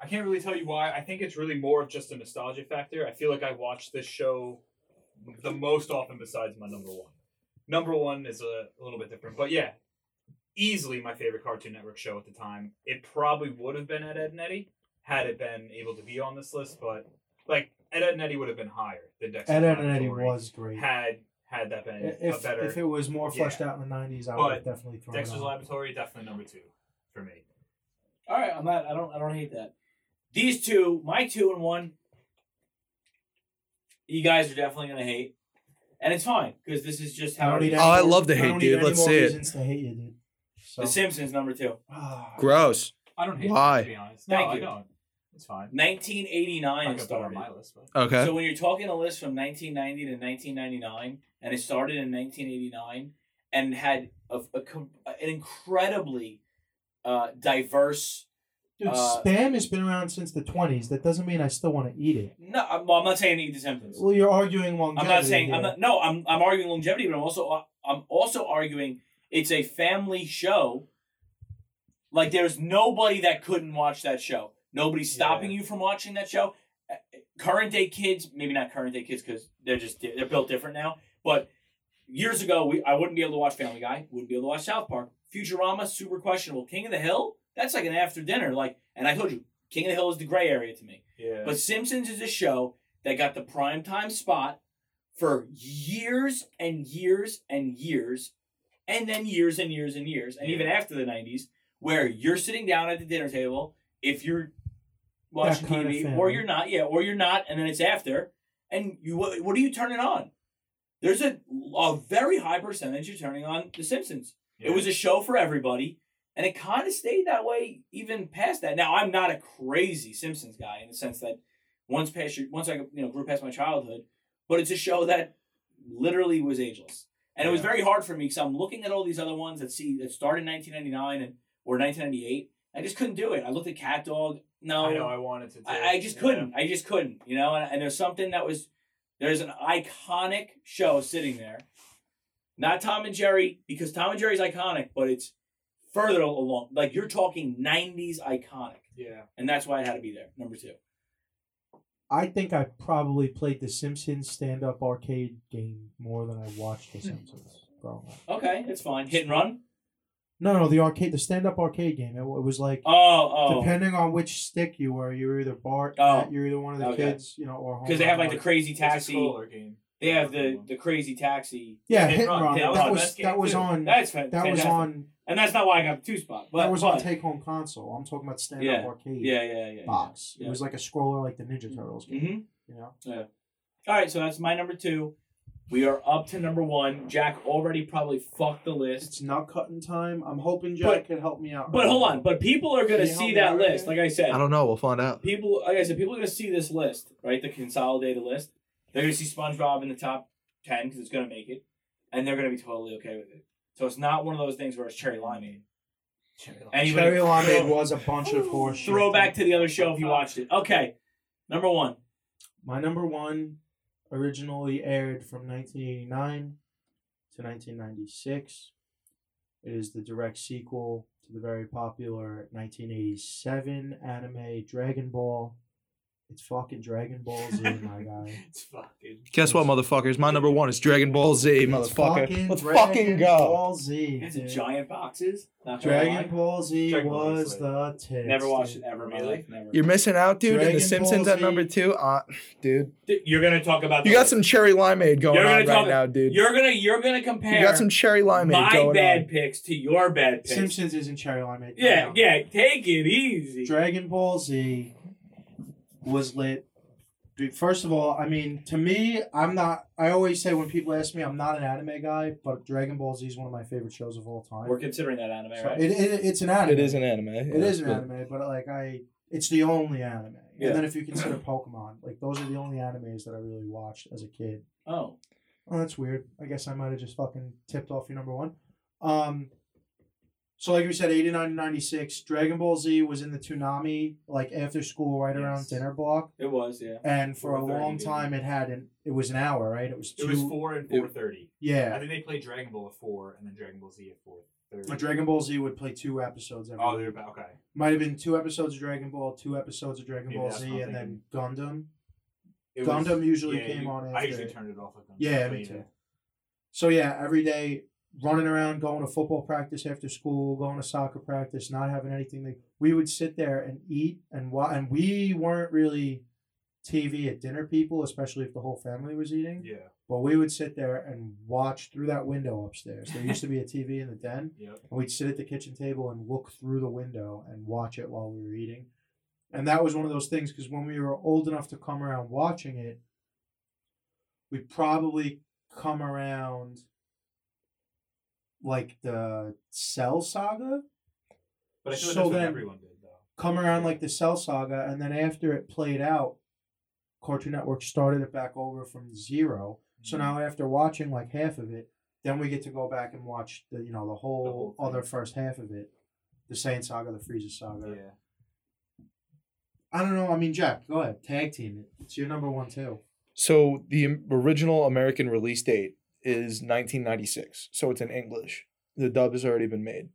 [SPEAKER 4] I can't really tell you why. I think it's really more of just a nostalgia factor. I feel like I watched this show the most often besides my number one. Number one is a, a little bit different, but yeah, easily my favorite Cartoon Network show at the time. It probably would have been at Ed and Eddie had it been able to be on this list, but like Ed, Ed and Eddie would have been higher than Dexter.
[SPEAKER 1] Ed, Ed, and Eddie
[SPEAKER 4] Laboratory
[SPEAKER 1] was great.
[SPEAKER 4] had had that been a
[SPEAKER 1] If,
[SPEAKER 4] better
[SPEAKER 1] if it was more fleshed out in the '90s, I would have
[SPEAKER 4] But
[SPEAKER 1] definitely thrown
[SPEAKER 4] Dexter's
[SPEAKER 1] it. on.
[SPEAKER 4] Laboratory, definitely number two for me.
[SPEAKER 3] All right, I'm not. I don't. I don't hate that. These two, my two and one. You guys are definitely gonna hate, and it's fine because this is just
[SPEAKER 1] I
[SPEAKER 3] how.
[SPEAKER 1] don't
[SPEAKER 3] it
[SPEAKER 1] need
[SPEAKER 3] is.
[SPEAKER 1] any
[SPEAKER 2] Oh, I
[SPEAKER 1] more-
[SPEAKER 2] love to hate,
[SPEAKER 1] don't need
[SPEAKER 2] dude.
[SPEAKER 1] any
[SPEAKER 2] Let's
[SPEAKER 1] more
[SPEAKER 2] see it.
[SPEAKER 1] reasons to hate you, dude. So,
[SPEAKER 3] The Simpsons number two,
[SPEAKER 1] ah,
[SPEAKER 2] gross.
[SPEAKER 5] I don't hate
[SPEAKER 2] Why?
[SPEAKER 5] it, to be honest.
[SPEAKER 4] No,
[SPEAKER 3] Thank
[SPEAKER 4] I
[SPEAKER 3] you.
[SPEAKER 4] don't. It's fine.
[SPEAKER 3] 1989
[SPEAKER 4] I
[SPEAKER 3] it
[SPEAKER 4] could put it on
[SPEAKER 3] started.
[SPEAKER 4] my list, but
[SPEAKER 2] Okay.
[SPEAKER 3] So when you're talking a list from 1990 to 1999, and it started in 1989, and had a, a com- an incredibly uh, diverse.
[SPEAKER 1] Dude,
[SPEAKER 3] Uh,
[SPEAKER 1] spam has been around since the 20s. That doesn't mean I still want to eat it.
[SPEAKER 3] No, I'm, well, I'm not saying to eat the symptoms.
[SPEAKER 1] Well, you're arguing
[SPEAKER 3] I'm
[SPEAKER 1] longevity.
[SPEAKER 3] not saying
[SPEAKER 1] here.
[SPEAKER 3] I'm not. No, I'm I'm arguing longevity, but I'm also I'm also arguing it's a family show. Like there's nobody that couldn't watch that show. Nobody's stopping you from watching that show. Uh, Current day kids, maybe not current day kids because they're just di- they're built different now. But years ago, we I wouldn't be able to watch Family Guy. Wouldn't be able to watch South Park. Futurama, super questionable. King of the Hill, that's like an after dinner. Like, and I told you, King of the Hill is the gray area to me.
[SPEAKER 4] Yeah.
[SPEAKER 3] But Simpsons is a show that got the primetime spot for years and years and years and then years and years and years and even after the 90s where you're sitting down at the dinner table if you're watching
[SPEAKER 1] kind of
[SPEAKER 3] TV
[SPEAKER 1] family.
[SPEAKER 3] or you're not yeah or you're not and then it's after and you what, what are you turning on there's a, a very high percentage you're turning on the Simpsons
[SPEAKER 4] yeah.
[SPEAKER 3] it was a show for everybody, and it kind of stayed that way even past that. Now I'm not a crazy Simpsons guy in the sense that once past your, once I you know grew past my childhood, but it's a show that literally was ageless, and it was
[SPEAKER 4] Yeah.
[SPEAKER 3] very hard for me because I'm looking at all these other ones that see that started in 1999 and or 1998. I just couldn't do it. I looked at Cat Dog. No,
[SPEAKER 4] I know. I wanted to. Do
[SPEAKER 3] I,
[SPEAKER 4] it.
[SPEAKER 3] I just
[SPEAKER 4] Yeah.
[SPEAKER 3] couldn't. I just couldn't. You know, and, and there's something that was there's an iconic show sitting there. Not Tom and Jerry, because Tom and Jerry's iconic, but it's further along. Like you're talking nineties iconic.
[SPEAKER 4] Yeah.
[SPEAKER 3] And that's why I had to be there, number two.
[SPEAKER 1] I think I probably played the Simpsons stand-up arcade game more than I watched
[SPEAKER 3] Hmm.
[SPEAKER 1] the Simpsons growing up.
[SPEAKER 3] Okay, that's fine. Hit and run.
[SPEAKER 1] No, no, the arcade, the stand-up arcade game. It, wa- it was like
[SPEAKER 3] Oh, oh.
[SPEAKER 1] depending on which stick you were, you were either Bart,
[SPEAKER 3] Oh.
[SPEAKER 1] Matt, you're either one of the
[SPEAKER 3] Okay.
[SPEAKER 1] kids, you know, or
[SPEAKER 3] Because they have like the
[SPEAKER 1] Homer.
[SPEAKER 3] crazy
[SPEAKER 4] It's a
[SPEAKER 3] taxi.
[SPEAKER 4] scroller game. *laughs*
[SPEAKER 3] They have the the crazy taxi.
[SPEAKER 1] yeah
[SPEAKER 4] hit
[SPEAKER 1] hit and
[SPEAKER 4] run.
[SPEAKER 1] run.
[SPEAKER 4] Yeah,
[SPEAKER 1] That
[SPEAKER 4] that was the
[SPEAKER 1] was
[SPEAKER 4] best
[SPEAKER 1] that
[SPEAKER 4] game,
[SPEAKER 1] was
[SPEAKER 4] too.
[SPEAKER 1] on
[SPEAKER 3] That's fan-
[SPEAKER 1] that was
[SPEAKER 3] fantastic.
[SPEAKER 1] on
[SPEAKER 3] and that's not why I got two spot. But
[SPEAKER 1] that was on
[SPEAKER 3] but,
[SPEAKER 1] take-home console. I'm talking about stand-up
[SPEAKER 3] Yeah.
[SPEAKER 1] arcade
[SPEAKER 3] yeah, yeah, yeah.
[SPEAKER 1] box.
[SPEAKER 3] yeah.
[SPEAKER 1] It was like a scroller, like the Ninja Turtles game.
[SPEAKER 3] Mm-hmm.
[SPEAKER 1] You know,
[SPEAKER 3] All right, so that's my number two. We are up to number one. Jack already probably fucked the list.
[SPEAKER 1] it's nut cutting time. I'm hoping Jack
[SPEAKER 3] But-
[SPEAKER 1] can help me out.
[SPEAKER 3] But hold on, but people are gonna
[SPEAKER 1] Can you help
[SPEAKER 3] see
[SPEAKER 1] me
[SPEAKER 3] that
[SPEAKER 1] out here?
[SPEAKER 3] list. Like I said,
[SPEAKER 2] I don't know. We'll find out.
[SPEAKER 3] people like I said, people are gonna see this list, right? The consolidated list. They're gonna see SpongeBob in the top ten because it's gonna make it, and they're gonna be totally okay with it. So it's not one of those things where it's cherry limeade. Anybody
[SPEAKER 1] Cherry Limeade was a bunch of horseshit.
[SPEAKER 3] throw back to the other show if you watched it. Okay, number one.
[SPEAKER 1] My number one originally aired from 1989 to 1996. It is the direct sequel to the very popular 1987 anime Dragon Ball. It's fucking Dragon Ball
[SPEAKER 2] *laughs*
[SPEAKER 1] Z, my guy.
[SPEAKER 4] It's fucking.
[SPEAKER 2] Guess what, motherfuckers? My number one is Dragon Ball Z, motherfucker.
[SPEAKER 1] Fucking
[SPEAKER 2] Let's
[SPEAKER 1] Dragon
[SPEAKER 2] fucking go.
[SPEAKER 1] Ball Z.
[SPEAKER 3] It's
[SPEAKER 1] dude.
[SPEAKER 3] giant boxes. Not gonna
[SPEAKER 1] Dragon
[SPEAKER 3] lie.
[SPEAKER 1] Ball Z
[SPEAKER 4] Dragon Ball Z
[SPEAKER 1] was
[SPEAKER 4] is
[SPEAKER 1] the tip.
[SPEAKER 3] Never watched it ever in my
[SPEAKER 4] Really?
[SPEAKER 3] life. Never.
[SPEAKER 2] You're missing out, dude. and
[SPEAKER 1] Dragon
[SPEAKER 2] The Simpsons
[SPEAKER 1] Ball
[SPEAKER 2] at number
[SPEAKER 1] Z.
[SPEAKER 2] two. Uh, dude,
[SPEAKER 3] Th- You're gonna talk about. the
[SPEAKER 2] you got
[SPEAKER 3] list.
[SPEAKER 2] some cherry limeade going
[SPEAKER 3] You're gonna
[SPEAKER 2] on right
[SPEAKER 3] talk-
[SPEAKER 2] now, dude.
[SPEAKER 3] You're gonna you're gonna compare
[SPEAKER 2] You got some cherry limeade
[SPEAKER 3] my
[SPEAKER 2] going
[SPEAKER 3] bad
[SPEAKER 2] on.
[SPEAKER 3] picks to your bad picks.
[SPEAKER 1] Simpsons isn't Cherry Limeade.
[SPEAKER 3] Yeah,
[SPEAKER 1] No.
[SPEAKER 3] yeah. Take it easy.
[SPEAKER 1] Dragon Ball Z was lit. Dude, First of all, I mean, to me, I'm not. I always say when people ask me, I'm not an anime guy, but Dragon Ball Z is one of my favorite shows of all time.
[SPEAKER 3] We're considering that anime,
[SPEAKER 1] So
[SPEAKER 3] right?
[SPEAKER 1] it, it, it's an anime.
[SPEAKER 2] It is an anime.
[SPEAKER 1] It is an anime, but like I, it's the only anime.
[SPEAKER 3] Yeah.
[SPEAKER 1] And then if you consider Pokemon, like those are the only animes that I really watched as a kid.
[SPEAKER 3] oh,
[SPEAKER 1] Oh, that's weird. I guess I might have just fucking tipped off your number one. Um, so like we said, 89 and 96, Dragon Ball Z was in the Toonami, like after school, right around
[SPEAKER 4] Yes.
[SPEAKER 1] dinner block.
[SPEAKER 3] it was yeah.
[SPEAKER 1] And for a
[SPEAKER 4] 4:30,
[SPEAKER 1] long
[SPEAKER 4] dude.
[SPEAKER 1] time, it had an, it was an hour, right? It was two.
[SPEAKER 4] It was four and four thirty. I
[SPEAKER 1] yeah.
[SPEAKER 4] think they played Dragon Ball at four, and then Dragon Ball Z at four
[SPEAKER 1] But
[SPEAKER 4] thirty.
[SPEAKER 1] Dragon Ball Z would play two episodes every
[SPEAKER 4] Oh, they're about okay.
[SPEAKER 1] Might have been two episodes of Dragon Ball, two episodes of Dragon
[SPEAKER 4] Maybe
[SPEAKER 1] Ball
[SPEAKER 4] that's
[SPEAKER 1] Z,
[SPEAKER 4] what I'm
[SPEAKER 1] and then Gundam.
[SPEAKER 4] It was-
[SPEAKER 1] Gundam usually
[SPEAKER 4] yeah,
[SPEAKER 1] came
[SPEAKER 4] you-
[SPEAKER 1] on after.
[SPEAKER 4] I usually
[SPEAKER 1] it.
[SPEAKER 4] turned it off. At Gundam,
[SPEAKER 1] Yeah,
[SPEAKER 4] but
[SPEAKER 1] me too. So yeah, every day running around, going to football practice after school, going to soccer practice, not having anything. Like, we would sit there and eat and wa- and we weren't really TV at dinner people, especially if the whole family was eating.
[SPEAKER 4] Yeah.
[SPEAKER 1] But we would sit there and watch through that window upstairs. There used to be a TV in the den,
[SPEAKER 4] Yep.
[SPEAKER 1] and we'd sit at the kitchen table and look through the window and watch it while we were eating. And that was one of those things because when we were old enough to come around watching it, we probably come around like the Cell Saga,
[SPEAKER 4] But I feel like
[SPEAKER 1] So
[SPEAKER 4] that's what
[SPEAKER 1] then-
[SPEAKER 4] everyone did though.
[SPEAKER 1] come around like the Cell Saga, and then after it played out,
[SPEAKER 4] Mm.
[SPEAKER 1] Cartoon Network started it back over from 0 So now after watching like half of it, Then we get to go back and watch the you know the
[SPEAKER 4] The
[SPEAKER 1] whole
[SPEAKER 4] whole thing.
[SPEAKER 1] other first half of it, the Saiyan saga, the Frieza saga.
[SPEAKER 4] Yeah.
[SPEAKER 1] I don't know. I mean, Jack, go ahead, tag team it. It's your number one too.
[SPEAKER 2] So the im- original American release date is 1996. So it's in English. The dub has already been made.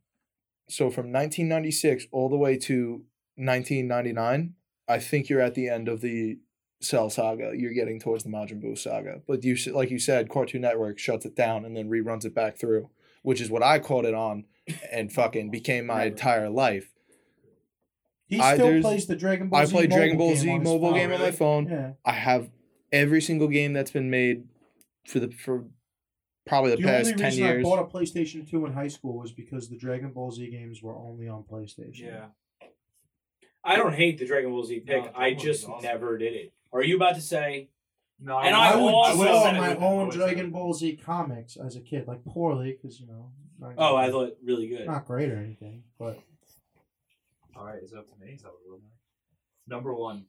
[SPEAKER 2] So from 1996 all the way to 1999, I think you're at the end of the Cell saga. You're getting towards the Majin Buu saga. But you s- like you said, Cartoon Network shuts it down and then reruns it back through, which is what I caught it on and fucking became my
[SPEAKER 3] Never.
[SPEAKER 2] entire life.
[SPEAKER 1] He
[SPEAKER 2] I-
[SPEAKER 1] still
[SPEAKER 2] there's-
[SPEAKER 1] plays the Dragon Ball
[SPEAKER 2] I
[SPEAKER 1] Z
[SPEAKER 2] played Dragon Ball Z
[SPEAKER 1] on his
[SPEAKER 2] mobile
[SPEAKER 1] phone.
[SPEAKER 2] game on my phone.
[SPEAKER 1] Yeah.
[SPEAKER 2] I have every single game that's been made for the for probably the,
[SPEAKER 1] The,
[SPEAKER 2] past
[SPEAKER 1] only
[SPEAKER 2] ten
[SPEAKER 1] reason I
[SPEAKER 2] years.
[SPEAKER 1] bought a PlayStation 2 in high school was because the Dragon Ball Z games were only on PlayStation.
[SPEAKER 4] Yeah.
[SPEAKER 3] I don't hate the Dragon Ball Z pick.
[SPEAKER 4] No, Dragon
[SPEAKER 3] I
[SPEAKER 4] Ball Z
[SPEAKER 3] just
[SPEAKER 4] is awesome.
[SPEAKER 3] never did it. Are you about to say
[SPEAKER 4] No,
[SPEAKER 3] And
[SPEAKER 1] I,
[SPEAKER 3] I
[SPEAKER 1] would
[SPEAKER 3] also-
[SPEAKER 1] draw
[SPEAKER 3] I
[SPEAKER 1] my
[SPEAKER 4] would've
[SPEAKER 1] own
[SPEAKER 4] always
[SPEAKER 1] Dragon
[SPEAKER 4] said-
[SPEAKER 1] Ball Z comics as a kid, like poorly, because you know. not-
[SPEAKER 3] Oh, I thought really good.
[SPEAKER 1] not great or anything, but
[SPEAKER 4] All right, it's up to me. Is that what we're doing? Number one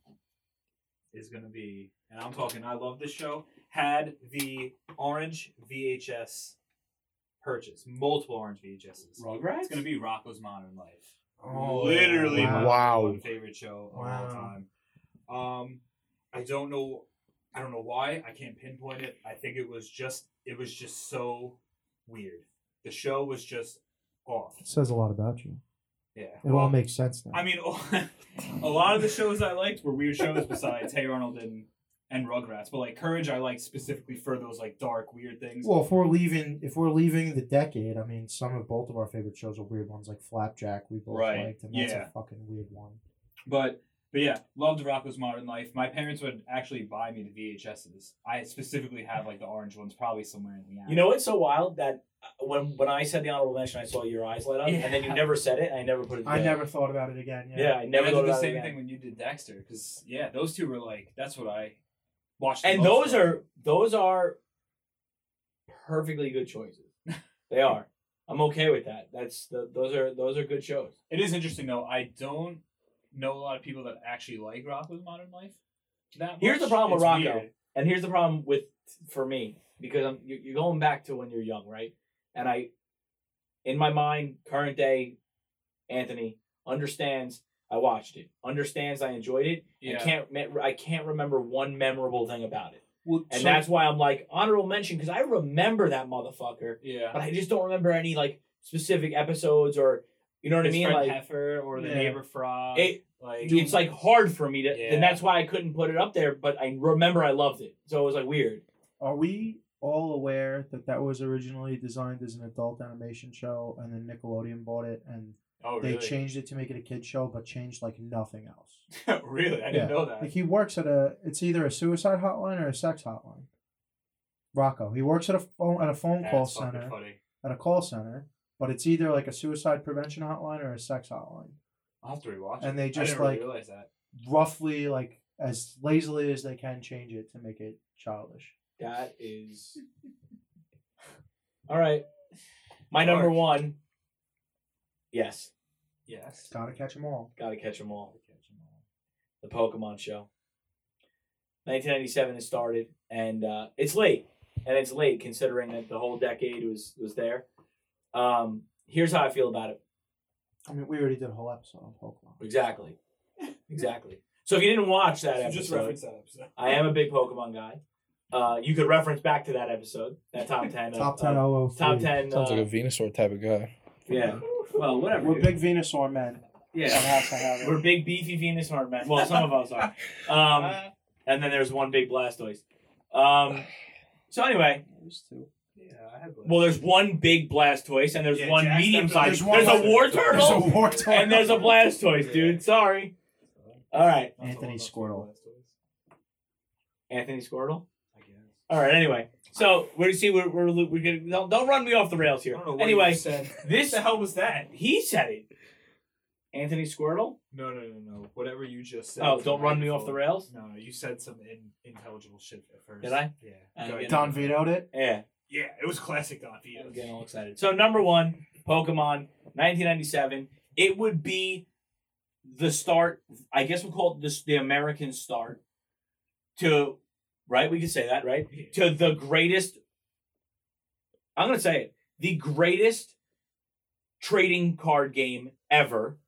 [SPEAKER 4] is going to be, and I'm talking. I love this show. Had the orange VHS purchase, multiple orange VHSs.
[SPEAKER 5] Rugrats? It's gonna be Rocco's Modern Life.
[SPEAKER 1] Oh,
[SPEAKER 5] Literally
[SPEAKER 1] wow.
[SPEAKER 5] my
[SPEAKER 2] Wow.
[SPEAKER 5] one favorite.
[SPEAKER 4] favorite show of
[SPEAKER 1] Wow.
[SPEAKER 4] all time. Um, I don't know. I don't know why. I can't pinpoint it. I think it was just. It was just so weird. The show was just off.
[SPEAKER 1] it says a lot about you.
[SPEAKER 4] Yeah.
[SPEAKER 1] It all makes sense now.
[SPEAKER 5] I mean, *laughs* a lot of the shows I liked were weird shows besides Hey Arnold and, and Rugrats. But like Courage, I liked specifically for those like dark, weird things.
[SPEAKER 1] well, if we're leaving, if we're leaving the decade, I mean, some of both of our favorite shows are weird ones, like Flapjack. We both
[SPEAKER 5] Right,
[SPEAKER 1] liked, and that's
[SPEAKER 5] yeah.
[SPEAKER 1] a fucking weird one.
[SPEAKER 5] But but yeah, loved Rocco's Modern Life. My parents would actually buy me the VHSs. I specifically have like the orange ones, probably somewhere in the attic.
[SPEAKER 3] You know what's so wild that uh, when when I said the honorable mention, I saw your eyes light up, and then you
[SPEAKER 5] Yeah.
[SPEAKER 3] never said it. And I never put it.
[SPEAKER 1] I
[SPEAKER 3] together.
[SPEAKER 1] never thought about it again. Yeah.
[SPEAKER 3] Yeah, I
[SPEAKER 5] And
[SPEAKER 3] never
[SPEAKER 5] I
[SPEAKER 3] thought
[SPEAKER 5] did the
[SPEAKER 3] about it
[SPEAKER 5] same
[SPEAKER 3] again.
[SPEAKER 5] thing when you did Dexter, because yeah, those two were like that's what I watched. the
[SPEAKER 3] And
[SPEAKER 5] most
[SPEAKER 3] those
[SPEAKER 5] of.
[SPEAKER 3] are those are perfectly good
[SPEAKER 5] *laughs*
[SPEAKER 3] choices. they are. I'm okay with that. That's the, those are those are good shows.
[SPEAKER 5] It is interesting though. I don't know a lot of people that actually like Rocco's Modern Life. That
[SPEAKER 3] Here's
[SPEAKER 5] much.
[SPEAKER 3] the problem with
[SPEAKER 5] It's
[SPEAKER 3] Rocco.
[SPEAKER 5] weird.
[SPEAKER 3] And here's the problem with for me because I'm you- you're going back to when you're young, right? And I, in my mind, current day, Anthony understands. I watched it. Understands. I enjoyed it.
[SPEAKER 5] Yeah.
[SPEAKER 3] I can't. me- I can't remember one memorable thing about it,
[SPEAKER 5] Well,
[SPEAKER 3] and
[SPEAKER 5] so-
[SPEAKER 3] that's why I'm like honorable mention because I remember that motherfucker,
[SPEAKER 5] yeah.
[SPEAKER 3] but I just don't remember any like specific episodes or you know what
[SPEAKER 5] It's
[SPEAKER 3] I mean.
[SPEAKER 5] Fred
[SPEAKER 3] Like
[SPEAKER 5] Heifer or the
[SPEAKER 1] Yeah.
[SPEAKER 5] neighbor frog.
[SPEAKER 3] It-
[SPEAKER 5] like
[SPEAKER 3] it's like hard for me to,
[SPEAKER 5] Yeah.
[SPEAKER 3] and that's why I couldn't put it up there. But I remember I loved it, so it was like weird.
[SPEAKER 1] Are we all aware that that was originally designed as an adult animation show, and then Nickelodeon bought it, and
[SPEAKER 5] *laughs* oh
[SPEAKER 1] they
[SPEAKER 5] really?
[SPEAKER 1] changed it to make it a kid show, but changed like nothing else.
[SPEAKER 5] *laughs* really, I didn't
[SPEAKER 1] Yeah.
[SPEAKER 5] know that.
[SPEAKER 1] Like he works at a it's either a suicide hotline or a sex hotline. Rocco. He works at a phone at a phone call
[SPEAKER 5] That's fucking
[SPEAKER 1] center
[SPEAKER 5] funny.
[SPEAKER 1] at a call center, but it's either like a suicide prevention hotline or a sex hotline.
[SPEAKER 5] I'll have to rewatch it.
[SPEAKER 1] And they
[SPEAKER 5] I
[SPEAKER 1] just,
[SPEAKER 5] didn't really
[SPEAKER 1] like-
[SPEAKER 5] realize that.
[SPEAKER 1] Roughly like as lazily as they can change it to make it childish.
[SPEAKER 3] That is. All right. My number
[SPEAKER 5] Alright.
[SPEAKER 3] one. Yes.
[SPEAKER 5] Yes.
[SPEAKER 1] Gotta catch 'em all.
[SPEAKER 3] Gotta catch them all. The Pokemon show. 1997 it started, and uh, it's late. And it's late considering that the whole decade was was there. Um, here's how I feel about it.
[SPEAKER 1] I mean we already did a whole episode on Pokemon. *laughs*
[SPEAKER 3] Exactly. Exactly. So if you didn't watch that
[SPEAKER 5] So
[SPEAKER 3] episode,
[SPEAKER 5] just reference that episode.
[SPEAKER 3] I am a big Pokemon guy. Uh, you could reference back to that episode, that top ten. of-
[SPEAKER 1] Top ten
[SPEAKER 3] of-
[SPEAKER 1] oh oh
[SPEAKER 3] uh, top
[SPEAKER 1] three.
[SPEAKER 3] ten.
[SPEAKER 2] Sounds
[SPEAKER 3] uh,
[SPEAKER 2] like a Venusaur type of guy.
[SPEAKER 5] *laughs*
[SPEAKER 3] Yeah. Well, whatever.
[SPEAKER 1] We're big
[SPEAKER 3] dude.
[SPEAKER 1] Venusaur men.
[SPEAKER 3] Yeah.
[SPEAKER 1] Somehow, somehow.
[SPEAKER 3] We're big beefy Venus smart men. Well, some of us
[SPEAKER 2] *laughs*
[SPEAKER 3] are.
[SPEAKER 5] Uh,
[SPEAKER 3] Um, and then there's one big Blastoise. Um, so anyway,
[SPEAKER 5] Yeah, I have.
[SPEAKER 3] well, there's one big Blastoise and there's
[SPEAKER 5] Yeah,
[SPEAKER 3] one
[SPEAKER 5] Jack's
[SPEAKER 3] medium
[SPEAKER 5] definitely-
[SPEAKER 3] sized.
[SPEAKER 1] There's one
[SPEAKER 3] There's, a
[SPEAKER 1] like-
[SPEAKER 3] war
[SPEAKER 1] There's a
[SPEAKER 3] turtle
[SPEAKER 5] *laughs*
[SPEAKER 1] war turtle.
[SPEAKER 3] and there's a Blastoise, dude. Sorry. All right,
[SPEAKER 1] Anthony Squirtle.
[SPEAKER 3] Anthony Squirtle.
[SPEAKER 5] I guess.
[SPEAKER 3] All right. Anyway, so we see we're we're, we're gonna, don't don't run me off the rails
[SPEAKER 4] I
[SPEAKER 3] here.
[SPEAKER 4] don't know what you
[SPEAKER 3] Anyway,
[SPEAKER 4] just said.
[SPEAKER 3] *laughs* this
[SPEAKER 4] the hell was that?
[SPEAKER 3] he said it. Anthony Squirtle.
[SPEAKER 4] No, no, no, no. Whatever you just said.
[SPEAKER 3] Oh,
[SPEAKER 4] was
[SPEAKER 3] don't run me off the
[SPEAKER 4] delightful.
[SPEAKER 3] rails.
[SPEAKER 4] No, no, you said some in- intelligible shit at first.
[SPEAKER 3] Did I? Uh,
[SPEAKER 4] Yeah.
[SPEAKER 3] I
[SPEAKER 4] Go
[SPEAKER 3] didn't.
[SPEAKER 4] ahead.
[SPEAKER 1] Don vetoed it.
[SPEAKER 3] Yeah.
[SPEAKER 4] Yeah, it was classic Don Vito.
[SPEAKER 3] I'm getting all excited. So number one, Pokemon, 1997. It would be the start. I guess we'll call it this the American start to right. We could say that right to the greatest I'm gonna say it. The greatest trading card game ever,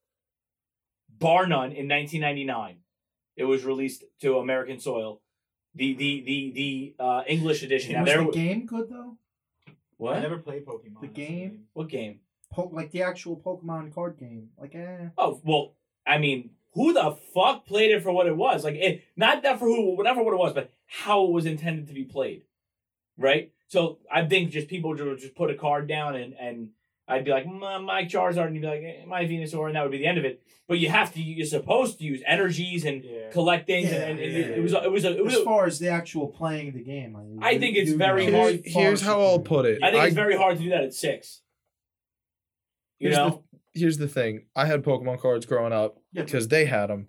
[SPEAKER 3] bar none, in 1999. It was released to American soil. The the the the uh, English edition. Now
[SPEAKER 1] was
[SPEAKER 3] there
[SPEAKER 1] the
[SPEAKER 3] w-
[SPEAKER 1] game good though?
[SPEAKER 3] what
[SPEAKER 5] I never played Pokemon.
[SPEAKER 1] The
[SPEAKER 5] that's
[SPEAKER 1] game?
[SPEAKER 3] what game?
[SPEAKER 1] Po- like the actual Pokemon card game. Like, eh.
[SPEAKER 3] Oh well, I mean, who the fuck played it for what it was? Like, it, not that for who, not for what it was, but how it was intended to be played, right? So I think just people would just put a card down and and I'd be like my, my Charizard and you'd be like eh, my Venusaur and that would be the end of it. But you have to, you're supposed to use energies and
[SPEAKER 5] Yeah.
[SPEAKER 3] collect things
[SPEAKER 1] Yeah,
[SPEAKER 3] and, and
[SPEAKER 5] yeah,
[SPEAKER 3] it, it was a- it was a, it was
[SPEAKER 1] As
[SPEAKER 3] a,
[SPEAKER 1] far as the actual playing the game, I,
[SPEAKER 3] I think it's very
[SPEAKER 1] know,
[SPEAKER 2] Here's,
[SPEAKER 3] hard-
[SPEAKER 1] far
[SPEAKER 2] here's how I'll
[SPEAKER 1] superior.
[SPEAKER 2] put it.
[SPEAKER 3] I think it's very hard to do that at six. You
[SPEAKER 2] Here's the-
[SPEAKER 3] know,
[SPEAKER 2] here's the thing. I had Pokemon cards growing up
[SPEAKER 1] Yeah, but-
[SPEAKER 2] because they had them,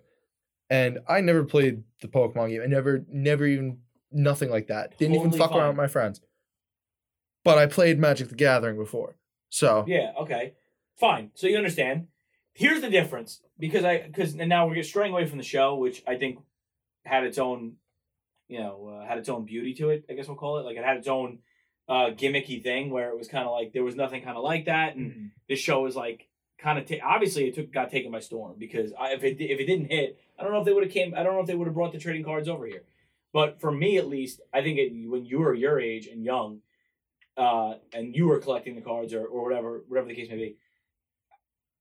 [SPEAKER 2] and I never played the Pokemon game. I never, never even nothing like that. Didn't even
[SPEAKER 3] Totally
[SPEAKER 2] fuck around
[SPEAKER 3] fine.
[SPEAKER 2] with my friends. But I played Magic the Gathering before, so
[SPEAKER 3] Yeah, okay. Fine. So you understand. Here's the difference because I because now we're straying away from the show, which I think had its own, you know, uh, had its own beauty to it. I guess we'll call it like it had its own uh, gimmicky thing where it was kind of like there was nothing kind of like that, and
[SPEAKER 4] Mhm.
[SPEAKER 3] this show was like kind of ta- obviously it took got taken by storm because I, if it di- if it didn't hit, I don't know if they would have came. I don't know if they would have brought the trading cards over here. But for me, at least, I think it, when you were your age and young, uh, and you were collecting the cards or, or whatever whatever the case may be,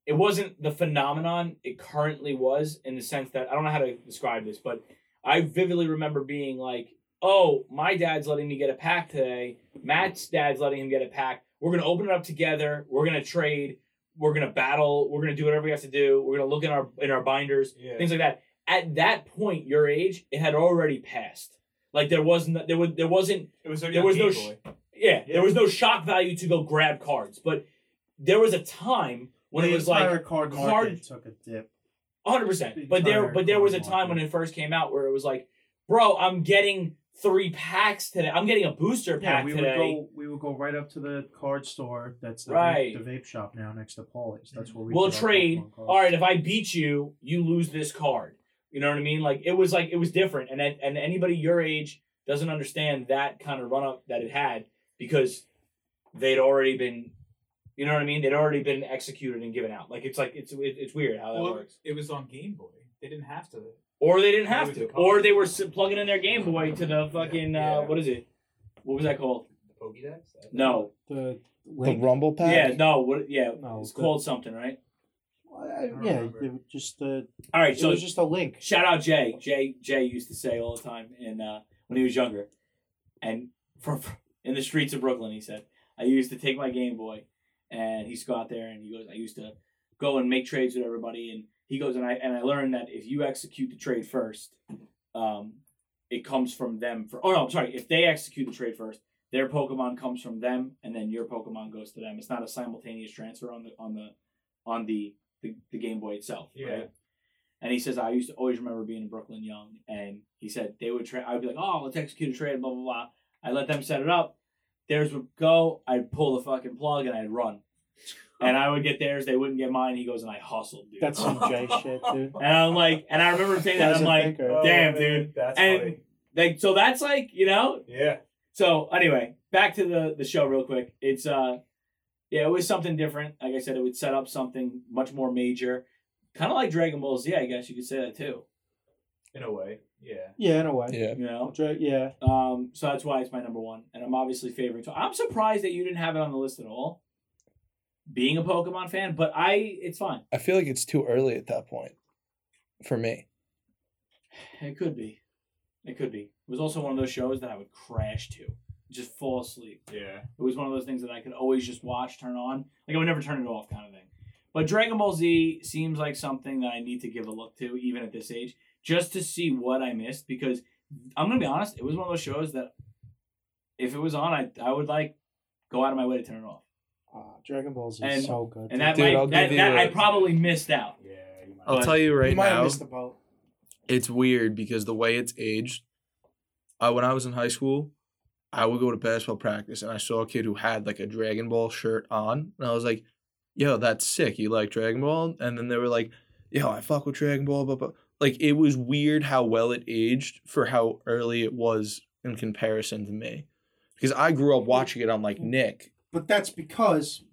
[SPEAKER 3] it wasn't the phenomenon it currently was in the sense that I don't know how to describe this, but I vividly remember being like, "Oh, my dad's letting me get a pack today. Matt's dad's letting him get a pack. We're gonna open it up together. We're gonna trade. We're gonna battle. We're gonna do whatever we have to do. We're gonna look in our in our binders
[SPEAKER 5] Yeah.
[SPEAKER 3] things like that. At that point, your age, it had already passed. Like there wasn't there was there wasn't
[SPEAKER 5] It was
[SPEAKER 3] there was no sh- yeah,
[SPEAKER 5] Yeah.
[SPEAKER 3] there was no shock value to go grab cards, but there was a time when
[SPEAKER 1] the
[SPEAKER 3] it was like
[SPEAKER 1] entire card,
[SPEAKER 3] card-
[SPEAKER 1] market took a dip.
[SPEAKER 3] 100. percent
[SPEAKER 1] the
[SPEAKER 3] But there
[SPEAKER 1] entire
[SPEAKER 3] but there was a
[SPEAKER 1] card
[SPEAKER 3] time when
[SPEAKER 1] market.
[SPEAKER 3] it first came out where it was like, bro, I'm getting three packs today. I'm getting a booster
[SPEAKER 1] Yeah,
[SPEAKER 3] pack
[SPEAKER 1] we
[SPEAKER 3] today.
[SPEAKER 1] would go. We would go right up to the card store. That's the,
[SPEAKER 3] Right.
[SPEAKER 1] vape, the vape shop now next to Paulie's. That's where we.
[SPEAKER 3] we'll
[SPEAKER 1] get our
[SPEAKER 3] trade.
[SPEAKER 1] Pokemon cards.
[SPEAKER 3] All right, if I beat you, you lose this card. You know what I mean? Like it was like it was different, and that- and anybody your age doesn't understand that kind of run up that it had because they'd already been, you know what I mean? They'd already been executed and given out. Like it's like it's it, it's weird how that
[SPEAKER 5] Well,
[SPEAKER 3] works.
[SPEAKER 5] it was on Game Boy. They didn't have to.
[SPEAKER 3] Or they didn't have
[SPEAKER 5] It was
[SPEAKER 3] to.
[SPEAKER 5] a
[SPEAKER 3] Or they were s- plugging in their Game Boy to the fucking uh,
[SPEAKER 5] Yeah.
[SPEAKER 3] what is it? What was that called?
[SPEAKER 5] The Pokédex. I think.
[SPEAKER 3] No.
[SPEAKER 6] The
[SPEAKER 2] the
[SPEAKER 6] link.
[SPEAKER 2] Rumble Pack.
[SPEAKER 3] Yeah. No. What? Yeah.
[SPEAKER 6] No,
[SPEAKER 3] it's
[SPEAKER 6] the-
[SPEAKER 3] called something, right?
[SPEAKER 6] I-
[SPEAKER 5] don't
[SPEAKER 6] yeah,
[SPEAKER 5] remember.
[SPEAKER 6] they were just the.
[SPEAKER 3] All right.
[SPEAKER 6] It
[SPEAKER 3] So
[SPEAKER 6] was just a link.
[SPEAKER 3] Shout out Jay. Jay Jay used to say all the time in uh, when he was younger, and from, from- in the streets of Brooklyn, he said, "I used to take my Game Boy, and he's go out there and he goes, I used to go and make trades with everybody, and he goes and I and I learned that if you execute the trade first, um, it comes from them. For oh no, I'm sorry, if they execute the trade first, their Pokemon comes from them, and then your Pokemon goes to them. It's not a simultaneous transfer on the on the on the the, the Game Boy itself,
[SPEAKER 5] Yeah.
[SPEAKER 3] right?" And he says, I used to always remember being in Brooklyn Young. And he said, they would trade. I'd be like, oh, let's execute a trade, blah, blah, blah. I let them set it up. Theirs would go. I'd pull the fucking plug and I'd run. And I would get theirs. They wouldn't get mine. He goes, and I hustled, dude. *laughs*
[SPEAKER 6] That's some Jay shit, dude.
[SPEAKER 3] and I'm like, and I remember saying that.
[SPEAKER 6] As
[SPEAKER 3] I'm
[SPEAKER 6] a
[SPEAKER 3] like,
[SPEAKER 6] thinker.
[SPEAKER 3] Damn,
[SPEAKER 4] man,
[SPEAKER 3] dude.
[SPEAKER 4] That's
[SPEAKER 3] And-
[SPEAKER 4] funny.
[SPEAKER 3] like, so that's like, you know,
[SPEAKER 4] Yeah.
[SPEAKER 3] so anyway, back to the the show real quick. It's uh yeah, it was something different. Like I said, it would set up something much more major. Kind of like Dragon Ball Z, I guess you could say that too.
[SPEAKER 4] In a way. Yeah.
[SPEAKER 6] Yeah, in a way.
[SPEAKER 2] Yeah.
[SPEAKER 3] You know?
[SPEAKER 6] Dra- yeah.
[SPEAKER 3] Um, so that's why it's my number one, and I'm obviously favoring. So I'm surprised that you didn't have it on the list at all, being a Pokemon fan. But I, it's fine.
[SPEAKER 2] I feel like it's too early at that point for me.
[SPEAKER 3] It could be, it could be. It was also one of those shows that I would crash to, just fall asleep.
[SPEAKER 5] Yeah.
[SPEAKER 3] It was one of those things that I could always just watch, turn on, like I would never turn it off, kind of thing. But Dragon Ball Z seems like something that I need to give a look to, even at this age, just to see what I missed. Because I'm gonna be honest, it was one of those shows that if it was on, I I would like go out of my way to turn it off.
[SPEAKER 6] Ah, Dragon Ball Z
[SPEAKER 3] And-
[SPEAKER 6] is so good.
[SPEAKER 3] and that
[SPEAKER 2] Dude, I'll
[SPEAKER 3] might, that,
[SPEAKER 2] give you
[SPEAKER 3] that
[SPEAKER 2] a-
[SPEAKER 3] I probably missed out.
[SPEAKER 5] Yeah. You might.
[SPEAKER 2] I'll
[SPEAKER 3] But-
[SPEAKER 2] tell you right
[SPEAKER 6] you might have
[SPEAKER 2] now,
[SPEAKER 6] missed the boat.
[SPEAKER 2] it's weird because the way it's aged. I when I was in high school, I would go to basketball practice and I saw a kid who had like a Dragon Ball shirt on, and I was like, "Yo, that's sick. You like Dragon Ball?" And then they were like, "Yo, I fuck with Dragon Ball." But like, it was weird how well it aged for how early it was in comparison to me, because I grew up watching it on like Nick
[SPEAKER 1] But that's because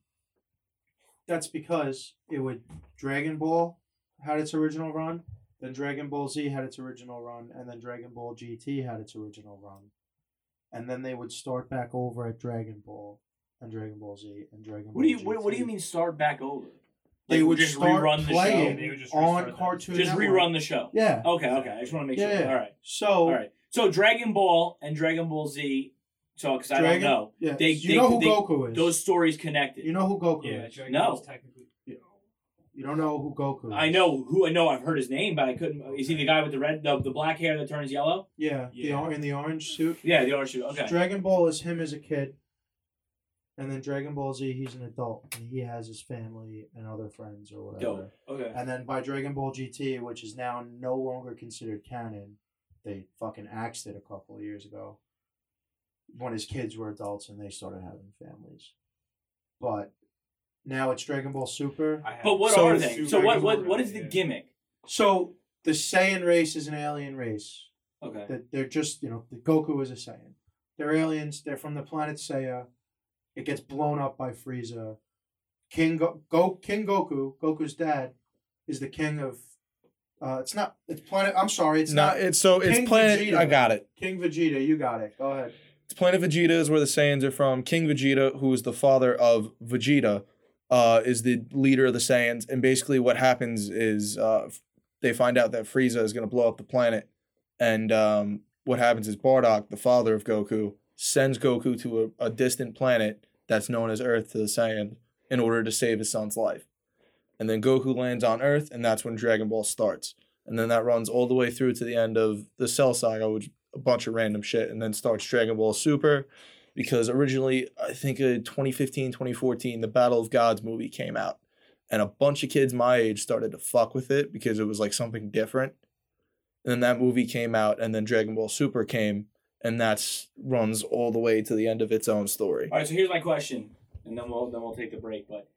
[SPEAKER 1] that's because it would Dragon Ball had its original run, then Dragon Ball Z had its original run, and then Dragon Ball GT had its original run. And then they would start back over at Dragon Ball and Dragon Ball Z and Dragon Ball
[SPEAKER 3] What do you what, what do you
[SPEAKER 1] GT.
[SPEAKER 3] mean start back over?
[SPEAKER 1] They
[SPEAKER 3] Like,
[SPEAKER 1] would
[SPEAKER 3] just
[SPEAKER 1] start
[SPEAKER 3] rerun the
[SPEAKER 1] playing
[SPEAKER 3] show.
[SPEAKER 4] would just restart
[SPEAKER 1] on
[SPEAKER 4] that.
[SPEAKER 1] Cartoon
[SPEAKER 3] Just
[SPEAKER 1] Network.
[SPEAKER 3] rerun the show.
[SPEAKER 1] Yeah.
[SPEAKER 3] Okay, okay. I just want to make
[SPEAKER 1] Yeah,
[SPEAKER 3] sure.
[SPEAKER 1] yeah.
[SPEAKER 3] All right.
[SPEAKER 1] So
[SPEAKER 3] All right. So Dragon Ball and Dragon Ball Z. So because I don't
[SPEAKER 1] Dragon-
[SPEAKER 3] know,
[SPEAKER 1] yeah,
[SPEAKER 3] They-
[SPEAKER 1] you
[SPEAKER 3] they-
[SPEAKER 1] know who
[SPEAKER 3] they-
[SPEAKER 1] Goku is.
[SPEAKER 3] those stories connected.
[SPEAKER 1] you know who Goku
[SPEAKER 4] Yeah,
[SPEAKER 1] is.
[SPEAKER 4] Dragon
[SPEAKER 3] No.
[SPEAKER 4] Ball's technically.
[SPEAKER 1] You don't know who Goku is.
[SPEAKER 3] I know who I know. I've heard his name, but I couldn't. Is he the guy with the red, the, the black hair that turns yellow?
[SPEAKER 1] Yeah, the
[SPEAKER 4] Yeah.
[SPEAKER 1] or in the orange suit.
[SPEAKER 3] Yeah, the orange. Okay.
[SPEAKER 1] Dragon Ball is him as a kid, and then Dragon Ball Z, he's an adult and he has his family and other friends or whatever.
[SPEAKER 3] Dope. Okay.
[SPEAKER 1] And then by Dragon Ball GT, which is now no longer considered canon, they fucking axed it a couple of years ago when his kids were adults and they started having families. But now it's Dragon Ball Super.
[SPEAKER 4] I have-
[SPEAKER 3] But what
[SPEAKER 1] So
[SPEAKER 3] are
[SPEAKER 1] it's
[SPEAKER 3] they?
[SPEAKER 4] Super
[SPEAKER 3] So what
[SPEAKER 4] Dragon
[SPEAKER 3] what
[SPEAKER 4] Ball,
[SPEAKER 3] what is the
[SPEAKER 4] yeah.
[SPEAKER 3] gimmick?
[SPEAKER 1] So the Saiyan race is an alien race.
[SPEAKER 3] Okay.
[SPEAKER 1] that they're just you know the Goku is a Saiyan. They're aliens. They're from the planet Seiya. It gets blown up by Frieza. King Go- Go- King Goku, Goku's dad, is the king of. Uh, it's not. It's planet. I'm sorry. It's
[SPEAKER 2] No,
[SPEAKER 1] not.
[SPEAKER 2] it's so it's
[SPEAKER 1] King
[SPEAKER 2] Planet.
[SPEAKER 1] Vegeta.
[SPEAKER 2] I got it.
[SPEAKER 1] King Vegeta. You got it. Go ahead.
[SPEAKER 2] It's Planet Vegeta is where the Saiyans are from. King Vegeta, who is the father of Vegeta, uh, is the leader of the Saiyans. And basically, what happens is uh, f- they find out that Frieza is going to blow up the planet. And um, what happens is Bardock, the father of Goku, sends Goku to a, a distant planet that's known as Earth to the Saiyan in order to save his son's life. And then Goku lands on Earth, and that's when Dragon Ball starts. And then that runs all the way through to the end of the Cell Saga, which a bunch of random shit and then starts Dragon Ball Super because originally I think uh 2015 2014 the Battle of Gods movie came out and a bunch of kids my age started to fuck with it because it was like something different and then that movie came out and then Dragon Ball Super came and that's runs all the way to the end of its own story
[SPEAKER 3] All right. So here's my question, and then we'll then we'll take the break. But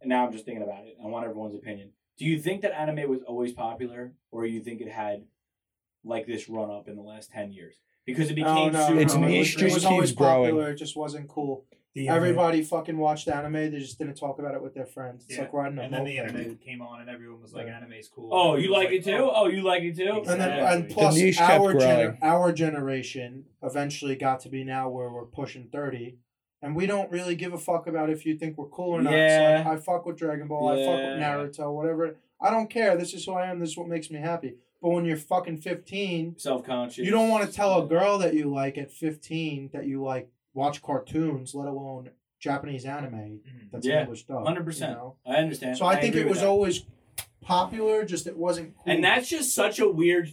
[SPEAKER 3] and now I'm just thinking about it. I want everyone's opinion. Do you think that anime was always popular, or you think it had like this run up in the last ten years because it became super
[SPEAKER 2] It's
[SPEAKER 1] Oh, It was-
[SPEAKER 2] niche,
[SPEAKER 1] it
[SPEAKER 2] just
[SPEAKER 1] was always
[SPEAKER 2] keeps growing.
[SPEAKER 1] Popular. It just wasn't cool.
[SPEAKER 7] The, uh,
[SPEAKER 1] Everybody fucking watched anime. They just didn't talk about it with their friends. It's
[SPEAKER 4] Yeah.
[SPEAKER 1] like riding a
[SPEAKER 4] and then the
[SPEAKER 1] moped,
[SPEAKER 4] internet
[SPEAKER 1] dude.
[SPEAKER 4] came on, and everyone was like, "Anime's cool."
[SPEAKER 3] Oh,
[SPEAKER 4] Everyone
[SPEAKER 3] you
[SPEAKER 4] was
[SPEAKER 3] like it too?
[SPEAKER 4] oh.
[SPEAKER 3] Oh, you like it too?
[SPEAKER 1] And then,
[SPEAKER 4] Exactly.
[SPEAKER 1] and plus,
[SPEAKER 2] The niche kept
[SPEAKER 1] our gener-
[SPEAKER 2] growing.
[SPEAKER 1] our generation eventually got to be now where we're pushing thirty, and we don't really give a fuck about if you think we're cool or not.
[SPEAKER 3] Yeah.
[SPEAKER 1] It's like, I fuck with Dragon Ball, I fuck with Naruto, whatever. I don't care. This is who I am. This is what makes me happy. But when you're fucking fifteen,
[SPEAKER 3] Self conscious.
[SPEAKER 1] you don't want to tell a girl that you like at fifteen that you like watch cartoons, let alone Japanese anime
[SPEAKER 4] Mhm.
[SPEAKER 1] that's
[SPEAKER 3] Yeah.
[SPEAKER 1] English dub.
[SPEAKER 3] 100%.
[SPEAKER 1] you know?
[SPEAKER 3] I understand.
[SPEAKER 1] So I, think
[SPEAKER 3] agree
[SPEAKER 1] it
[SPEAKER 3] with
[SPEAKER 1] was
[SPEAKER 3] that.
[SPEAKER 1] always popular, just it wasn't. Cool.
[SPEAKER 3] and that's just such a weird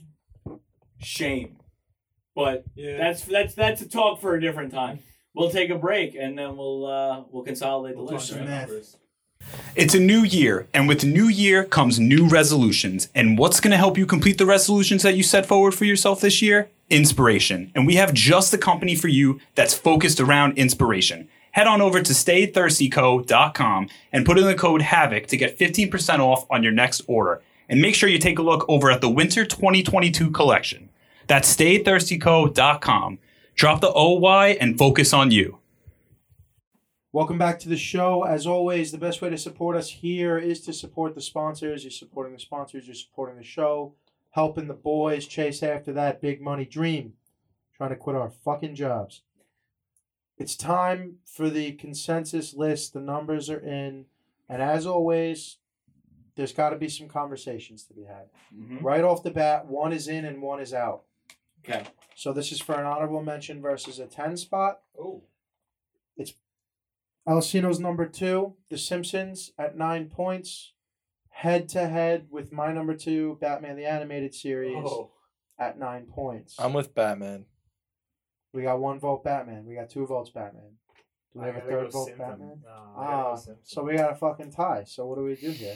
[SPEAKER 3] shame. But
[SPEAKER 4] Yeah.
[SPEAKER 3] that's that's that's a talk for a different time. We'll take a break and then we'll uh, we'll consolidate the
[SPEAKER 4] We'll
[SPEAKER 3] list.
[SPEAKER 4] talk
[SPEAKER 1] some
[SPEAKER 4] about
[SPEAKER 1] math.
[SPEAKER 4] numbers.
[SPEAKER 8] It's a new year, and with new year comes new resolutions. And what's going to help you complete the resolutions that you set forward for yourself this year? Inspiration. And we have just the company for you that's focused around inspiration. Head on over to staythirstyco.com and put in the code HAVOC to get 15% off on your next order. And make sure you take a look over at the Winter 2022 collection. That's staythirstyco.com. Drop the OY and focus on you.
[SPEAKER 1] Welcome back to the show. As always, the best way to support us here is to support the sponsors. You're supporting the sponsors, you're supporting the show, helping the boys chase after that big money dream, trying to quit our fucking jobs. It's time for the consensus list. The numbers are in. And as always, there's got to be some conversations to be had.
[SPEAKER 3] Mhm.
[SPEAKER 1] Right off the bat, one is in and one is out.
[SPEAKER 3] Okay.
[SPEAKER 1] So this is for an honorable mention versus a 10 spot.
[SPEAKER 4] Oh,
[SPEAKER 1] Alcino's number two, The Simpsons at nine points, head to head with my number two, Batman the Animated Series
[SPEAKER 4] oh,
[SPEAKER 1] at nine points.
[SPEAKER 2] I'm with Batman
[SPEAKER 1] we got one vote Batman. We got two votes Batman. Do we
[SPEAKER 4] I
[SPEAKER 1] have a
[SPEAKER 4] gotta go
[SPEAKER 1] third vote
[SPEAKER 4] Simpson.
[SPEAKER 1] Batman?
[SPEAKER 4] No, I gotta go
[SPEAKER 1] Ah,
[SPEAKER 4] Simpson.
[SPEAKER 1] so we got a fucking tie. So what do we do here?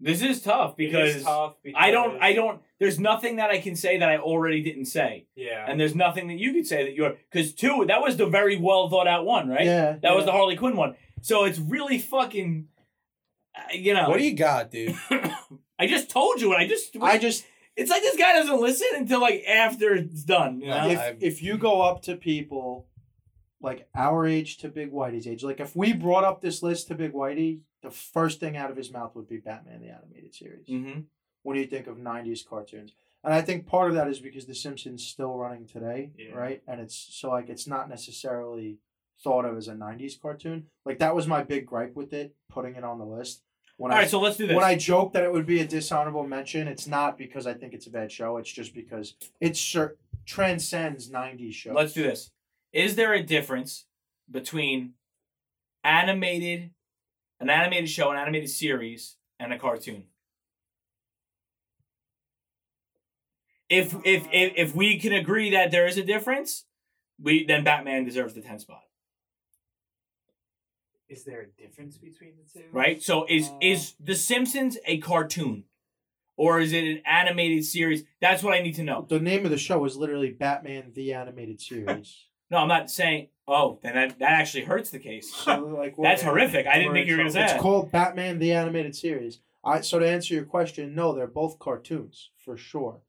[SPEAKER 3] This is tough
[SPEAKER 4] It is
[SPEAKER 3] because
[SPEAKER 4] tough
[SPEAKER 3] I don't
[SPEAKER 4] because-
[SPEAKER 3] I don't there's nothing that I can say that I already didn't say.
[SPEAKER 4] Yeah.
[SPEAKER 3] And there's nothing that you could say that you're because two, that was the very well thought out one, right?
[SPEAKER 1] Yeah.
[SPEAKER 3] That was the Harley Quinn one. So it's really fucking uh, you know
[SPEAKER 2] what do you
[SPEAKER 3] *laughs*
[SPEAKER 2] got dude
[SPEAKER 3] *coughs* I just told you and I just
[SPEAKER 1] I just
[SPEAKER 3] It's like this guy doesn't listen until like after it's done. You know?
[SPEAKER 1] if, if you go up to people like our age to Big Whitey's age. Like if we brought up this list to Big Whitey, the first thing out of his mouth would be Batman the animated series.
[SPEAKER 3] Mm-hmm.
[SPEAKER 1] What do you think of '90s cartoons? And I think part of that is because The Simpsons still running today,
[SPEAKER 9] Yeah.
[SPEAKER 1] right? And it's so like it's not necessarily thought of as a '90s cartoon. Like that was my big gripe with it, putting it on the list. When
[SPEAKER 3] All right, so let's do this.
[SPEAKER 1] when I joke that it would be a dishonorable mention, it's not because I think it's a bad show. It's just because it sur- transcends '90s shows.
[SPEAKER 3] Let's do this. Is there a difference between animated, an animated show, an animated series, and a cartoon? If if if, if we can agree that there is a difference, we then Batman deserves the ten spot,
[SPEAKER 9] Is there a difference between the two? Uh,
[SPEAKER 3] right? So is
[SPEAKER 4] Oh.
[SPEAKER 3] is The Simpsons a cartoon, or is it an animated series? That's what I need to know.
[SPEAKER 1] The name of the show is literally Batman the
[SPEAKER 3] *laughs*
[SPEAKER 1] Animated Series.
[SPEAKER 3] No, I'm not saying. Oh, then that, that actually hurts the case.
[SPEAKER 1] so, like, we're-
[SPEAKER 3] That's horrific. I didn't
[SPEAKER 1] we're
[SPEAKER 3] think
[SPEAKER 1] in
[SPEAKER 3] you were gonna
[SPEAKER 1] trouble.
[SPEAKER 3] say *laughs*
[SPEAKER 1] It's
[SPEAKER 3] that.
[SPEAKER 1] called Batman the Animated Series. I, so to answer your question, no, they're both cartoons for sure.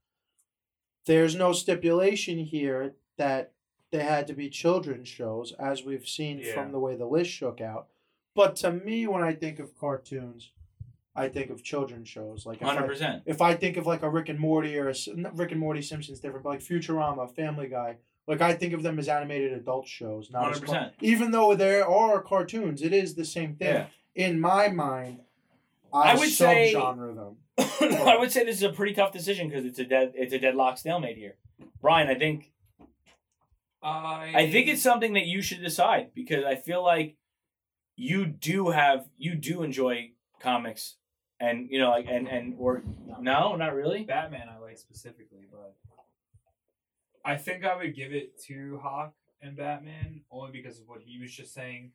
[SPEAKER 1] There's no stipulation here that they had to be children's shows, as we've seen
[SPEAKER 9] Yeah.
[SPEAKER 1] from the way the list shook out. But to me, when I think of cartoons, I think of children's shows. Like if I-
[SPEAKER 3] Hundred percent.
[SPEAKER 1] if I think of like a Rick and Morty or a S- not Rick and Morty Simpsons different, but like Futurama, Family Guy, like I think of them as animated adult shows, not as car-
[SPEAKER 3] 100%.
[SPEAKER 1] even though there are cartoons, it is the same thing
[SPEAKER 3] Yeah.
[SPEAKER 1] in my mind. I,
[SPEAKER 3] I would say-
[SPEAKER 1] subgenre them.
[SPEAKER 3] *coughs* I would say this is a pretty tough decision because it's a dead it's a deadlock stalemate here. Brian, I think
[SPEAKER 9] I,
[SPEAKER 3] I think it's something that you should decide because I feel like you do have you do enjoy comics and you know like and and or no, not really.
[SPEAKER 9] Batman I like specifically, but I think I would give it to Hawk and Batman only because of what he was just saying.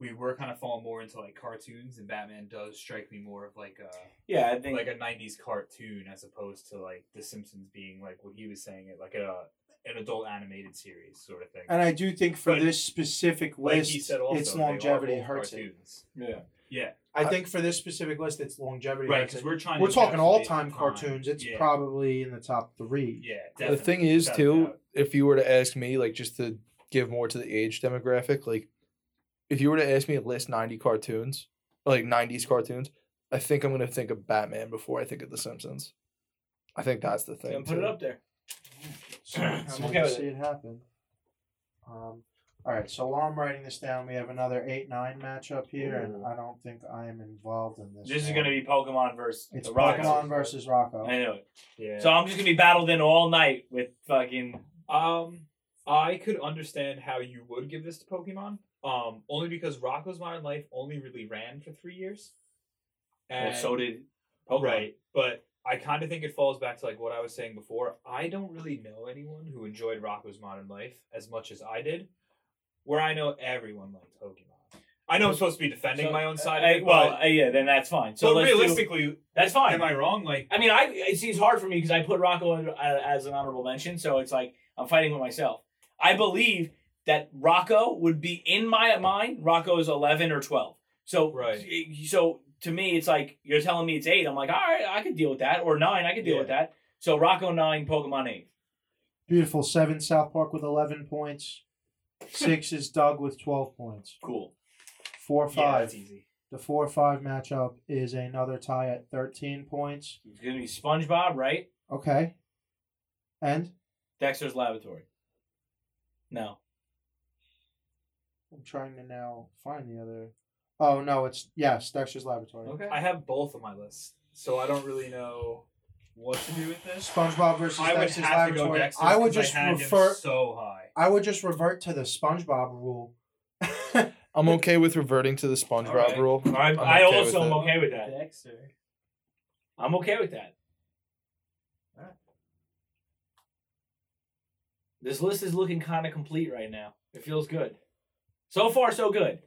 [SPEAKER 9] We were kind of falling more into like cartoons, and Batman does strike me more of like a
[SPEAKER 3] Yeah, I think
[SPEAKER 9] like a '90s cartoon as opposed to like The Simpsons being like what he was saying it like a an adult animated series sort of thing.
[SPEAKER 1] And I do think for
[SPEAKER 9] But,
[SPEAKER 1] this specific
[SPEAKER 9] like
[SPEAKER 1] list,
[SPEAKER 9] he said, also
[SPEAKER 1] its
[SPEAKER 9] they are
[SPEAKER 1] longevity
[SPEAKER 9] both
[SPEAKER 1] hurts it.
[SPEAKER 9] cartoons.
[SPEAKER 3] yeah.
[SPEAKER 9] Yeah,
[SPEAKER 1] I think for this specific list, its longevity
[SPEAKER 9] right.
[SPEAKER 1] hurts
[SPEAKER 9] Because
[SPEAKER 1] it.
[SPEAKER 9] we're trying.
[SPEAKER 1] We're
[SPEAKER 9] to
[SPEAKER 1] talking
[SPEAKER 9] encapsulate
[SPEAKER 1] all time
[SPEAKER 9] the
[SPEAKER 1] cartoons. It's
[SPEAKER 9] yeah.
[SPEAKER 1] probably in the top three.
[SPEAKER 9] yeah.
[SPEAKER 2] The
[SPEAKER 9] Definitely.
[SPEAKER 2] thing is,
[SPEAKER 9] without a
[SPEAKER 2] too,
[SPEAKER 9] doubt.
[SPEAKER 2] if you were to ask me, like, just to give more to the age demographic, like, if you were to ask me to list 90 cartoons, like 90s cartoons, I think I'm going to think of Batman before I think of The Simpsons. I think that's the thing.
[SPEAKER 3] Then put it
[SPEAKER 2] too.
[SPEAKER 3] up there.
[SPEAKER 1] *clears throat* So I'm
[SPEAKER 3] okay
[SPEAKER 1] gonna
[SPEAKER 3] with
[SPEAKER 1] see it happen. Um, all right, so while I'm writing this down, we have another eight nine matchup here, and I don't think I am involved in this.
[SPEAKER 3] This is
[SPEAKER 1] one.
[SPEAKER 3] gonna be Pokemon versus
[SPEAKER 1] it's
[SPEAKER 3] the Rock.
[SPEAKER 1] Pokemon versus Rocco.
[SPEAKER 3] I know it.
[SPEAKER 4] Yeah.
[SPEAKER 3] So I'm just gonna be battled in all night with fucking
[SPEAKER 4] Um, I could understand how you would give this to Pokemon. Um, only because Rocco's Modern Life only really ran for three years.
[SPEAKER 3] well, so did Pokemon.
[SPEAKER 4] right, but I kind of think it falls back to like what I was saying before. I don't really know anyone who enjoyed Rocco's Modern Life as much as I did. Where I know everyone liked Pokemon. I know I'm supposed to be defending
[SPEAKER 3] So,
[SPEAKER 4] my own side.
[SPEAKER 3] I-
[SPEAKER 4] of it,
[SPEAKER 3] well,
[SPEAKER 4] but,
[SPEAKER 3] uh, yeah, then that's fine. So
[SPEAKER 4] but
[SPEAKER 3] let's do-
[SPEAKER 4] realistically,
[SPEAKER 3] that's fine.
[SPEAKER 4] am I wrong? Like,
[SPEAKER 3] I mean, I it seems hard for me because I put Rocco in, uh, as an honorable mention, so it's like I'm fighting with myself. I believe that Rocco would be in my mind. Rocco is eleven or twelve. So
[SPEAKER 4] Right.
[SPEAKER 3] So to me, it's like you're telling me it's eight. I'm like, all right, I could deal with that, or nine, I could deal with that. So Rocco nine, Pokemon eight.
[SPEAKER 1] Beautiful seven South Park with
[SPEAKER 9] *laughs*
[SPEAKER 1] eleven points. Six is Doug with twelve points.
[SPEAKER 3] Cool.
[SPEAKER 1] Four
[SPEAKER 4] yeah,
[SPEAKER 1] five.
[SPEAKER 4] that's easy.
[SPEAKER 1] the four five matchup is another tie at thirteen points.
[SPEAKER 3] It's gonna be SpongeBob, right?
[SPEAKER 1] Okay. And
[SPEAKER 3] Dexter's Laboratory. No.
[SPEAKER 1] I'm trying to now find the other. Oh no, it's yes, Dexter's Laboratory.
[SPEAKER 3] Okay.
[SPEAKER 4] I have both on my list, so I don't really know what to do with this.
[SPEAKER 1] SpongeBob versus
[SPEAKER 9] I would
[SPEAKER 1] Dexter's
[SPEAKER 9] have to go
[SPEAKER 1] Laboratory.
[SPEAKER 9] Dexter.
[SPEAKER 1] I would just
[SPEAKER 9] I had
[SPEAKER 1] refer.
[SPEAKER 9] him so high.
[SPEAKER 1] I would just revert to the
[SPEAKER 9] *laughs*
[SPEAKER 1] SpongeBob rule.
[SPEAKER 2] I'm okay with reverting to the SpongeBob
[SPEAKER 3] Alright.
[SPEAKER 2] rule.
[SPEAKER 3] I, I
[SPEAKER 2] okay with
[SPEAKER 3] also am
[SPEAKER 2] it.
[SPEAKER 3] okay with that.
[SPEAKER 9] Dexter.
[SPEAKER 3] I'm okay with that. This list is looking kind of complete right now. It feels good. So far, so good.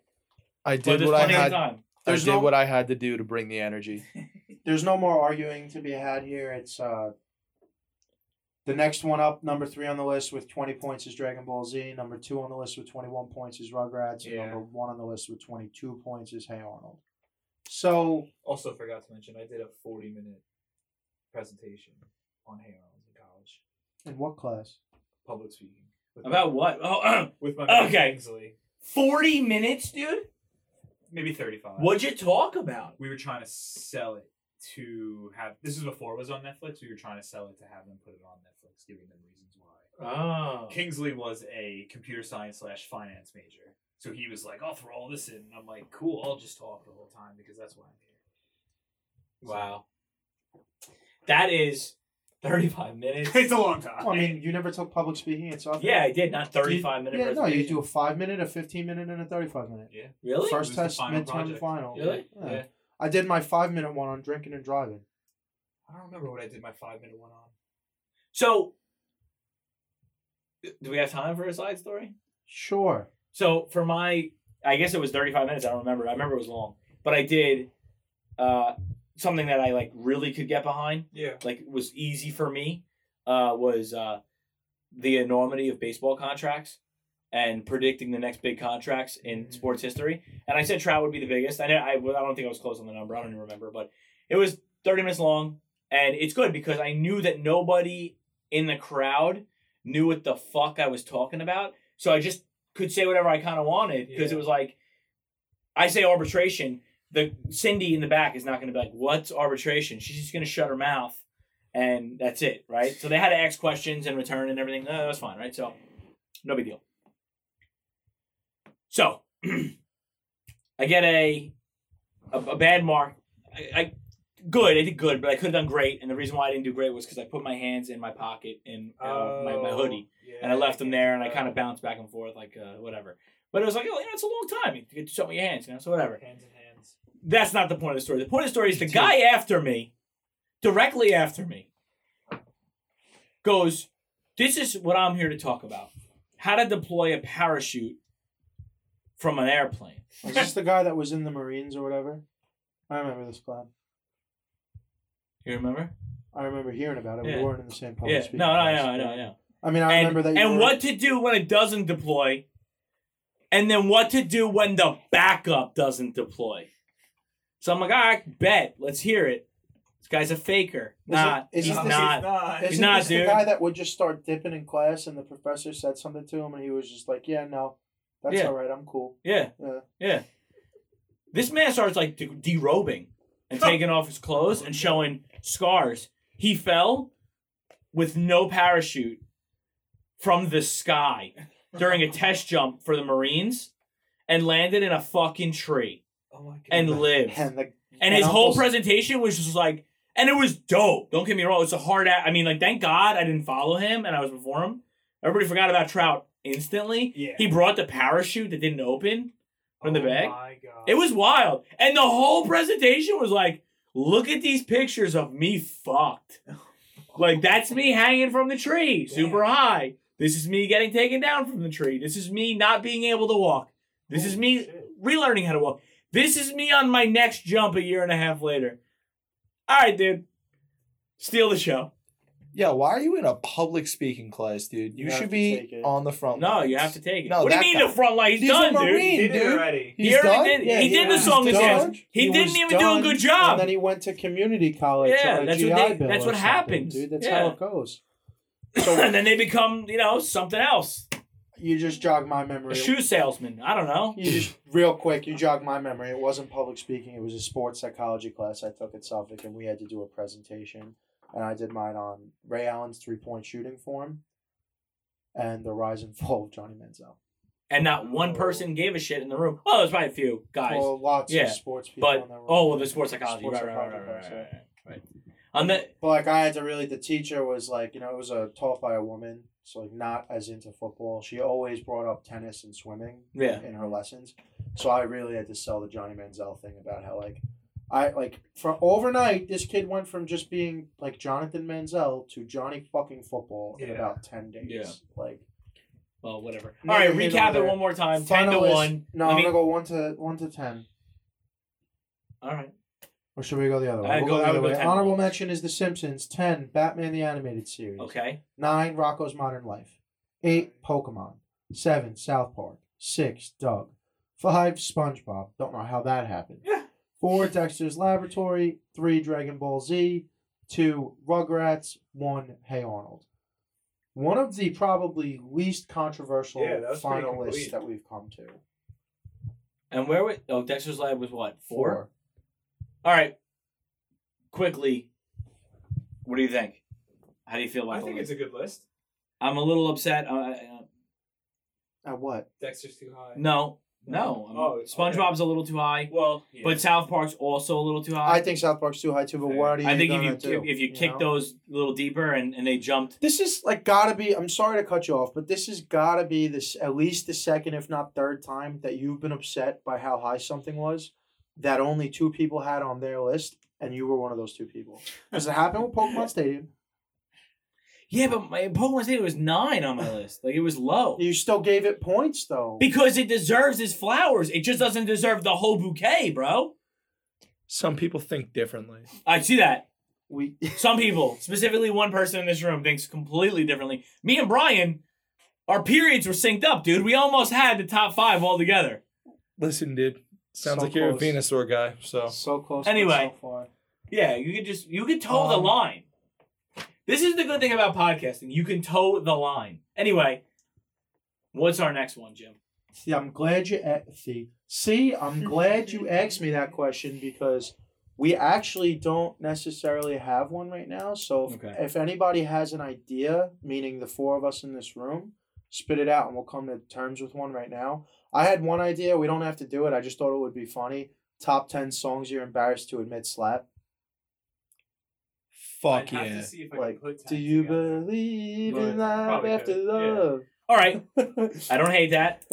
[SPEAKER 2] I
[SPEAKER 3] But
[SPEAKER 2] did
[SPEAKER 3] there's
[SPEAKER 2] what I
[SPEAKER 3] plenty of
[SPEAKER 2] had. I
[SPEAKER 3] time.
[SPEAKER 1] There's
[SPEAKER 2] did
[SPEAKER 1] no-
[SPEAKER 2] what I had to do to bring
[SPEAKER 3] *laughs*
[SPEAKER 2] the energy.
[SPEAKER 1] There's no more arguing to be had here. It's uh, the next one up, number three on the list with 20 points is Dragon Ball Z. Number two on the list with 21 points is Rugrats. And
[SPEAKER 4] Yeah.
[SPEAKER 1] number one on the list with 22 points is Hey Arnold. So
[SPEAKER 4] Also, forgot to mention, I did a 40 minute presentation on Hey Arnold in college,
[SPEAKER 1] in what class?
[SPEAKER 4] public speaking.
[SPEAKER 3] About what? Oh, *clears throat*
[SPEAKER 4] with my man
[SPEAKER 3] Okay.
[SPEAKER 4] Kingsley.
[SPEAKER 3] 40 minutes, dude?
[SPEAKER 4] Maybe 35.
[SPEAKER 3] What'd you talk about?
[SPEAKER 4] We were trying to sell it to have. This is before it was on Netflix. We were trying to sell it to have them put it on Netflix, giving them reasons why.
[SPEAKER 3] Oh.
[SPEAKER 4] Kingsley was a computer science slash finance major. So he was like, I'll throw all this in. And I'm like, cool, I'll just talk the whole time because that's why I'm here.
[SPEAKER 3] Wow. That is 35 minutes.
[SPEAKER 4] it's a long time.
[SPEAKER 1] Well, I mean, you never took public speaking and stuff.
[SPEAKER 3] yeah, I did. Not 35 minutes.
[SPEAKER 1] Yeah, no, you do a five minute, a fifteen minute, and a thirty five minute.
[SPEAKER 3] Really?
[SPEAKER 4] It
[SPEAKER 1] First
[SPEAKER 4] was the
[SPEAKER 1] test,
[SPEAKER 4] final
[SPEAKER 1] midterm,
[SPEAKER 4] project.
[SPEAKER 1] final.
[SPEAKER 3] Really?
[SPEAKER 1] Yeah.
[SPEAKER 4] Yeah.
[SPEAKER 1] I did my five minute one on drinking and driving.
[SPEAKER 4] I don't remember what I did my five minute one on.
[SPEAKER 3] So, do we have time for a side story?
[SPEAKER 4] *laughs*
[SPEAKER 1] Sure.
[SPEAKER 3] So for my, I guess it was 35 minutes. I don't remember. I remember it was long, but I did uh, something that I like really could get behind.
[SPEAKER 4] Yeah.
[SPEAKER 3] Like it was easy for me. Uh, was uh, the enormity of baseball contracts and predicting the next big contracts in sports history. And I said Trout would be the biggest. I know I, I don't think I was close on the number. I don't even remember, but it was 30 minutes long, and it's good because I knew that nobody in the crowd knew what the fuck I was talking about. So I just could say whatever I kind of wanted because
[SPEAKER 4] Yeah.
[SPEAKER 3] it was like, I say arbitration. The Cindy in the back is not going to be like, "What's arbitration?" She's just going to shut her mouth, and that's it, right? So they had to ask questions and return and everything. No, that was fine, right? So no big deal. So *clears throat* I get a, a a bad mark. I, I good. I did good, but I could have done great. And the reason why I didn't do great was because I put my hands in my pocket in uh, my,
[SPEAKER 4] Oh,
[SPEAKER 3] my hoodie and I left them there, and I kind of bounced back and forth, like uh, whatever. But it was like, oh, you know, it's a long time. You get to show me your hands, you know, so whatever.
[SPEAKER 4] Hands in hands.
[SPEAKER 3] That's not the point of the story. The point of the story is the guy after me, directly after me, goes, "This is what I'm here to talk about: how to deploy a parachute from an airplane."
[SPEAKER 1] Is this the guy that was in the Marines or whatever? I remember this club.
[SPEAKER 3] You remember?
[SPEAKER 1] I remember hearing about it.
[SPEAKER 3] Yeah.
[SPEAKER 1] We weren't in the same public
[SPEAKER 3] Yeah.
[SPEAKER 1] speaking.
[SPEAKER 3] No, no, I
[SPEAKER 1] class.
[SPEAKER 3] know, I know, I know.
[SPEAKER 1] I mean, I
[SPEAKER 3] and,
[SPEAKER 1] remember that. You
[SPEAKER 3] and
[SPEAKER 1] were-
[SPEAKER 3] what to do when it doesn't deploy, and then what to do when the backup doesn't deploy. So I'm like, all right, bet, let's hear it. This guy's a faker.
[SPEAKER 1] Is it-
[SPEAKER 3] Not,
[SPEAKER 1] is
[SPEAKER 3] he's
[SPEAKER 1] it-
[SPEAKER 3] not.
[SPEAKER 1] is Isn't
[SPEAKER 3] He's not,
[SPEAKER 1] this
[SPEAKER 3] dude.
[SPEAKER 1] the guy that would just start dipping in class, and the professor said something to him, and he was just like, "Yeah, no, that's
[SPEAKER 3] Yeah.
[SPEAKER 1] all right. I'm cool." Uh,
[SPEAKER 3] Yeah,
[SPEAKER 1] Yeah.
[SPEAKER 3] yeah. This man starts like de- derobing and taking off his clothes and showing scars. He fell with no parachute from the sky during a test jump for the Marines and landed in a fucking tree.
[SPEAKER 4] Oh my god.
[SPEAKER 3] and lived.
[SPEAKER 1] And the
[SPEAKER 3] And his whole
[SPEAKER 1] uncle's-
[SPEAKER 3] presentation was just like, and it was dope. Don't get me wrong. It's a hard act. I mean, like, thank God I didn't follow him and I was before him. Everybody forgot about Trout instantly.
[SPEAKER 4] Yeah.
[SPEAKER 3] He brought the parachute that didn't open from the
[SPEAKER 4] oh
[SPEAKER 3] back.
[SPEAKER 4] my god.
[SPEAKER 3] It was wild. And the whole presentation was like, look at these pictures of me fucked. Like, that's me hanging from the tree super high. This is me getting taken down from the tree. This is me not being able to walk. This is me relearning how to walk. This is me on my next jump a year and a half later. All right, dude. Steal the show.
[SPEAKER 2] Yeah, why are you in a public speaking class, dude? You,
[SPEAKER 1] You have
[SPEAKER 2] should
[SPEAKER 1] to take
[SPEAKER 2] be
[SPEAKER 1] it.
[SPEAKER 2] on the front.
[SPEAKER 3] No,
[SPEAKER 2] lines.
[SPEAKER 3] you have to take it.
[SPEAKER 2] No,
[SPEAKER 3] what do you
[SPEAKER 2] that
[SPEAKER 3] mean
[SPEAKER 2] guy.
[SPEAKER 3] the front line? He's,
[SPEAKER 2] He's
[SPEAKER 3] done,
[SPEAKER 2] a
[SPEAKER 3] dude.
[SPEAKER 2] Marine,
[SPEAKER 4] Did it
[SPEAKER 2] dude.
[SPEAKER 4] already.
[SPEAKER 3] He
[SPEAKER 2] He's
[SPEAKER 3] already
[SPEAKER 2] done?
[SPEAKER 3] did it.
[SPEAKER 2] Yeah,
[SPEAKER 3] He did the
[SPEAKER 2] was
[SPEAKER 3] song and
[SPEAKER 2] done.
[SPEAKER 3] dance. He didn't
[SPEAKER 1] was
[SPEAKER 3] even do a good job.
[SPEAKER 1] And then he went to community college.
[SPEAKER 3] Yeah,
[SPEAKER 1] on a
[SPEAKER 3] that's
[SPEAKER 1] GI
[SPEAKER 3] what they-
[SPEAKER 1] Bill
[SPEAKER 3] that's
[SPEAKER 1] or
[SPEAKER 3] what
[SPEAKER 1] something,
[SPEAKER 3] happens.
[SPEAKER 1] dude. That's
[SPEAKER 3] Yeah.
[SPEAKER 1] how it goes.
[SPEAKER 3] *laughs* and then they become, you know, something else.
[SPEAKER 1] You just jog my
[SPEAKER 3] A *coughs*
[SPEAKER 1] memory.
[SPEAKER 3] shoe salesman. I don't know.
[SPEAKER 1] You just real quick. You jog my memory. It wasn't public speaking. It was a sports psychology class I took at Suffolk, and we had to do a presentation. And I did mine on Ray Allen's three point shooting form, and the rise and fall of Johnny Manziel.
[SPEAKER 3] And not one person gave a shit in the room. Well, there's probably a few guys.
[SPEAKER 1] Oh. Well, lots
[SPEAKER 3] yeah,
[SPEAKER 1] of sports people.
[SPEAKER 3] but
[SPEAKER 1] in that room.
[SPEAKER 3] oh, well, the sports psychology.
[SPEAKER 1] Sports
[SPEAKER 3] right, right, right,
[SPEAKER 1] psychology
[SPEAKER 3] right,
[SPEAKER 1] class,
[SPEAKER 3] right,
[SPEAKER 1] yeah.
[SPEAKER 3] right, right. On the
[SPEAKER 1] But like I had to really the teacher was like, you know, it was a taught by a woman, so like not as into football. She always brought up tennis and swimming
[SPEAKER 3] Yeah.
[SPEAKER 1] *laughs* in her lessons. So I really had to sell the Johnny Manziel thing about how like I like for overnight this kid went from just being like Jonathan Manziel to Johnny fucking football in
[SPEAKER 4] Yeah.
[SPEAKER 1] about ten days.
[SPEAKER 3] Yeah.
[SPEAKER 1] Like
[SPEAKER 3] well, whatever. All
[SPEAKER 1] Neither
[SPEAKER 3] right,
[SPEAKER 1] here nor
[SPEAKER 3] recap it
[SPEAKER 1] there.
[SPEAKER 3] one more time. Ten to
[SPEAKER 1] Final is-
[SPEAKER 3] one.
[SPEAKER 1] No,
[SPEAKER 3] Let
[SPEAKER 1] I'm
[SPEAKER 3] me-
[SPEAKER 1] gonna go one to one to ten.
[SPEAKER 3] All right.
[SPEAKER 1] Or should we go the other way?
[SPEAKER 3] I'd
[SPEAKER 1] We'll
[SPEAKER 3] go-
[SPEAKER 1] the
[SPEAKER 3] I
[SPEAKER 1] other
[SPEAKER 3] would go
[SPEAKER 1] way.
[SPEAKER 3] 10.
[SPEAKER 1] Honorable mention is The Simpsons. Ten, Batman the Animated Series.
[SPEAKER 3] Okay.
[SPEAKER 1] Nine, Rocco's Modern Life. Eight, Pokemon. Seven, South Park. Six, Doug. Five, SpongeBob. Don't know how that happened.
[SPEAKER 3] Yeah.
[SPEAKER 1] Four, Dexter's Laboratory. Three, Dragon Ball Z. Two, Rugrats. One, Hey Arnold. one of the probably least controversial
[SPEAKER 10] Yeah, that was pretty
[SPEAKER 1] final lists
[SPEAKER 10] complete.
[SPEAKER 1] that we've come to.
[SPEAKER 3] And where was oh Dexter's Lab was what four? All right. Quickly, what do you think? How do you feel about
[SPEAKER 10] I
[SPEAKER 3] the
[SPEAKER 10] think it's
[SPEAKER 3] list?
[SPEAKER 10] a good list.
[SPEAKER 3] I'm a little upset. Uh, uh,
[SPEAKER 1] At what?
[SPEAKER 10] Dexter's too high.
[SPEAKER 3] no, no. I'm-
[SPEAKER 10] Oh, okay.
[SPEAKER 3] SpongeBob's a little too high,
[SPEAKER 10] Well, yeah.
[SPEAKER 3] but South Park's also a little too high.
[SPEAKER 1] I think South Park's too high too, but
[SPEAKER 10] Fair.
[SPEAKER 1] what are you
[SPEAKER 3] I think
[SPEAKER 1] gonna
[SPEAKER 3] if you
[SPEAKER 1] do?
[SPEAKER 3] if you kick
[SPEAKER 1] know?
[SPEAKER 3] those a little deeper and, and they jumped,
[SPEAKER 1] This is like gotta be. I'm sorry to cut you off, but this has gotta be this at least the second, if not third, time that you've been upset by how high something was that only two people had on their list, and you were one of those two people. Because it happened with Pokemon Stadium.
[SPEAKER 3] yeah. But my Pokemon Stadium was nine
[SPEAKER 1] *sighs*
[SPEAKER 3] on my list. Like it was low
[SPEAKER 1] You still gave it points though.
[SPEAKER 3] because it deserves its flowers. It just doesn't deserve the whole bouquet, bro.
[SPEAKER 2] Some people think differently.
[SPEAKER 3] I see that.
[SPEAKER 1] *laughs* We
[SPEAKER 3] Some people, specifically one person in this room, thinks completely differently. Me and Brian, our periods were synced up, dude. We almost had the top five all together.
[SPEAKER 2] Listen, dude. Sounds
[SPEAKER 1] So
[SPEAKER 2] like you're a
[SPEAKER 1] close.
[SPEAKER 2] Venusaur guy. So
[SPEAKER 1] so close.
[SPEAKER 3] Anyway.
[SPEAKER 1] but so far.
[SPEAKER 3] Yeah, you could just you could toe the
[SPEAKER 1] Um,
[SPEAKER 3] line. This is the good thing about podcasting. You can toe the line. Anyway, what's our next one, Jim?
[SPEAKER 1] See, I'm glad you a- see. See, I'm glad you asked me that question because we actually don't necessarily have one right now. So if,
[SPEAKER 3] Okay.
[SPEAKER 1] if anybody has an idea, meaning the four of us in this room, spit it out and we'll come to terms with one right now. I had one idea. We don't have to do it. I just thought it would be funny. Top 10 songs you're embarrassed to admit slap.
[SPEAKER 4] I'd
[SPEAKER 2] fuck yeah.
[SPEAKER 4] have to see if I
[SPEAKER 1] Like,
[SPEAKER 4] can put
[SPEAKER 1] do
[SPEAKER 4] time
[SPEAKER 1] you
[SPEAKER 4] together.
[SPEAKER 1] believe
[SPEAKER 4] Well,
[SPEAKER 1] in love
[SPEAKER 4] probably
[SPEAKER 1] after
[SPEAKER 4] could, yeah.
[SPEAKER 1] love? *laughs*
[SPEAKER 3] All right, I don't hate that.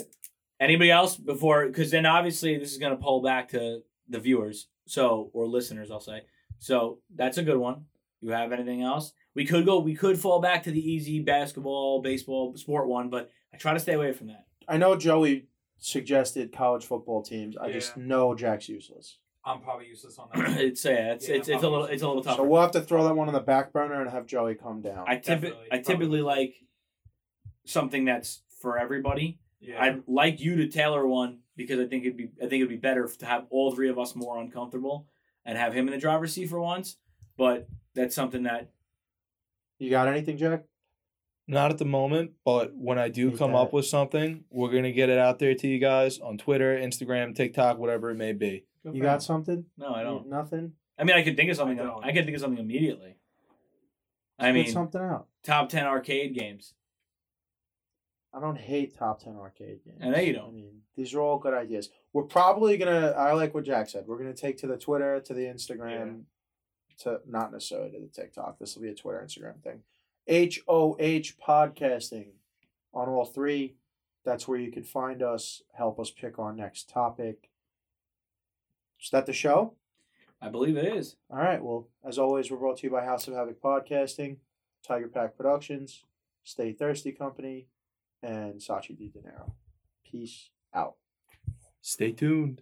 [SPEAKER 3] Anybody else before? Because then obviously this is gonna pull back to the viewers, so or listeners, I'll say. So that's a good one. You have anything else? We could go. We could fall back to the easy basketball, baseball, sport one, but I try to stay away from that. *clears throat*
[SPEAKER 1] I know Joey suggested college football teams. I just know Jack's useless.
[SPEAKER 4] I'm probably useless on
[SPEAKER 3] *coughs*
[SPEAKER 4] that.
[SPEAKER 3] it's yeah, it's
[SPEAKER 4] Yeah,
[SPEAKER 3] it's, it's a little it's a little
[SPEAKER 1] So
[SPEAKER 3] tougher.
[SPEAKER 1] we'll have to throw that one on the back burner and have Joey come down.
[SPEAKER 3] I typically
[SPEAKER 4] Definitely,
[SPEAKER 3] I typically
[SPEAKER 4] probably.
[SPEAKER 3] like something that's for everybody.
[SPEAKER 4] yeah.
[SPEAKER 3] I'd like you to tailor one because I think it'd be I think it'd be better to have all three of us more uncomfortable and have him in the driver's seat for once. But that's something that
[SPEAKER 1] you got anything, Jack?
[SPEAKER 2] Not at the moment, but when I do
[SPEAKER 1] Hate
[SPEAKER 2] come
[SPEAKER 1] that.
[SPEAKER 2] up with something, we're gonna get it out there to you guys on Twitter, Instagram, TikTok, whatever it may be.
[SPEAKER 1] You got something?
[SPEAKER 3] no, I don't.
[SPEAKER 1] Nothing.
[SPEAKER 3] I mean, I could think of something.
[SPEAKER 4] I
[SPEAKER 3] I,
[SPEAKER 4] don't.
[SPEAKER 3] could think of something immediately. I
[SPEAKER 1] Spit
[SPEAKER 3] mean,
[SPEAKER 1] something out.
[SPEAKER 3] top ten arcade games.
[SPEAKER 1] I don't hate top ten arcade games.
[SPEAKER 3] I know you don't.
[SPEAKER 1] I mean, these are all good ideas. We're probably gonna. I like what Jack said. We're gonna take to the Twitter, to the Instagram, to not necessarily to the TikTok. This will be a Twitter, Instagram thing. H O H podcasting on all three. That's where you can find us. Help us pick our next topic. Is that the show?
[SPEAKER 3] I believe it is.
[SPEAKER 1] All right. Well, as always, we're brought to you by House of Havoc Podcasting, Tiger Pack Productions, Stay Thirsty Company, and Sachi Di Dinero. Peace out.
[SPEAKER 2] Stay tuned.